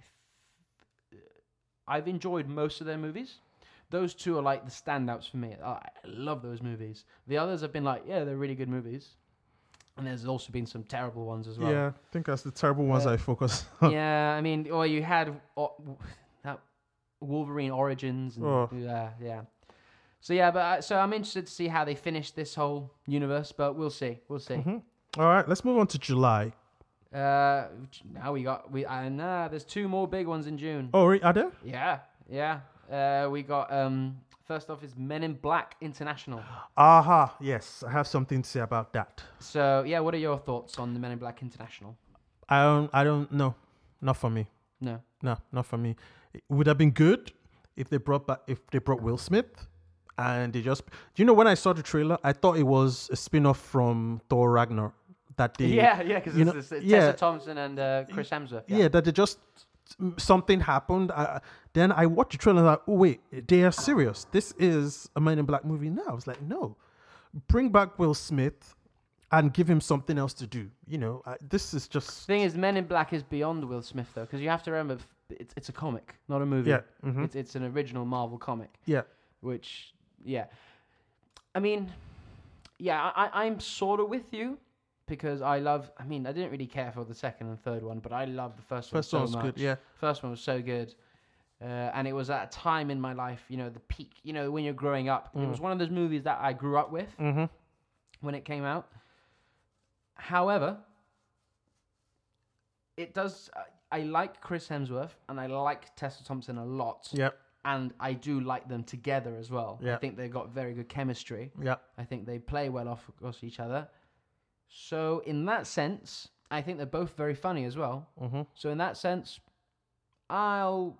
B: I've enjoyed most of their movies. Those two are like the standouts for me. I I love those movies. The others have been like, yeah, they're really good movies. And there's also been some terrible ones as well.
A: Yeah, I think that's the terrible ones
B: Uh,
A: I focus on.
B: yeah I mean, or you had uh, that Wolverine Origins. And,
A: Oh.
B: Yeah, yeah. So yeah, but I, so I'm interested to see how they finish this whole universe, but we'll see, we'll see.
A: Mm-hmm. All right, let's move on to July.
B: Uh, now we got we and uh, there's two more big ones in June.
A: Oh, re- are there?
B: Yeah, yeah. Uh, we got um first off is Men in Black International.
A: Aha, yes, I have something to say about that.
B: So yeah, what are your thoughts on the Men in Black International?
A: I don't, I don't know. Not for me.
B: No.
A: No, not for me. It would have been good if they brought back, if they brought Will Smith, and they just. You know, when I saw the trailer, I thought it was a spin off from Thor Ragnar. That they,
B: yeah, yeah, because
A: you
B: it's,
A: know-
B: it's, it's
A: yeah.
B: Tessa Thompson and uh, Chris Hemsworth.
A: yeah, that they just something happened. I, then I watched the trailer and I was like, oh wait, they are serious. This is a Men in Black movie now. I was like, no, bring back Will Smith and give him something else to do. You know, I, this is just
B: thing is, Men in Black is beyond Will Smith though, because you have to remember f- it's it's a comic, not a movie.
A: Yeah, mhm.
B: It's it's an original Marvel comic,
A: yeah,
B: which yeah, I mean, yeah, I, I I'm sort of with you because I love. I mean, I didn't really care for the second and third one, but I love the first,
A: first
B: one
A: one's
B: so much.
A: good. Yeah,
B: First one was so good. Uh, and it was at a time in my life, you know, the peak, you know, when you're growing up. It was one of those movies that I grew up with
A: mm-hmm.
B: when it came out. However, it does. I, I like Chris Hemsworth and I like Tessa Thompson a lot.
A: yeah,
B: And I do like them together as well. I
A: Yeah.
B: think they've got very good chemistry.
A: yeah.
B: I think they play well off across each other. So, in that sense, I think they're both very funny as well.
A: Mm-hmm.
B: So in that sense, I'll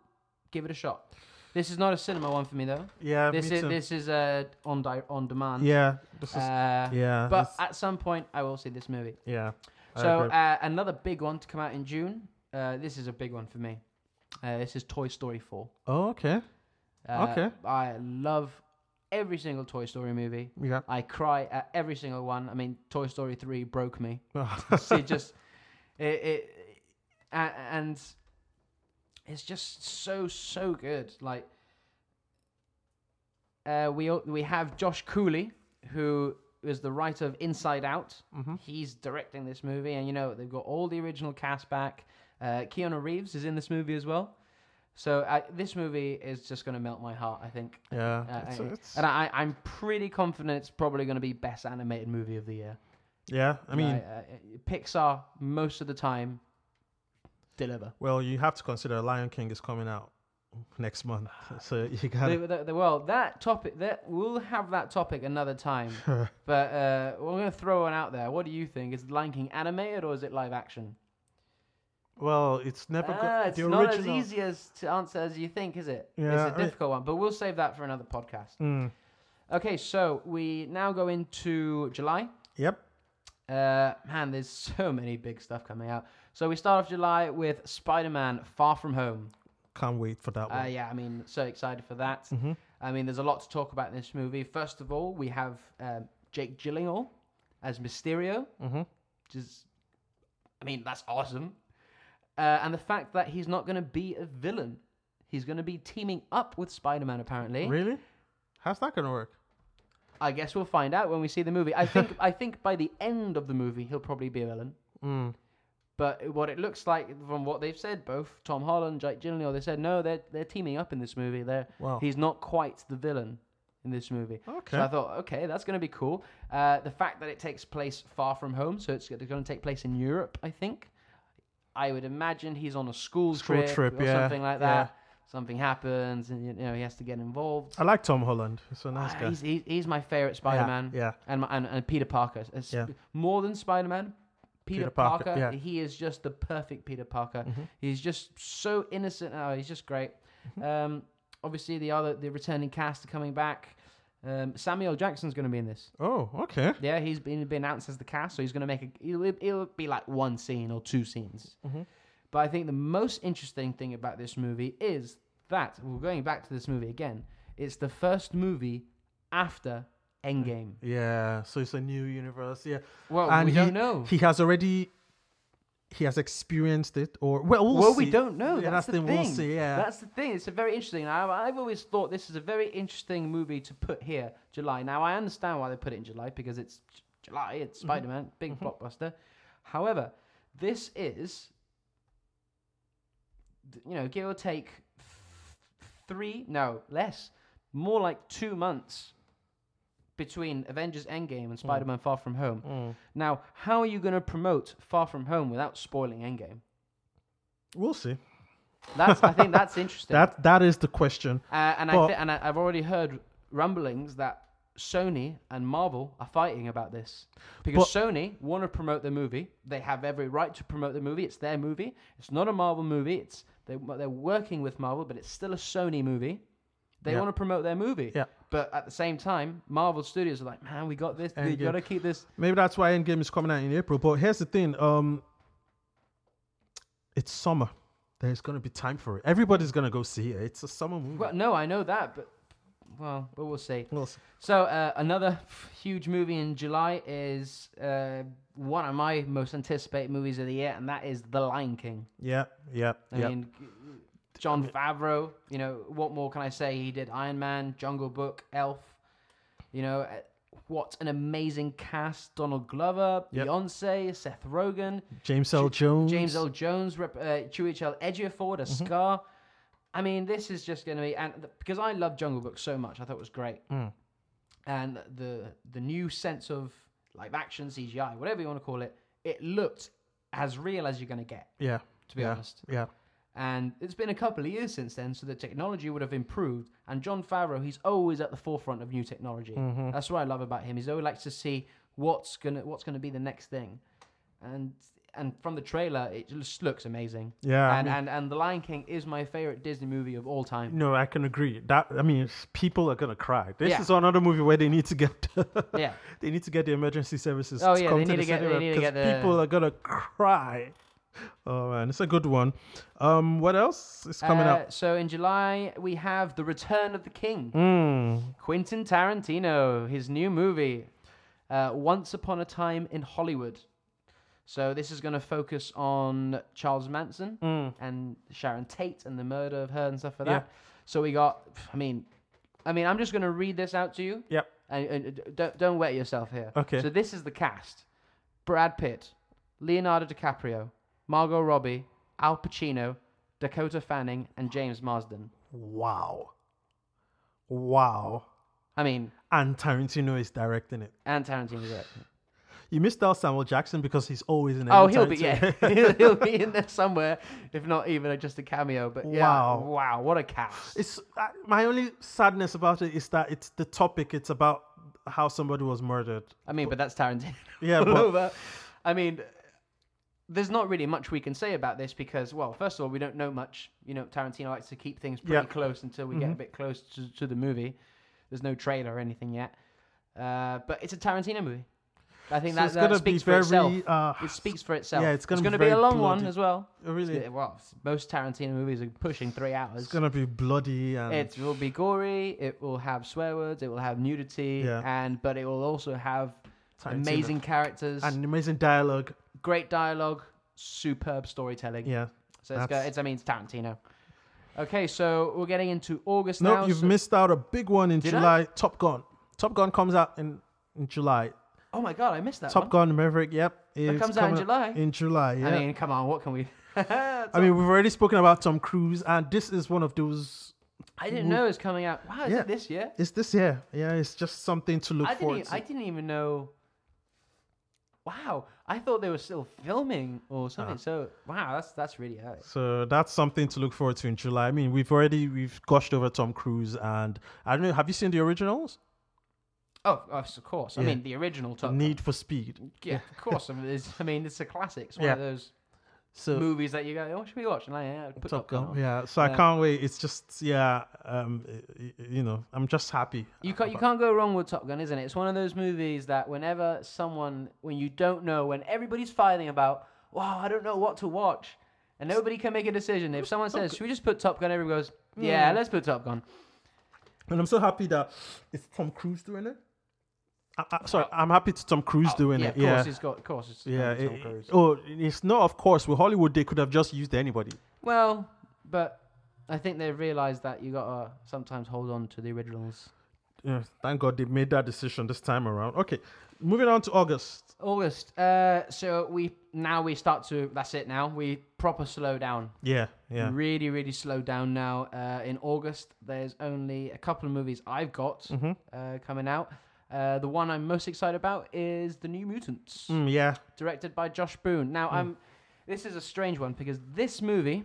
B: give it a shot. This is not a cinema one for me though.
A: Yeah,
B: This
A: me
B: is
A: too.
B: this is uh, on di- on demand.
A: yeah, this is
B: Uh,
A: yeah,
B: But
A: this-
B: at some point, I will see this movie.
A: yeah. I
B: So
A: agree.
B: uh, another big one to come out in June. Uh, this is a big one for me. Uh, this is Toy Story four.
A: oh, okay,
B: Uh,
A: Okay.
B: I love every single Toy Story movie.
A: yeah.
B: I cry at every single one. I mean, Toy Story three broke me.
A: Mm-hmm.
B: See, just it, it a- and it's just so so good. Like uh, we al- we have Josh Cooley, who is the writer of Inside Out.
A: Mhm.
B: He's directing this movie, and you know they've got all the original cast back. Uh, Keanu Reeves is in this movie as well. So uh, this movie is just going to melt my heart. I think.
A: yeah,
B: Uh,
A: it's-
B: I-
A: it's-
B: and I, I'm pretty confident it's probably going to be best animated movie of the year.
A: yeah. I mean,
B: Like, uh, Pixar most of the time deliver.
A: well, you have to consider Lion King is coming out next month, so you got
B: The, the, the, well, that topic that we'll have that topic another time. but uh, we're going to throw one out there. What do you think? Is Lion King animated or is it live action?
A: Well, it's never
B: Ah,
A: got
B: it's
A: the
B: not
A: original.
B: as easy as to answer as you think, is it?
A: Yeah,
B: it's
A: I-
B: a difficult one, but we'll save that for another podcast.
A: Mm.
B: Okay, so we now go into July.
A: Yep.
B: Uh, man, there's so many big stuff coming out. So we start off July with Spider-Man: Far From Home.
A: Can't wait for that Mm-hmm.
B: Uh,
A: one.
B: yeah, I mean, so excited for that. I mean, there's a lot to talk about in this movie. First of all, we have um, Jake Gyllenhaal as Mysterio,
A: Mm-hmm.
B: which is, I mean, that's awesome. Uh, and the fact that he's not going to be a villain, he's going to be teaming up with Spider-Man. Apparently,
A: Really? How's that gonna work?
B: I guess we'll find out when we see the movie. I think, I think by the end of the movie, he'll probably be a villain.
A: Mm.
B: But what it looks like from what they've said, both Tom Holland, Jake Gyllenhaal, they said no, they're they're teaming up in this movie. They're
A: Wow.
B: he's not quite the villain. in this movie.
A: Oh. Okay.
B: So I thought, okay, that's going to be cool. Uh, the fact that it takes place far from home, so it's going to take place in Europe, I think. I would imagine he's on a school,
A: School trip,
B: or
A: yeah,
B: something like
A: yeah.
B: that. Something happens, and you know he has to get involved.
A: I like Tom Holland. He's a nice
B: Ah,
A: guy.
B: he's, he- he's my favorite Spider-Man,
A: Yeah. yeah.
B: and, my, and and Peter Parker. It's-
A: Yeah.
B: More than Spider-Man, Peter,
A: Peter Parker,
B: Parker.
A: yeah.
B: He is just the perfect Peter Parker.
A: Mhm.
B: He's just so innocent. Oh, he's just great.
A: Mm-hmm.
B: Um, obviously, the other the returning cast are coming back. Um, Samuel Jackson's going to be in this.
A: Oh, okay.
B: Yeah, he's been been announced as the cast, so he's going to make a. It'll, it'll be like one scene or two scenes.
A: Mhm.
B: But I think the most interesting thing about this movie is that we're going back to this movie again. It's the first movie after Endgame.
A: Yeah. So it's a new universe. Yeah.
B: Well,
A: And
B: we
A: he-
B: don't know.
A: He has already. He has experienced it, or well, we'll,
B: well, we
A: see.
B: don't know.
A: Yeah,
B: that's, the thing.
A: We'll see. Yeah.
B: That's the thing. It's a very interesting. I, I've always thought this is a very interesting movie to put here, July. Now I understand why they put it in July because it's J- July. It's
A: Mm-hmm.
B: Spider Man, big blockbuster. However, this is, th- you know, give or take th- three, no less, more like two months between Avengers Endgame and Spider Man Far From Home.
A: Mm.
B: Now, how are you going to promote Far From Home without spoiling Endgame?
A: We'll see.
B: That's I think that's interesting.
A: That that is the question.
B: Uh, and
A: But-
B: I th- and I, I've already heard rumblings that Sony and Marvel are fighting about this because Sony want to promote the movie. They have every right to promote the movie. It's their movie. It's not a Marvel movie. It's they, they're working with Marvel, but it's still a Sony movie. They
A: Yeah.
B: want to promote their movie.
A: Yeah.
B: But at the same time, Marvel Studios are like, man, we got this. We
A: Endgame.
B: got to keep this.
A: Maybe that's why Endgame is coming out in April. But here's the thing: um, it's summer. There's gonna be time for it. Everybody's gonna go see it. It's a summer movie.
B: Well, no, I know that, but well, but we'll see.
A: We'll see.
B: So uh, another huge movie in July is uh, one of my most anticipated movies of the year, and that is The Lion King.
A: Yeah, yeah,
B: I
A: yeah.
B: mean, John Favreau. You know, what more can I say? He did Iron Man, Jungle Book, Elf. You know, uh, what an amazing cast! Donald Glover,
A: Yep.
B: Beyonce, Seth Rogen,
A: James L. Jones.
B: James L. Jones, rep, uh, Chewie Chell Edgerford, a
A: Mm-hmm.
B: Scar. I mean, this is just going to be, and th- because I love Jungle Book so much, I thought it was great.
A: Mm.
B: And the the new sense of live action CGI, whatever you want to call it, it looked as real as you're going to get,
A: Yeah,
B: to be
A: yeah,
B: honest.
A: yeah.
B: And it's been a couple of years since then, so the technology would have improved. And John Favreau, he's always at the forefront of new technology.
A: Mm-hmm.
B: That's what I love about him. He's always likes to see what's gonna what's gonna be the next thing. And and from the trailer, it just looks amazing.
A: Yeah, I
B: And, uh,
A: mean-
B: and and The Lion King is my favorite Disney movie of all time.
A: No, I can agree. That I mean, it's- people are gonna cry. This
B: Yeah.
A: is another movie where they need to get
B: Yeah.
A: they need to get the emergency services.
B: Oh,
A: to
B: yeah,
A: come
B: they
A: to
B: need
A: the
B: to get- they
A: cinema
B: need to
A: 'cause
B: get the-
A: people are gonna cry. Oh man, it's a good one. Um, what else is coming
B: Uh,
A: up?
B: so in July we have The Return of the King. hmm.
A: Mm.
B: Quentin Tarantino, his new movie, uh, Once Upon a Time in Hollywood. So this is going to focus on Charles Manson
A: Mm.
B: and Sharon Tate and the murder of her and stuff like
A: Yeah.
B: that. So we got, I mean, I mean, I'm just going to read this out to you.
A: Yep.
B: And, and d- don't don't wet yourself here.
A: Okay.
B: So this is the cast: Brad Pitt, Leonardo DiCaprio, Margot Robbie, Al Pacino, Dakota Fanning, and James Marsden.
A: Wow. Wow.
B: I mean,
A: And Tarantino is directing it.
B: and Tarantino's it.
A: You missed out Samuel Jackson because he's always in.
B: Oh,
A: every
B: he'll be yeah,
A: Tarantino.
B: he'll, he'll be in there somewhere, if not even just a cameo. But yeah,
A: Wow.
B: wow, wow, what a cast!
A: It's uh, my only sadness about it is that it's the topic. It's about how somebody was murdered.
B: I mean, but that's Tarantino
A: Yeah,
B: all
A: but-
B: over. I mean, there's not really much we can say about this because, well, first of all, we don't know much. You know, Tarantino likes to keep things pretty
A: Yeah. Mm-hmm.
B: close until we get a bit close to, to the movie. There's no trailer or anything yet, uh, but it's a Tarantino movie. I think
A: So
B: that,
A: it's
B: that
A: gonna
B: speaks
A: be
B: for itself.
A: very, uh,
B: it speaks for itself.
A: yeah, it's gonna be
B: going to
A: very
B: a long one
A: bloody.
B: as well.
A: Oh, really?
B: It's- well, most Tarantino movies are pushing three hours.
A: It's gonna be bloody and
B: It will be gory. It will have swear words. It will have nudity,
A: Yeah.
B: and but it will also have
A: Tarantino.
B: amazing characters,
A: and amazing dialogue.
B: great dialogue, superb storytelling.
A: Yeah.
B: so it's, go,
A: that's-
B: it's I mean it's Tarantino. Okay, so we're getting into August
A: No,
B: now.
A: you've
B: so-
A: missed out a big one in
B: Did I?
A: July. Top Gun. Top Gun comes out in, in July.
B: oh my god, I missed that.
A: Top
B: one.
A: Gun Maverick. Yep. It
B: comes out in July?
A: In July. Yeah.
B: I mean, come on, what can we?
A: I mean, we've already spoken about Tom Cruise, and this is one of those
B: I didn't
A: Well-
B: know it was coming out. Wow, is
A: Yeah.
B: it this year?
A: It's this year. Yeah, it's just something to look
B: I didn't.
A: forward
B: Even,
A: to.
B: I didn't even know. Wow, I thought they were still filming
A: Uh-huh.
B: or something. So wow, that's that's really early.
A: So that's something to look forward to in July. I mean, we've already we've gushed over Tom Cruise, and I don't know. Have you seen the originals?
B: Oh, of s- of course. I
A: Yeah.
B: mean, the original Top Gun.
A: Need for Speed.
B: Yeah, of course. I mean, it's, I mean, it's a classic. It's one of
A: Yeah.
B: those
A: So
B: movies that you go, "Oh, what should we watch?" And I yeah, put
A: Top Gun.
B: on.
A: Yeah. So I
B: Yeah.
A: can't wait. It's just yeah. Um, y- y- you know, I'm just happy.
B: You can't, you
A: about-
B: can't go wrong with Top Gun, isn't it? It's one of those movies that whenever someone, when you don't know, when everybody's filing about, wow, I don't know what to watch, and nobody can make a decision. If someone says, should we just put Top Gun? Everyone goes, yeah, let's put Top Gun.
A: And I'm so happy that it's Tom Cruise doing it. I, I, sorry, I'm happy it's Tom Cruise doing
B: Uh, oh, yeah,
A: it.
B: Of
A: Yeah.
B: course, it's got, of course, it's
A: yeah,
B: Tom
A: it-
B: Cruise.
A: oh, it's not. Of course, with Hollywood, they could have just used anybody.
B: Well, but I think they've realised that you gotta sometimes hold on to the originals.
A: Yeah, thank God they made that decision this time around. Okay, moving on to August.
B: August. Uh, so we now we start to. That's it. Now we proper slow down.
A: Yeah, yeah.
B: Really, really slow down now. Uh, in August, there's only a couple of movies I've got
A: Mm-hmm.
B: uh, coming out. Uh, the one I'm most excited about is The New Mutants,
A: Mm, yeah.
B: directed by Josh Boone. Now I'm. This is a strange one because this movie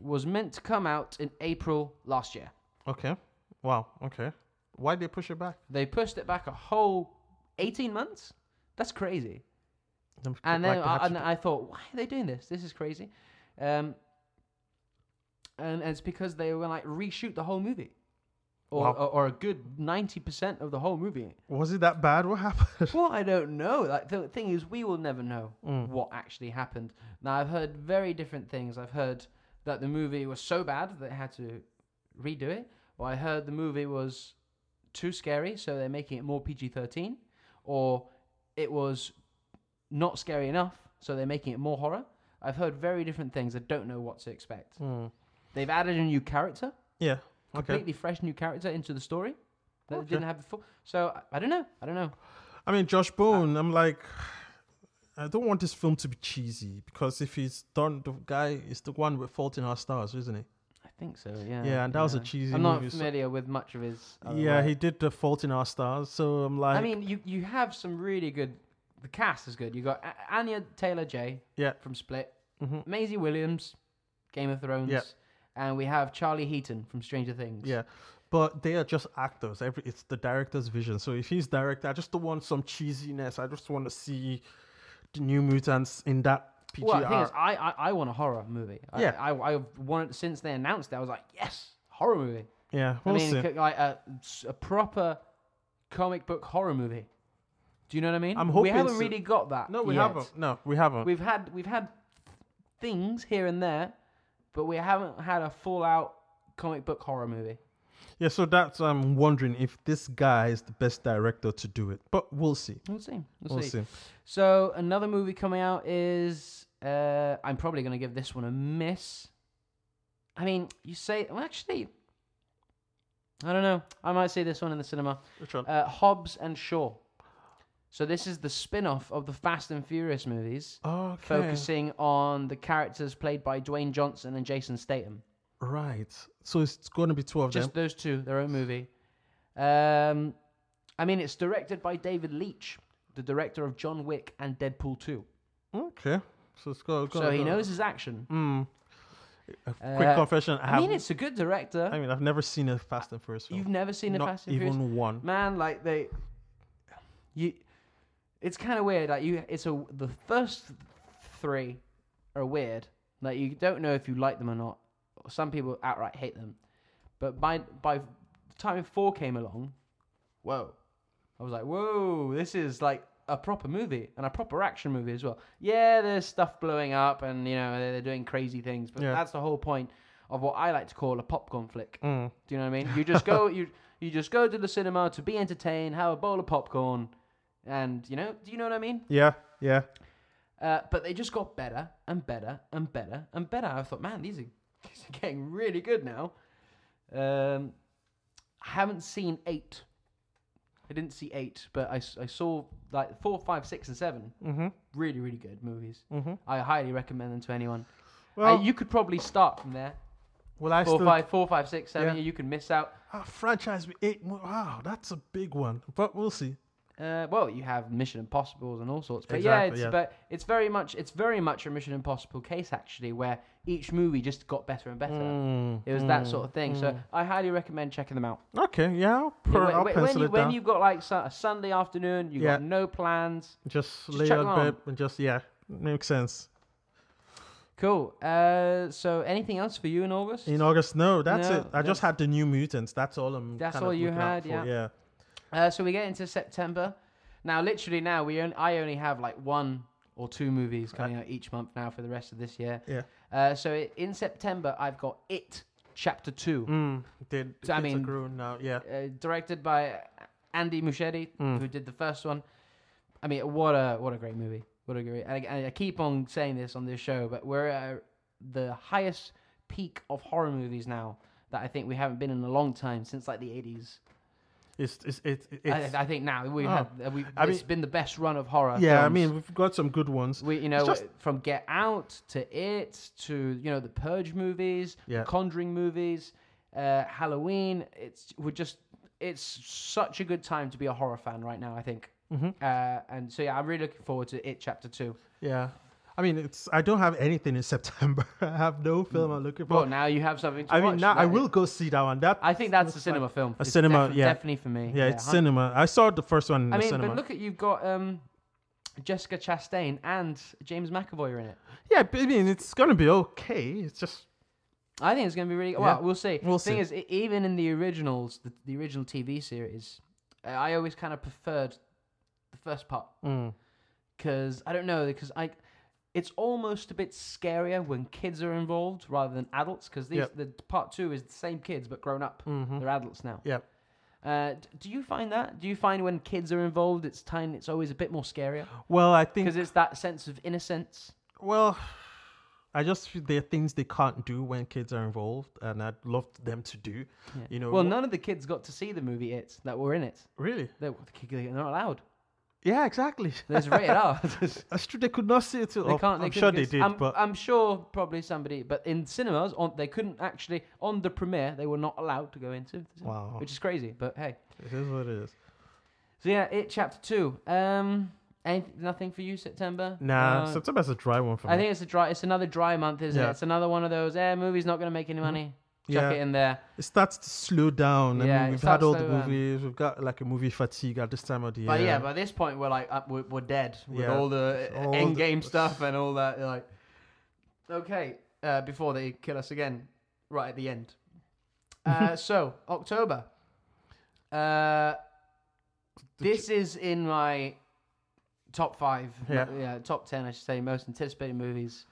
B: was meant to come out in April last year.
A: Okay. Wow. Okay. Why they push it back?
B: They pushed it back a whole 18 months. That's crazy.
A: Them-
B: And
A: like
B: then
A: they had
B: I,
A: to
B: and
A: do-
B: I thought, why are they doing this? This is crazy. Um, and it's because they were like reshoot the whole movie, or
A: Wow.
B: or, or a good ninety percent of the whole movie.
A: was it that bad? What happened?
B: well, I don't know. Like the thing is, we will never know
A: Hmm. Mm,
B: what actually happened. Now I've heard very different things. I've heard that the movie was so bad that they had to redo it. Or I heard the movie was too scary, so they're making it more PG thirteen. Or it was not scary enough, so they're making it more horror. I've heard very different things. I don't know what to expect.
A: Mm.
B: They've added a new character,
A: Yeah. Okay.
B: completely fresh new character into the story that
A: Okay.
B: they didn't have before. So I- I don't know. I don't know.
A: I mean, Josh Boone. I'm like, I don't want this film to be cheesy because if he's done, the guy is the one with Fault in Our Stars, isn't he?
B: I think so. Yeah.
A: Yeah, and that was a cheesy
B: I'm not
A: movie, so-
B: familiar with much of his. other
A: yeah,
B: work.
A: he did the Fault in Our Stars. So I'm like,
B: I mean, you you have some really good. The cast is good. You got a- Anya Taylor Jay.
A: Yeah.
B: From Split.
A: Mhm.
B: Maisie Williams, Game of Thrones.
A: Yeah.
B: And we have Charlie Heaton from Stranger Things.
A: yeah. But they are just actors. Every it's the director's vision. So if he's director, I just don't want some cheesiness. I just want to see the New Mutants in that PGR.
B: Well, the thing is, I I, I want a horror movie. I,
A: Yeah.
B: I I wanted since they announced it. I was like, yes, horror movie.
A: yeah, we'll
B: I mean,
A: see.
B: c- like a, s- a proper comic book horror movie. Do you know what I mean?
A: I'm
B: we
A: hoping
B: haven't
A: so.
B: really got that.
A: No, we
B: yet.
A: haven't. No, we haven't.
B: We've had we've had things here and there, but we haven't had a full out comic book horror movie.
A: yeah, so that's I'm wondering if this guy is the best director to do it, but we'll see.
B: We'll see. We'll,
A: We'll see.
B: see. So another movie coming out is uh, I'm probably going to give this one a miss. I mean, you say well, actually, I don't know. I might see this one in the cinema.
A: Which one?
B: Uh, Hobbs and Shaw. So this is the spin-off of the Fast and Furious movies,
A: okay,
B: focusing on the characters played by Dwayne Johnson and Jason Statham.
A: right. So it's going to be two of
B: Just
A: them.
B: those two, their own movie. Um, I mean, it's directed by David Leitch, the director of John Wick and Deadpool 2.
A: Okay, so it's going.
B: So he knows his action.
A: Mm. A quick
B: Uh,
A: confession: I,
B: I
A: have,
B: mean, it's a good director.
A: I mean, I've never seen a Fast and Furious film.
B: You've never seen a
A: Not
B: Fast and
A: even
B: Furious?
A: one.
B: Man, like they, you, it's kind of weird. Like you, it's a the first three are weird. Like you don't know if you like them or not. Some people outright hate them, but by by the time four came along, whoa, I was like, whoa, this is like a proper movie and a proper action movie as well. Yeah, there's stuff blowing up and you know they're, they're doing crazy things, but
A: Yeah.
B: that's the whole point of what I like to call a popcorn flick.
A: Mm.
B: Do you know what I mean? You just go you you just go to the cinema to be entertained, have a bowl of popcorn, and you know, do you know what I mean?
A: Yeah, yeah.
B: Uh, but they just got better and better and better and better. I thought, man, these are, these are getting really good now. Um, I haven't seen eight. I didn't see eight, but I, s- I saw like four, five, six, and seven.
A: Mm-hmm.
B: Really, really good movies.
A: Mm-hmm.
B: I highly recommend them to anyone. Uh,
A: Well,
B: you could probably start from there
A: Well, I
B: Four,
A: still
B: five, four, five, six, seven.
A: Yeah.
B: You can miss out.
A: ah, franchise with eight. more. Wow, that's a big one. But we'll see.
B: Uh, well, you have Mission Impossibles and all sorts, but yeah,
A: Exactly,
B: it's
A: yeah.
B: but it's very much it's very much a Mission Impossible case actually, where each movie just got better and better.
A: Mm. Hmm,
B: It was that sort of thing. So I highly recommend checking them out.
A: of. Okay, yeah. I'll,
B: You
A: per,
B: know,
A: I'll
B: when, when,
A: pencil
B: you,
A: Mm. it down.
B: when you've got like su- a Sunday afternoon, you've got
A: Yeah.
B: no plans.
A: just
B: just
A: lay
B: chuck
A: on
B: them on.
A: bed and just yeah, makes sense.
B: Cool. Uh, so anything else for you in August?
A: In August, no, that's
B: No,
A: it. I
B: that's-
A: just had the New Mutants. That's all I'm.
B: That's
A: kind
B: all
A: of
B: you
A: looking out
B: had,
A: for,
B: yeah.
A: yeah.
B: Uh, so we get into September. Now, literally, now we on, I only have like one or two movies coming out each month now for the rest of this year.
A: Yeah.
B: Uh, so i in September, I've got It Chapter Two,
A: Mm, did
B: So, I
A: kids are
B: mean-
A: grown now? Yeah.
B: uh, directed by uh, Andy Muschietti,
A: Mm.
B: who did the first one. I mean, what a what a great movie! What a great. And I, and I keep on saying this on this show, but we're at the highest peak of horror movies now that I think we haven't been in a long time since like the eighties.
A: It's it's it's.
B: I,
A: it's
B: I think now we've
A: Oh.
B: had uh, we,
A: I
B: it's
A: mean-
B: been the best run of horror.
A: yeah, I
B: films.
A: mean we've got some good ones.
B: We, you know,
A: just-
B: from Get Out to It to you know the Purge movies,
A: Yeah.
B: the Conjuring movies, uh, Halloween. It's we're just it's such a good time to be a horror fan right now. I think,
A: Mhm.
B: uh, and so yeah, I'm really looking forward to It Chapter Two.
A: Yeah. I mean, it's. I don't have anything in September. I have no film I'm looking for.
B: Mm. Well, now you have something. to
A: I mean,
B: watch,
A: now I
B: that-
A: will go see that one. That
B: I think that's a
A: looks
B: cinema
A: like-
B: film.
A: a cinema, yeah.
B: definitely for me.
A: yeah, it's
B: hun-
A: cinema. I saw the first one in
B: I
A: the
B: mean,
A: cinema.
B: but look at you've got um, Jessica Chastain and James McAvoy are in it.
A: yeah, but I mean, it's gonna be okay. It's just
B: I think it's going to be really.
A: Yeah.
B: Well, we'll see.
A: We'll
B: thing
A: see.
B: is, i even in the originals, the, the original TV series, I- I always kind of preferred the first part because I don't know because I, it's almost a bit scarier when kids are involved rather than adults because these
A: Yep.
B: the part two is the same kids but grown up.
A: Mhm.
B: They're adults now.
A: yeah.
B: Uh, d- do you find that? Do you find when kids are involved, it's time? It's always a bit more scarier
A: Well, I think.
B: because it's that sense of innocence.
A: Well, I just feel there are things they can't do when kids are involved, and I'd love them to do.
B: Yeah.
A: You know.
B: Well,
A: wh-
B: none of the kids got to see the movie It that were in it.
A: Really?
B: They're, they're not allowed.
A: Yeah, exactly.
B: There's rated R.
A: That's true. They could not see it. Till,
B: They can't. They
A: I'm
B: couldn't
A: sure
B: go
A: they
B: s-
A: did,
B: I'm,
A: but
B: I'm sure probably somebody. But in cinemas, on they couldn't actually on the premiere. They were not allowed to go into, the cinema,
A: wow,
B: which is crazy. But hey,
A: it is what it is.
B: so yeah, it chapter two. Um, anyth- nothing for you September.
A: Nah,
B: No.
A: September's a dry one for me.
B: I think it's a dry. It's another dry month, isn't it?
A: Yeah. Mm-hmm.
B: It's another one of those. Eh, movie's not going to make any money.
A: Yeah.
B: Chuck it in there.
A: It starts to slow down.
B: Yeah,
A: I
B: it
A: mean, we've
B: starts
A: had all
B: to
A: the
B: slow down.
A: movies. We've got like a movie fatigue at this time of the year.
B: But yeah, by this point we're like up, we're, we're dead with
A: Yeah.
B: all the uh,
A: All the-
B: end game stuff and all that. Like, okay, uh, before they kill us again, right at the end. Uh, so October. Uh, this is in my top five,
A: Yeah.
B: yeah, top ten, I should say, most anticipated movies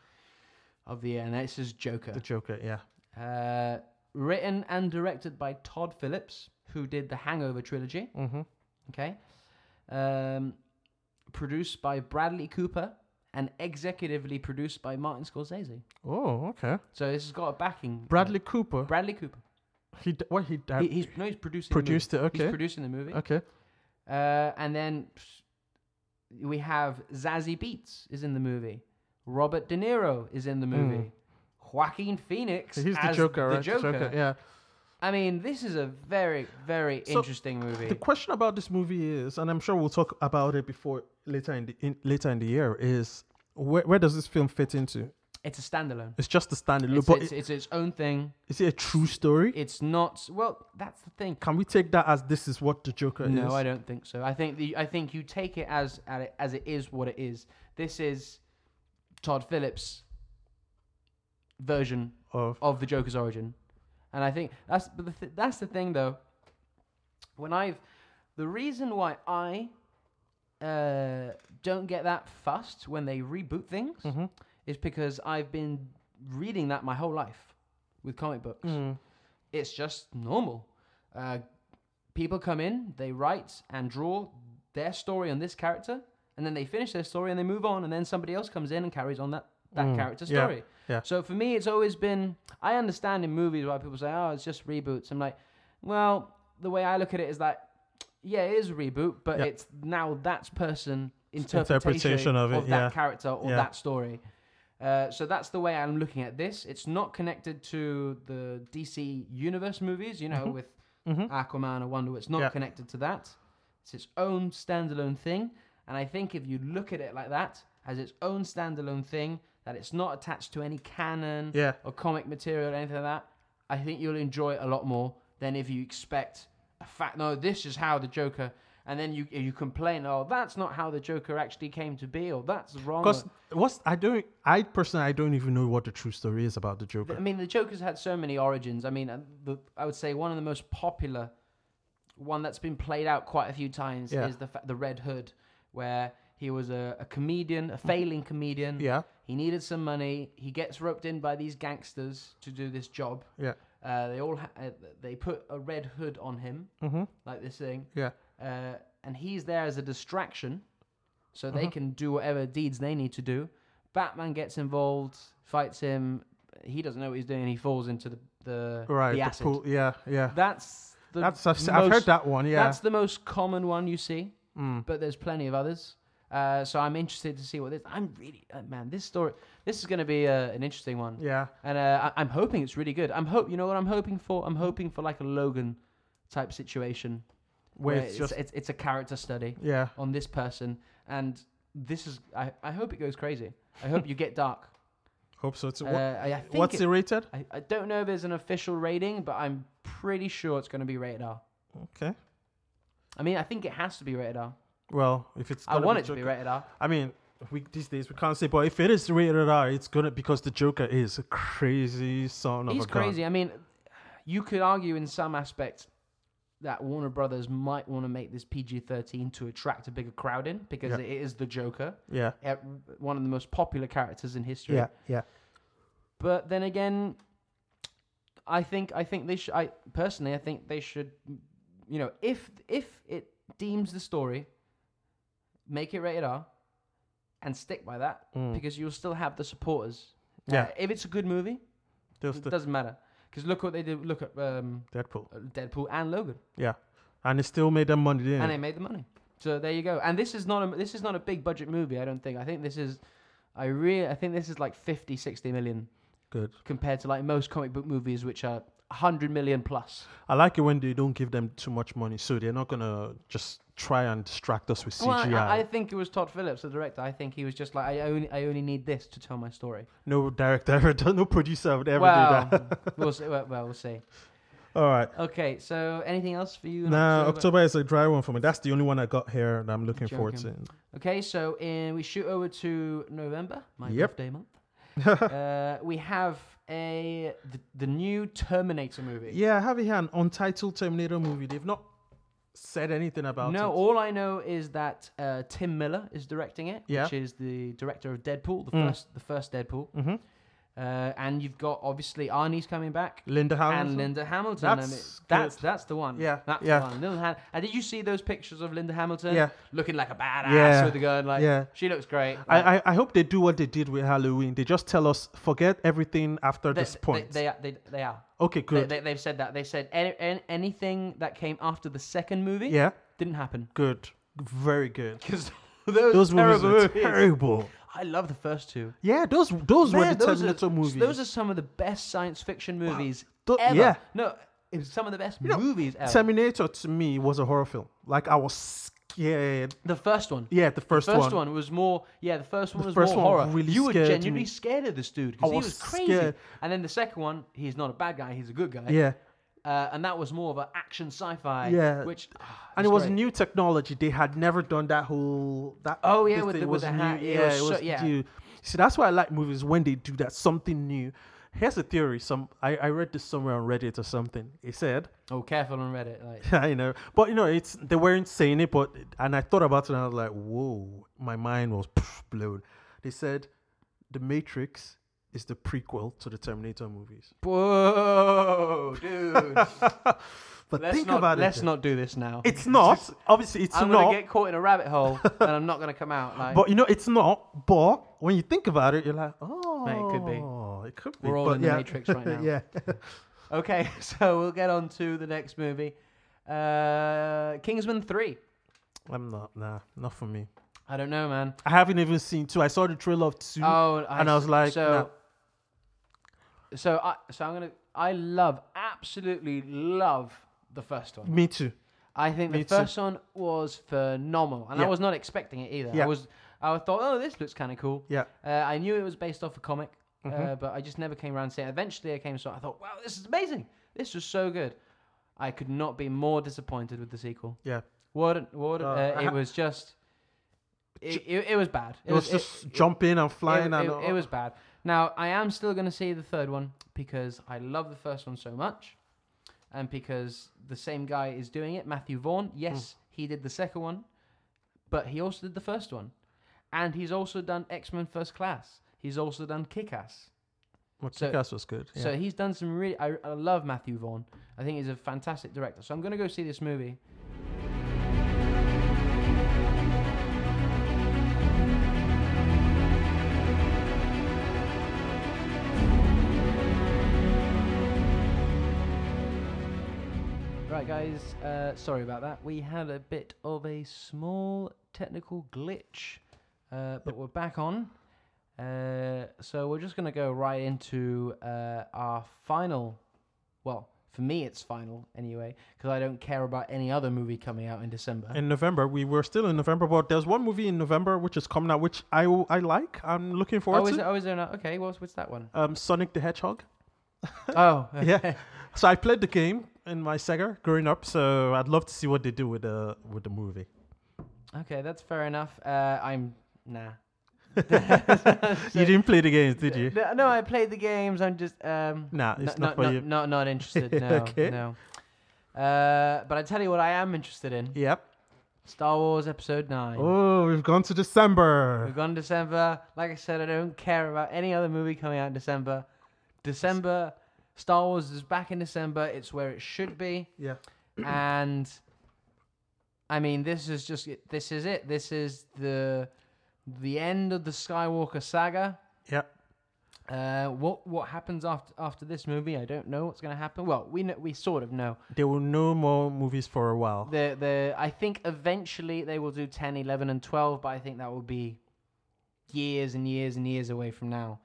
B: of the year, and this is Joker.
A: the Joker. Yeah,
B: Uh, written and directed by Todd Phillips, who did the Hangover trilogy.
A: mm-hmm.
B: Okay. Um, produced by Bradley Cooper and executively produced by Martin Scorsese.
A: Oh, okay.
B: So this has got a backing. Uh,
A: Bradley Cooper.
B: Bradley Cooper.
A: He d- what he, d-
B: He, he's no, he's producing. the movie.
A: produced it.
B: He's
A: Okay.
B: producing the movie.
A: okay.
B: Uh, and then we have Zazie Beats is in the movie. Robert De Niro is in the movie. Joaquin Phoenix
A: Hmm. He's the
B: as
A: Joker,
B: the
A: right?
B: Joker.
A: Yeah.
B: I mean, this is a very, very
A: So,
B: interesting movie.
A: The question about this movie is, and I'm sure we'll talk about it before later in the in, later in the year, is where, where does this film fit into?
B: It's a standalone.
A: It's just a standalone.
B: It's,
A: but
B: it's,
A: i-
B: it's its own thing.
A: is it a true story?
B: It's not. Well, that's the thing.
A: Can we take that as this is what the Joker is?
B: No, I don't think so. I think the I think you take it as at it- as it is what it is. This is Todd Phillips' version
A: Of
B: of the Joker's origin, and I think that's but the th- that's the thing though. When I've the reason why I uh, don't get that fussed when they reboot things
A: Mhm.
B: is because I've been reading that my whole life with comic books
A: Mm.
B: it's just normal. Uh, people come in, they write and draw their story on this character, and then they finish their story and they move on, and then somebody else comes in and carries on that that
A: Mm,
B: character's
A: yeah,
B: story.
A: yeah.
B: So for me, it's always been. I understand in movies why people say, "Oh, it's just reboots." I'm like, well, the way I look at it is that, yeah, it is a reboot, but
A: Yeah.
B: it's now that person
A: interpretation
B: interpretation
A: of it,
B: that
A: yeah.
B: character or
A: Yeah.
B: that story. Uh, Uh, so that's the way I'm looking at this. It's not connected to the DC Universe movies, you know, with
A: Mhm.
B: Aquaman or Wonder Woman. It's not
A: Yeah.
B: connected to that. It's its own standalone thing. And I think if you look at it like that, as its own standalone thing, that it's not attached to any canon
A: Yeah.
B: or comic material or anything like that, I think you'll enjoy it a lot more than if you expect a fact. No, this is how the Joker. And then you you complain, oh, that's not how the Joker actually came to be, or that's wrong. or-
A: Because what's I don't I personally I don't even know what the true story is about the
B: Th-
A: Joker.
B: I mean, the Joker's had so many origins. I mean, uh, the, I would say one of the most popular, one that's been played out quite a few times,
A: Yeah.
B: is the fa- the Red Hood, where he was a, a comedian, a failing comedian.
A: Yeah,
B: He needed some money. He gets roped in by these gangsters to do this job.
A: yeah,
B: Uh, they all ha- uh, they put a red hood on him,
A: Mhm.
B: like this thing,
A: yeah,
B: uh, and he's there as a distraction, so
A: Mm-hmm.
B: they can do whatever deeds they need to do. Batman gets involved, fights him. He doesn't know what he's doing. He falls into the the,
A: right.
B: the
A: the
B: acid.
A: pool- yeah, yeah.
B: That's the
A: That's I've, s have heard
B: most-
A: that one. Yeah, Mm.
B: That's the most common one you see, but there's plenty of others. Uh, so I'm interested to see what this. I'm really uh, man, this story. This is going to be uh, an interesting one
A: yeah.
B: and uh, I- I'm hoping it's really good. I'm hope you know what I'm hoping for. I'm hoping for like a Logan type situation
A: Where it's
B: it's,
A: just
B: it's it's a character study
A: yeah,
B: on this person, and this is I, I hope it goes crazy. I hope you get dark.
A: hope so. It's,
B: Uh,
A: what,
B: I, I think
A: what's
B: it-
A: it rated?
B: I, I don't know if there's an official rating, but I'm pretty sure it's going to be rated R.
A: Okay.
B: I mean, I think it has to be rated R.
A: Well, if it's
B: I
A: gonna
B: want
A: be
B: it to be
A: Joker-
B: rated R.
A: I mean, we these days we can't say, but if it is rated R, it's gonna because the Joker is a crazy son of
B: He's
A: a gun.
B: crazy. I mean, you could argue in some aspects that Warner Brothers might want to make this PG-13 to attract a bigger crowd in because
A: Yeah.
B: it is the Joker,
A: Yeah,
B: eh, one of the most popular characters in history.
A: yeah, yeah.
B: But then again, I think I think they should. I personally, I think they should. You know, if if it deems the story, make it rated R, and stick by that
A: Mm.
B: because you'll still have the supporters. Uh,
A: Yeah.
B: if it's a good movie,
A: There's
B: it
A: the
B: doesn't matter because look what they did. Look at um,
A: Deadpool,
B: Deadpool and Logan,
A: and it still made them money. Didn't
B: and
A: it?
B: they made the money. So there you go. And this is not a this is not a big budget movie. I don't think. I think this is, I really I think this is like 50, 60 million
A: Good.
B: compared to like most comic book movies, which are hundred million plus.
A: I like it when they don't give them too much money, so they're not gonna just try and distract us with CGI.
B: Well, I- I, I think it was Todd Phillips, the director. I think he was just like, I only I only need this to tell my story.
A: no director ever, done- no producer would ever
B: well,
A: do that.
B: we'll see. Well, well, we'll see.
A: All right.
B: Okay, so anything else for you? in
A: Now October is a dry one for me. That's the only one I got here that I'm looking forward to.
B: Joking. Okay, so in, we shoot over to November, my
A: Yep.
B: birthday month. uh, we have a the, the new Terminator movie.
A: Yeah, I have here an untitled Terminator movie. They've not said anything about
B: no,
A: it.
B: all I know is that uh, Tim Miller is directing it,
A: Yeah.
B: which is the director of Deadpool, the
A: Mm.
B: first the first Deadpool.
A: Mm-hmm.
B: Uh, and you've got obviously Arnie's coming back
A: Linda Hamilton.
B: and Linda Hamilton. I mean,
A: That's
B: that's that's the one.
A: Yeah,
B: that's
A: yeah.
B: the one. Linda Ham- and did you see those pictures of Linda Hamilton?
A: Yeah.
B: looking like a badass
A: Yeah,
B: with a gun. Like,
A: yeah.
B: she looks great. Like,
A: I, I, I hope they do what they did with Halloween. They just tell us forget everything after
B: they,
A: this point.
B: They, they, they, they are.
A: okay,
B: They,
A: good.
B: they, they've said that. They said any, an anything that came after the second movie
A: yeah,
B: didn't happen.
A: good, very good.
B: Because those,
A: Those movies
B: terrible
A: were
B: movies.
A: terrible.
B: I love the first two.
A: Yeah, those those were
B: Man,
A: the
B: those
A: Terminator
B: are,
A: movies.
B: Those are some of the best science fiction movies
A: Th-
B: ever.
A: yeah.
B: No, it's some of the best
A: know,
B: movies ever.
A: Terminator to me was a horror film. Like I was scared.
B: the first one.
A: Yeah, the first,
B: First
A: one.
B: one. was more, yeah. The first one was
A: first
B: more
A: one
B: horror.
A: really
B: you were
A: scared
B: genuinely
A: me.
B: scared of this dude
A: I
B: because he
A: was
B: was crazy.
A: scared.
B: And then the second one, he's not a bad guy; he's a good guy.
A: Yeah,
B: Uh, and that was more of an action sci-fi.
A: Yeah.
B: Which, ah,
A: and it was
B: great.
A: new technology. They had never done that whole that.
B: Oh, yeah,
A: this
B: with
A: thing
B: the-
A: was
B: with the
A: new.
B: hat. It
A: Yeah,
B: was
A: it
B: so-
A: was
B: yeah.
A: new. See, that's why I like movies when they do that something new. Here's a theory. Some I, I read this somewhere on Reddit or something. It said
B: Oh, careful on Reddit. Like,
A: I know, but you know, it's they weren't saying it, but and I thought about it and I was like, whoa, my mind was blown. They said the Matrix is the prequel to the Terminator movies.
B: whoa, dude.
A: But
B: let's
A: think
B: not,
A: about
B: let's
A: it.
B: not do this now.
A: it's not obviously it's
B: I'm
A: not,
B: gonna get caught in a rabbit hole, and I'm not gonna come out. Like,
A: but you know, it's not. But when you think about it, you're like, oh,
B: Mate, it could be.
A: It could be.
B: We're all
A: but
B: in the
A: yeah.
B: Matrix right now.
A: yeah,
B: Okay, so we'll get on to the next movie, uh, Kingsman Three.
A: I'm not. Nah, not for me.
B: I don't know, man.
A: I haven't even seen two. I saw the trailer of two.
B: Oh,
A: and I was
B: s-
A: like,
B: so, so I, so I'm gonna. I love, absolutely love the first one.
A: Me too.
B: I think the
A: Me too.
B: first one was phenomenal, and I
A: Yeah.
B: was not expecting it either. I
A: Yeah.
B: was, I thought, oh, this looks kind of cool.
A: Yeah.
B: Uh, I knew it was based off a comic,
A: Mm-hmm.
B: uh, but I just never came around to see it. Eventually, I came, so I thought, wow, this is amazing. This was so good. I could not be more disappointed with the sequel.
A: Yeah.
B: What? What? Uh,
A: Uh, I
B: it
A: ha-
B: was just. It, it, it was bad.
A: It, was, just jumping and flying
B: it,
A: and
B: it-
A: all-
B: it was bad. Now I am still going to see the third one because I love the first one so much, and because the same guy is doing it, Matthew Vaughn.
A: Hmm.
B: Yes, he did the second one, but he also did the first one, and he's also done X Men First Class. He's also done Kick Ass.
A: Well,
B: so-
A: Kick-Ass was good. Yeah.
B: So he's done some really. I, I love Matthew Vaughn. I think he's a fantastic director. So I'm going to go see this movie. Right, guys. Uh, sorry about that. We had a bit of a small technical glitch, uh, but we're back on. Uh, so we're just going to go right into uh, our final. Well, for me, it's final anyway, because I don't care about any other movie coming out in December.
A: in November, we were still in November, but there's one movie in November which is coming out, which I I like. I'm looking forward
B: oh, is
A: to.
B: it, oh, is there not? Okay, what's what's that one?
A: Um, Sonic the Hedgehog.
B: oh,
A: yeah. So I played the game in my Sega growing up. So I'd love to see what they do with the with the movie.
B: okay, that's fair enough. Uh, I'm nah.
A: you didn't play the games, did you?
B: No, no, I played the games. I'm just um.
A: Nah, it's
B: no-
A: not for
B: no-
A: you.
B: Not not interested. No,
A: Okay.
B: no. Uh, but I tell you what, I am interested in
A: Yep.
B: Star Wars Episode Nine.
A: Oh, we've gone to December.
B: We've gone December. Like I said, I don't care about any other movie coming out in December. December, Star Wars is back in December. It's where it should be.
A: Yeah.
B: And I mean, this is just this is it. This is the the end of the Skywalker saga.
A: Yep.
B: Uh, what what happens after after this movie? I don't know what's going to happen. Well, we know, we sort of know.
A: There were no more movies for a while.
B: The the I think eventually they will do 10, 11 and 12, but I think that will be years and years and years away from now.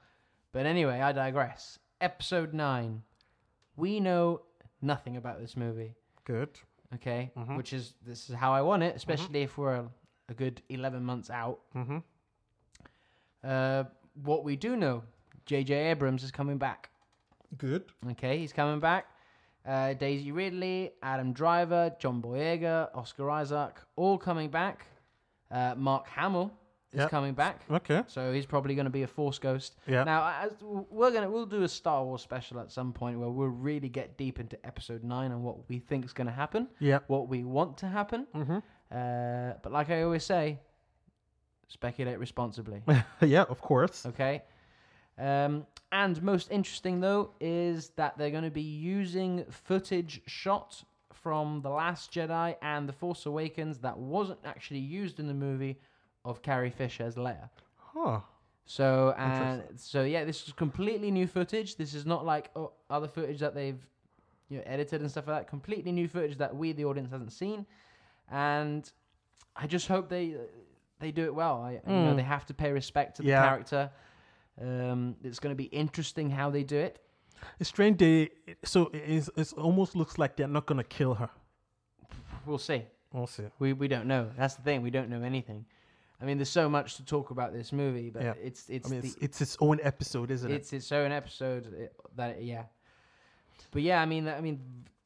B: But anyway, I digress. Episode 9. We know nothing about this movie,
A: Good.
B: okay?
A: Mhm.
B: Which is this is how I want it, especially if we're a, a good 11 months out.
A: Mm-hmm.
B: Uh, what we do know, JJ Abrams is coming back.
A: Good.
B: Okay, he's coming back. Uh, Daisy Ridley, Adam Driver, John Boyega, Oscar Isaac, all coming back. Uh, Mark Hamill is
A: Yep.
B: coming back,
A: Okay.
B: so he's probably going to be a Force ghost.
A: Yeah.
B: Now, as we're gonna we'll do a Star Wars special at some point where we'll really get deep into Episode Nine and what we think is going to happen,
A: Yep.
B: what we want to happen.
A: Mm-hmm.
B: Uh, but like I always say, speculate responsibly.
A: yeah, of course.
B: Okay. Um, and most interesting though is that they're going to be using footage shot from The Last Jedi and The Force Awakens that wasn't actually used in the movie of Carrie Fisher as Leia.
A: Huh.
B: So and so yeah, this is completely new footage. This is not like o other footage that they've you know edited and stuff like that. Completely new footage that we the audience hasn't seen, and I just hope they they do it well. I, You know
A: Mm.
B: they have to pay respect to the
A: Yeah.
B: character. Um, it's going to be interesting how they do it.
A: It's strange. They so it's, it's almost looks like they're not gonna kill her.
B: We'll see.
A: We'll see.
B: We we don't know. That's the thing. We don't know anything. I mean, there's so much to talk about this movie, but
A: Yeah.
B: it's it's
A: I mean,
B: the
A: it's, it's its own episode, isn't it?
B: it's its own episode it- that yeah but yeah i mean that- i mean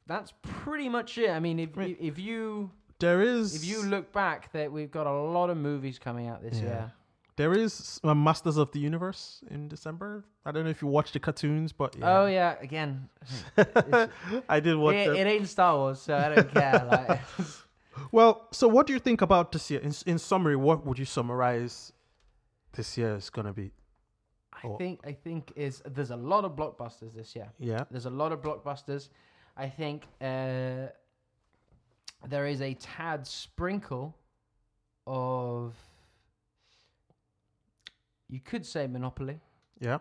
B: that's pretty much it i mean if
A: Right.
B: you, if you
A: There is.
B: if you look back that we've got a lot of movies coming out this
A: Yeah.
B: year
A: There is uh, Masters of the Universe in December. I don't know if you watch the cartoons, but yeah.
B: oh yeah again
A: I did watch
B: it,
A: that.
B: it ain't star wars so i don't care like
A: Well, so what do you think about this year? In, in summary, what would you summarize this year is going to be?
B: i
A: Oh.
B: think i think is there's a lot of blockbusters this year
A: Yeah.
B: There's a lot of blockbusters. I think uh, there is a tad sprinkle of, you could say monopoly.
A: Yeah.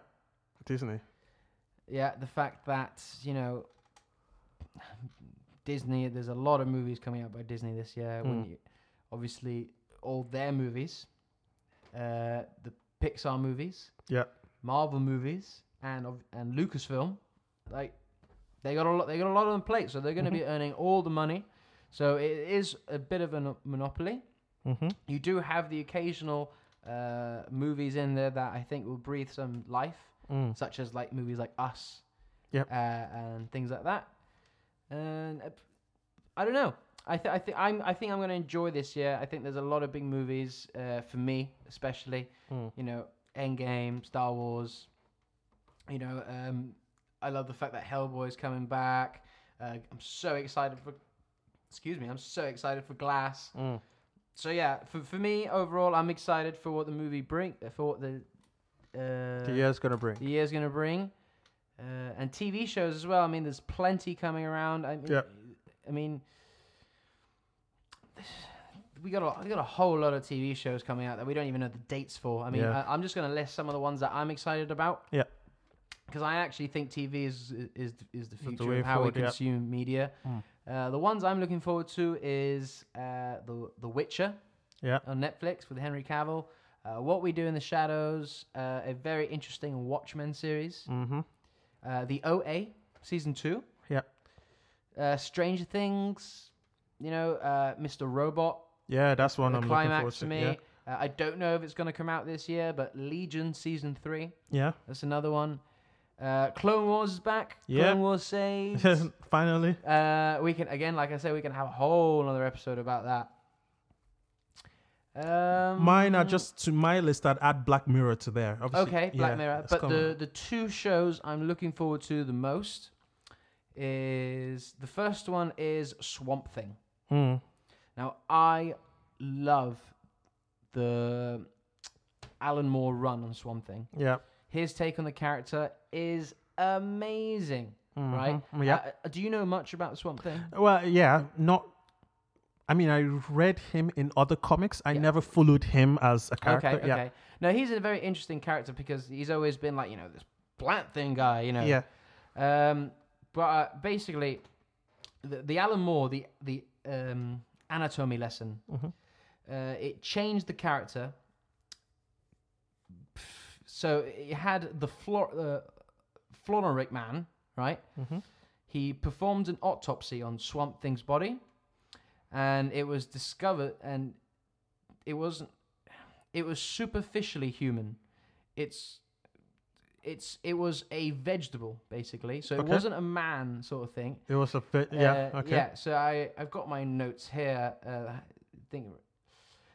A: Disney.
B: Yeah, the fact that you know Disney. There's a lot of movies coming out by Disney this year. When
A: Mm.
B: you, obviously, all their movies uh, the Pixar movies,
A: Yeah.
B: Marvel movies, and of- and Lucasfilm. Like they got a lot, they got a lot on the plate, so they're going to be earning all the money. So it is a bit of a no- monopoly.
A: Mm-hmm.
B: You do have the occasional uh, movies in there that I think will breathe some life,
A: Mm.
B: such as like movies like Us,
A: Yep.
B: uh, and things like that. And uh, I don't know. I, th- I think I'm I think I'm going to enjoy this year. I think there's a lot of big movies uh, for me, especially
A: Mm.
B: you know Endgame, Star Wars. You know, um, I love the fact that Hellboy's coming back. Uh, I'm so excited for. Excuse me. I'm so excited for Glass
A: Mm.
B: so yeah, for, for me overall, I'm excited for what the movie bring, for what the uh,
A: The year's gonna bring.
B: the year's gonna bring, uh, and TV shows as well. I mean, there's plenty coming around. I mean,
A: Yep.
B: I mean, we got a, we got a whole lot of TV shows coming out that we don't even know the dates for. I mean,
A: Yeah.
B: I, I'm just gonna list some of the ones that I'm excited about.
A: Yep.
B: Because I actually think TV is is is the
A: the
B: future
A: way
B: of how
A: forward,
B: we
A: yep.
B: consume media.
A: Mm.
B: Uh, the ones I'm looking forward to is uh, the The Witcher
A: Yeah.
B: on Netflix with Henry Cavill. Uh, what We Do in the Shadows, uh, a very interesting Watchmen series.
A: Mm-hmm.
B: Uh, the OA, season two.
A: Yep.
B: Uh, Stranger Things, you know, uh, Mr. Robot,
A: Yeah, that's one
B: the
A: I'm looking forward
B: climax
A: to.
B: for me.
A: Yeah.
B: Uh, I don't know if it's going to come out this year, but Legion season three,
A: yeah.
B: that's another one. Uh, Clone Wars is back.
A: Yeah.
B: Clone Wars saves.
A: Finally.
B: Uh, we can again, like I said, we can have a whole other episode about that. Um,
A: Mine are just to my list. I'd add Black Mirror to there. Obviously,
B: okay, Black
A: yeah,
B: Mirror.
A: it's
B: But
A: coming.
B: the the two shows I'm looking forward to the most is the first one is Swamp Thing.
A: Mm.
B: Now I love the Alan Moore run on Swamp Thing.
A: Yeah.
B: His take on the character is amazing, right?
A: Mhm. Yeah.
B: Uh, do you know much about Swamp Thing?
A: Well, yeah, not. I mean, I read him in other comics. I
B: Yeah.
A: never followed him as a character.
B: Okay, okay.
A: yeah.
B: Now he's a very interesting character because he's always been like you know this plant thing guy, you know.
A: yeah,
B: Um, but uh, basically, the, the Alan Moore, the the um, anatomy lesson,
A: Mhm.
B: uh, it changed the character. So it had the Flor- uh, Floronic man, right?
A: Mhm.
B: He performed an autopsy on Swamp Thing's body, and it was discovered, and it wasn't. It was superficially human. It's it's it was a vegetable basically, so it
A: Okay.
B: wasn't a man sort of thing.
A: It was a bit. Yeah.
B: Uh,
A: okay.
B: Yeah. So I I've got my notes here. Uh, I think.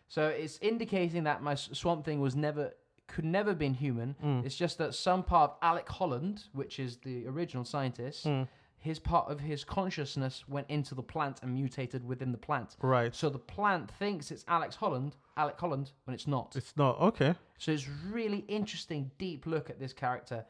B: So it's indicating that my s- swamp thing was never could never been human.
A: Mm.
B: It's just that some part of Alec Holland, which is the original scientist,
A: Mm.
B: his part of his consciousness went into the plant and mutated within the plant.
A: Right.
B: So the plant thinks it's Alex Holland, Alec Holland, when it's not.
A: It's not okay,
B: So it's really interesting, deep look at this character.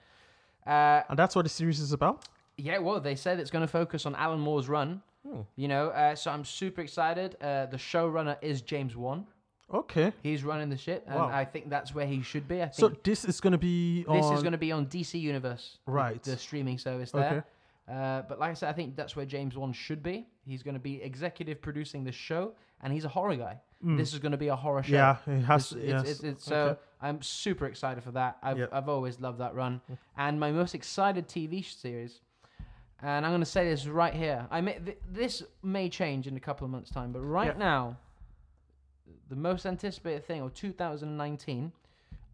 B: Uh,
A: and that's what the series is about.
B: yeah, well, they said it's going to focus on Alan Moore's run.
A: Hmm.
B: You know, uh, so I'm super excited. Uh, the showrunner is James Wan.
A: Okay.
B: He's running the ship, and
A: Wow.
B: I think that's where he should be. I think
A: So this is gonna be on.
B: this is going to be on DC Universe, the-
A: Right.
B: The streaming service there.
A: Okay.
B: Uh, but like I said, I think that's where James Wan should be. He's going to be executive producing this show, and he's a horror guy. This is going to be a horror show.
A: Hmm. Yeah. It has.
B: It's- it's-
A: yes.
B: it's- it's- so
A: Okay.
B: I'm super excited for that. I've,
A: Yep.
B: I've always loved that run. And my most excited TV series, and I'm going to say this right here. I may, th- this may change in a couple of months' time, but right
A: Yep.
B: now, the most anticipated thing of 2019,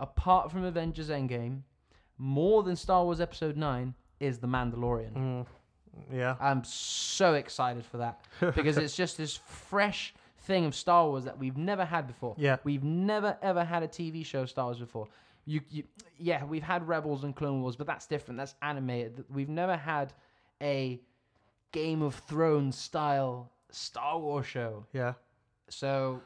B: apart from Avengers Endgame, more than Star Wars Episode 9, is The Mandalorian.
A: Mm. Yeah.
B: I'm so excited for that because it's just this fresh thing of Star Wars that we've never had before.
A: Yeah.
B: We've never ever had a TV show of Star Wars before. You, you yeah, we've had Rebels and Clone Wars, but that's different. That's animated. Th- We've never had a Game of Thrones style Star Wars show.
A: Yeah.
B: So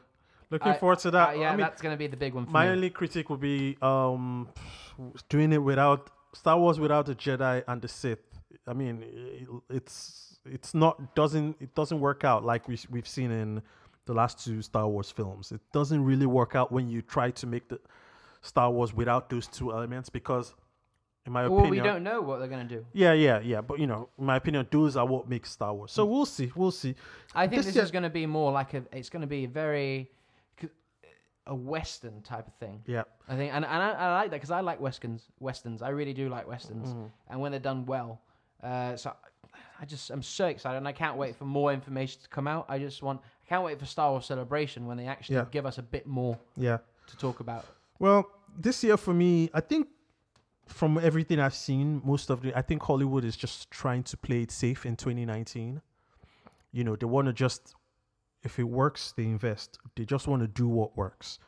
A: Looking
B: I-
A: forward to
B: uh,
A: that.
B: yeah,
A: I mean,
B: that's gonna be the big one for
A: My
B: me.
A: only critique would be um, doing it without Star Wars without the Jedi and the Sith. I mean, i- it's it's not doesn't it doesn't work out like we we've seen in the last two Star Wars films. It doesn't really work out when you try to make the Star Wars without those two elements because, in my
B: Well,
A: opinion,
B: we don't know what they're gonna do.
A: yeah, yeah, yeah. But you know, in my opinion, those are what makes Star Wars.
B: Mm.
A: So we'll see, we'll see.
B: I think
A: This
B: this,
A: year-
B: is going to be more like a. It's going to be very. 'cause a western type of thing.
A: Yeah.
B: I think, and, and I, I like that because I like westerns. Westerns, I really do like westerns,
A: Mm.
B: and when they're done well, uh, so I- I just I'm so excited, and I can't wait for more information to come out. I just want I can't wait for Star Wars Celebration when they actually
A: Yeah.
B: give us a bit more
A: Yeah.
B: to talk about.
A: Well, this year for me, I think from everything I've seen, most of the I think Hollywood is just trying to play it safe in 2019. You know, they want to just if it works, they invest. They just want to do what works.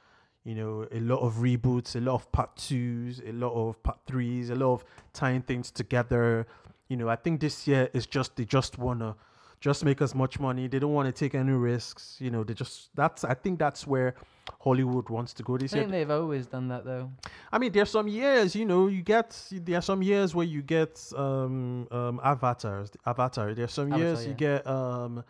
A: You know, a lot of reboots, a lot of part twos, a lot of part threes, a lot of tying things together. You know, I think this year is just they just wanna just make as much money. They don't want to take any risks. You know, they just that's I think that's where Hollywood wants to go
B: I
A: this year.
B: think they've always done that though.
A: I mean, there's some years, you know, you get there are some years where you get um um avatars, avatar. There's some
B: Avatar,
A: years you
B: yeah.
A: get um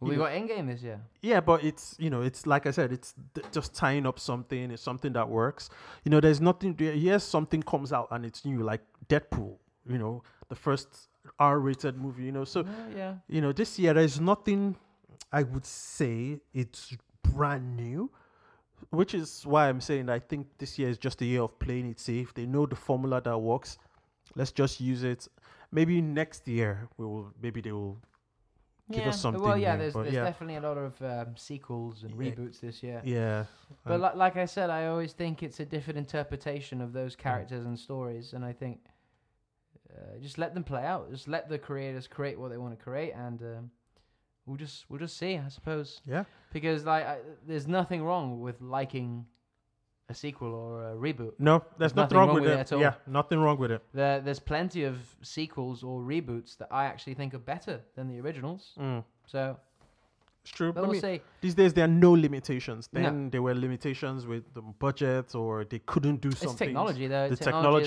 B: Well,
A: You
B: we
A: know-
B: got Endgame this year.
A: yeah, but it's you know, it's like I said, it's th- just tying up something. It's something that works. You know, there's nothing. there- Yes, something comes out and it's new, like Deadpool. You know, the first R-rated movie. You know, so
B: Yeah, Oh, yeah.
A: you know, this year there's nothing I would say it's brand new, which is why I'm saying I think this year is just a year of playing it safe. They know the formula that works. Let's just use it. Maybe next year we will. Maybe they will. Give us
B: Yeah, Well,
A: something
B: yeah,
A: new,
B: there's,
A: but
B: there's
A: yeah.
B: definitely a lot of um, sequels and
A: Yeah.
B: reboots this year.
A: Yeah.
B: But
A: And-
B: like, like I said, I always think it's a different interpretation of those characters and stories, and I think uh, just let them play out. Just let the creators create what they want to create, and um, we'll just we'll just see, I suppose.
A: Yeah.
B: Because like, I, there's nothing wrong with liking a sequel or a reboot.
A: No, there's, nothing, wrong, with, it.
B: at all.
A: Yeah, nothing wrong with it.
B: There, there's plenty of sequels or reboots that I actually think are better than the originals.
A: Mm.
B: So
A: It's true.
B: but
A: I
B: we'll
A: mean,
B: see.
A: these days there are no limitations.
B: No.
A: Then there were limitations with the budget, or they couldn't do something.
B: It's technology, though.
A: the
B: technology,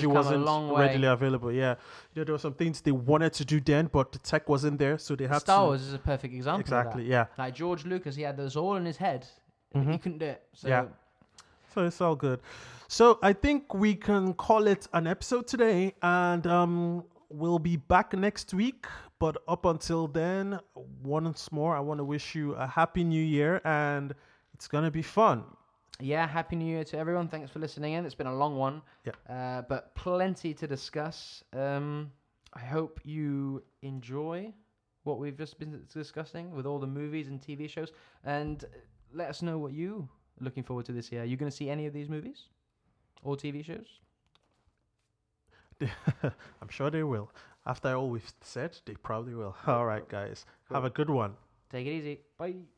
A: technology,
B: has come
A: wasn't
B: a long way.
A: readily available. Yeah, You know, there were some things they wanted to do then, but the tech wasn't there, so they had
B: Star
A: to.
B: Wars is a perfect example. of that.
A: exactly, yeah.
B: Like George Lucas, he had those all in his head.
A: Mhm.
B: He couldn't do it. So
A: Yeah. So it's all good. So I think we can call it an episode today, and um, we'll be back next week. But up until then, once more, I want to wish you a happy new year, and it's gonna be fun.
B: yeah, happy New Year to everyone. Thanks for listening in. It's been a long one.
A: Yeah.
B: Uh, but plenty to discuss. Um, I hope you enjoy what we've just been discussing with all the movies and TV shows, and let us know what you are looking forward to this year. Are you going to see any of these movies or TV shows?
A: I'm sure they will. After all we've said, they probably will. All right, guys, have a good one.
B: Take it easy. Bye.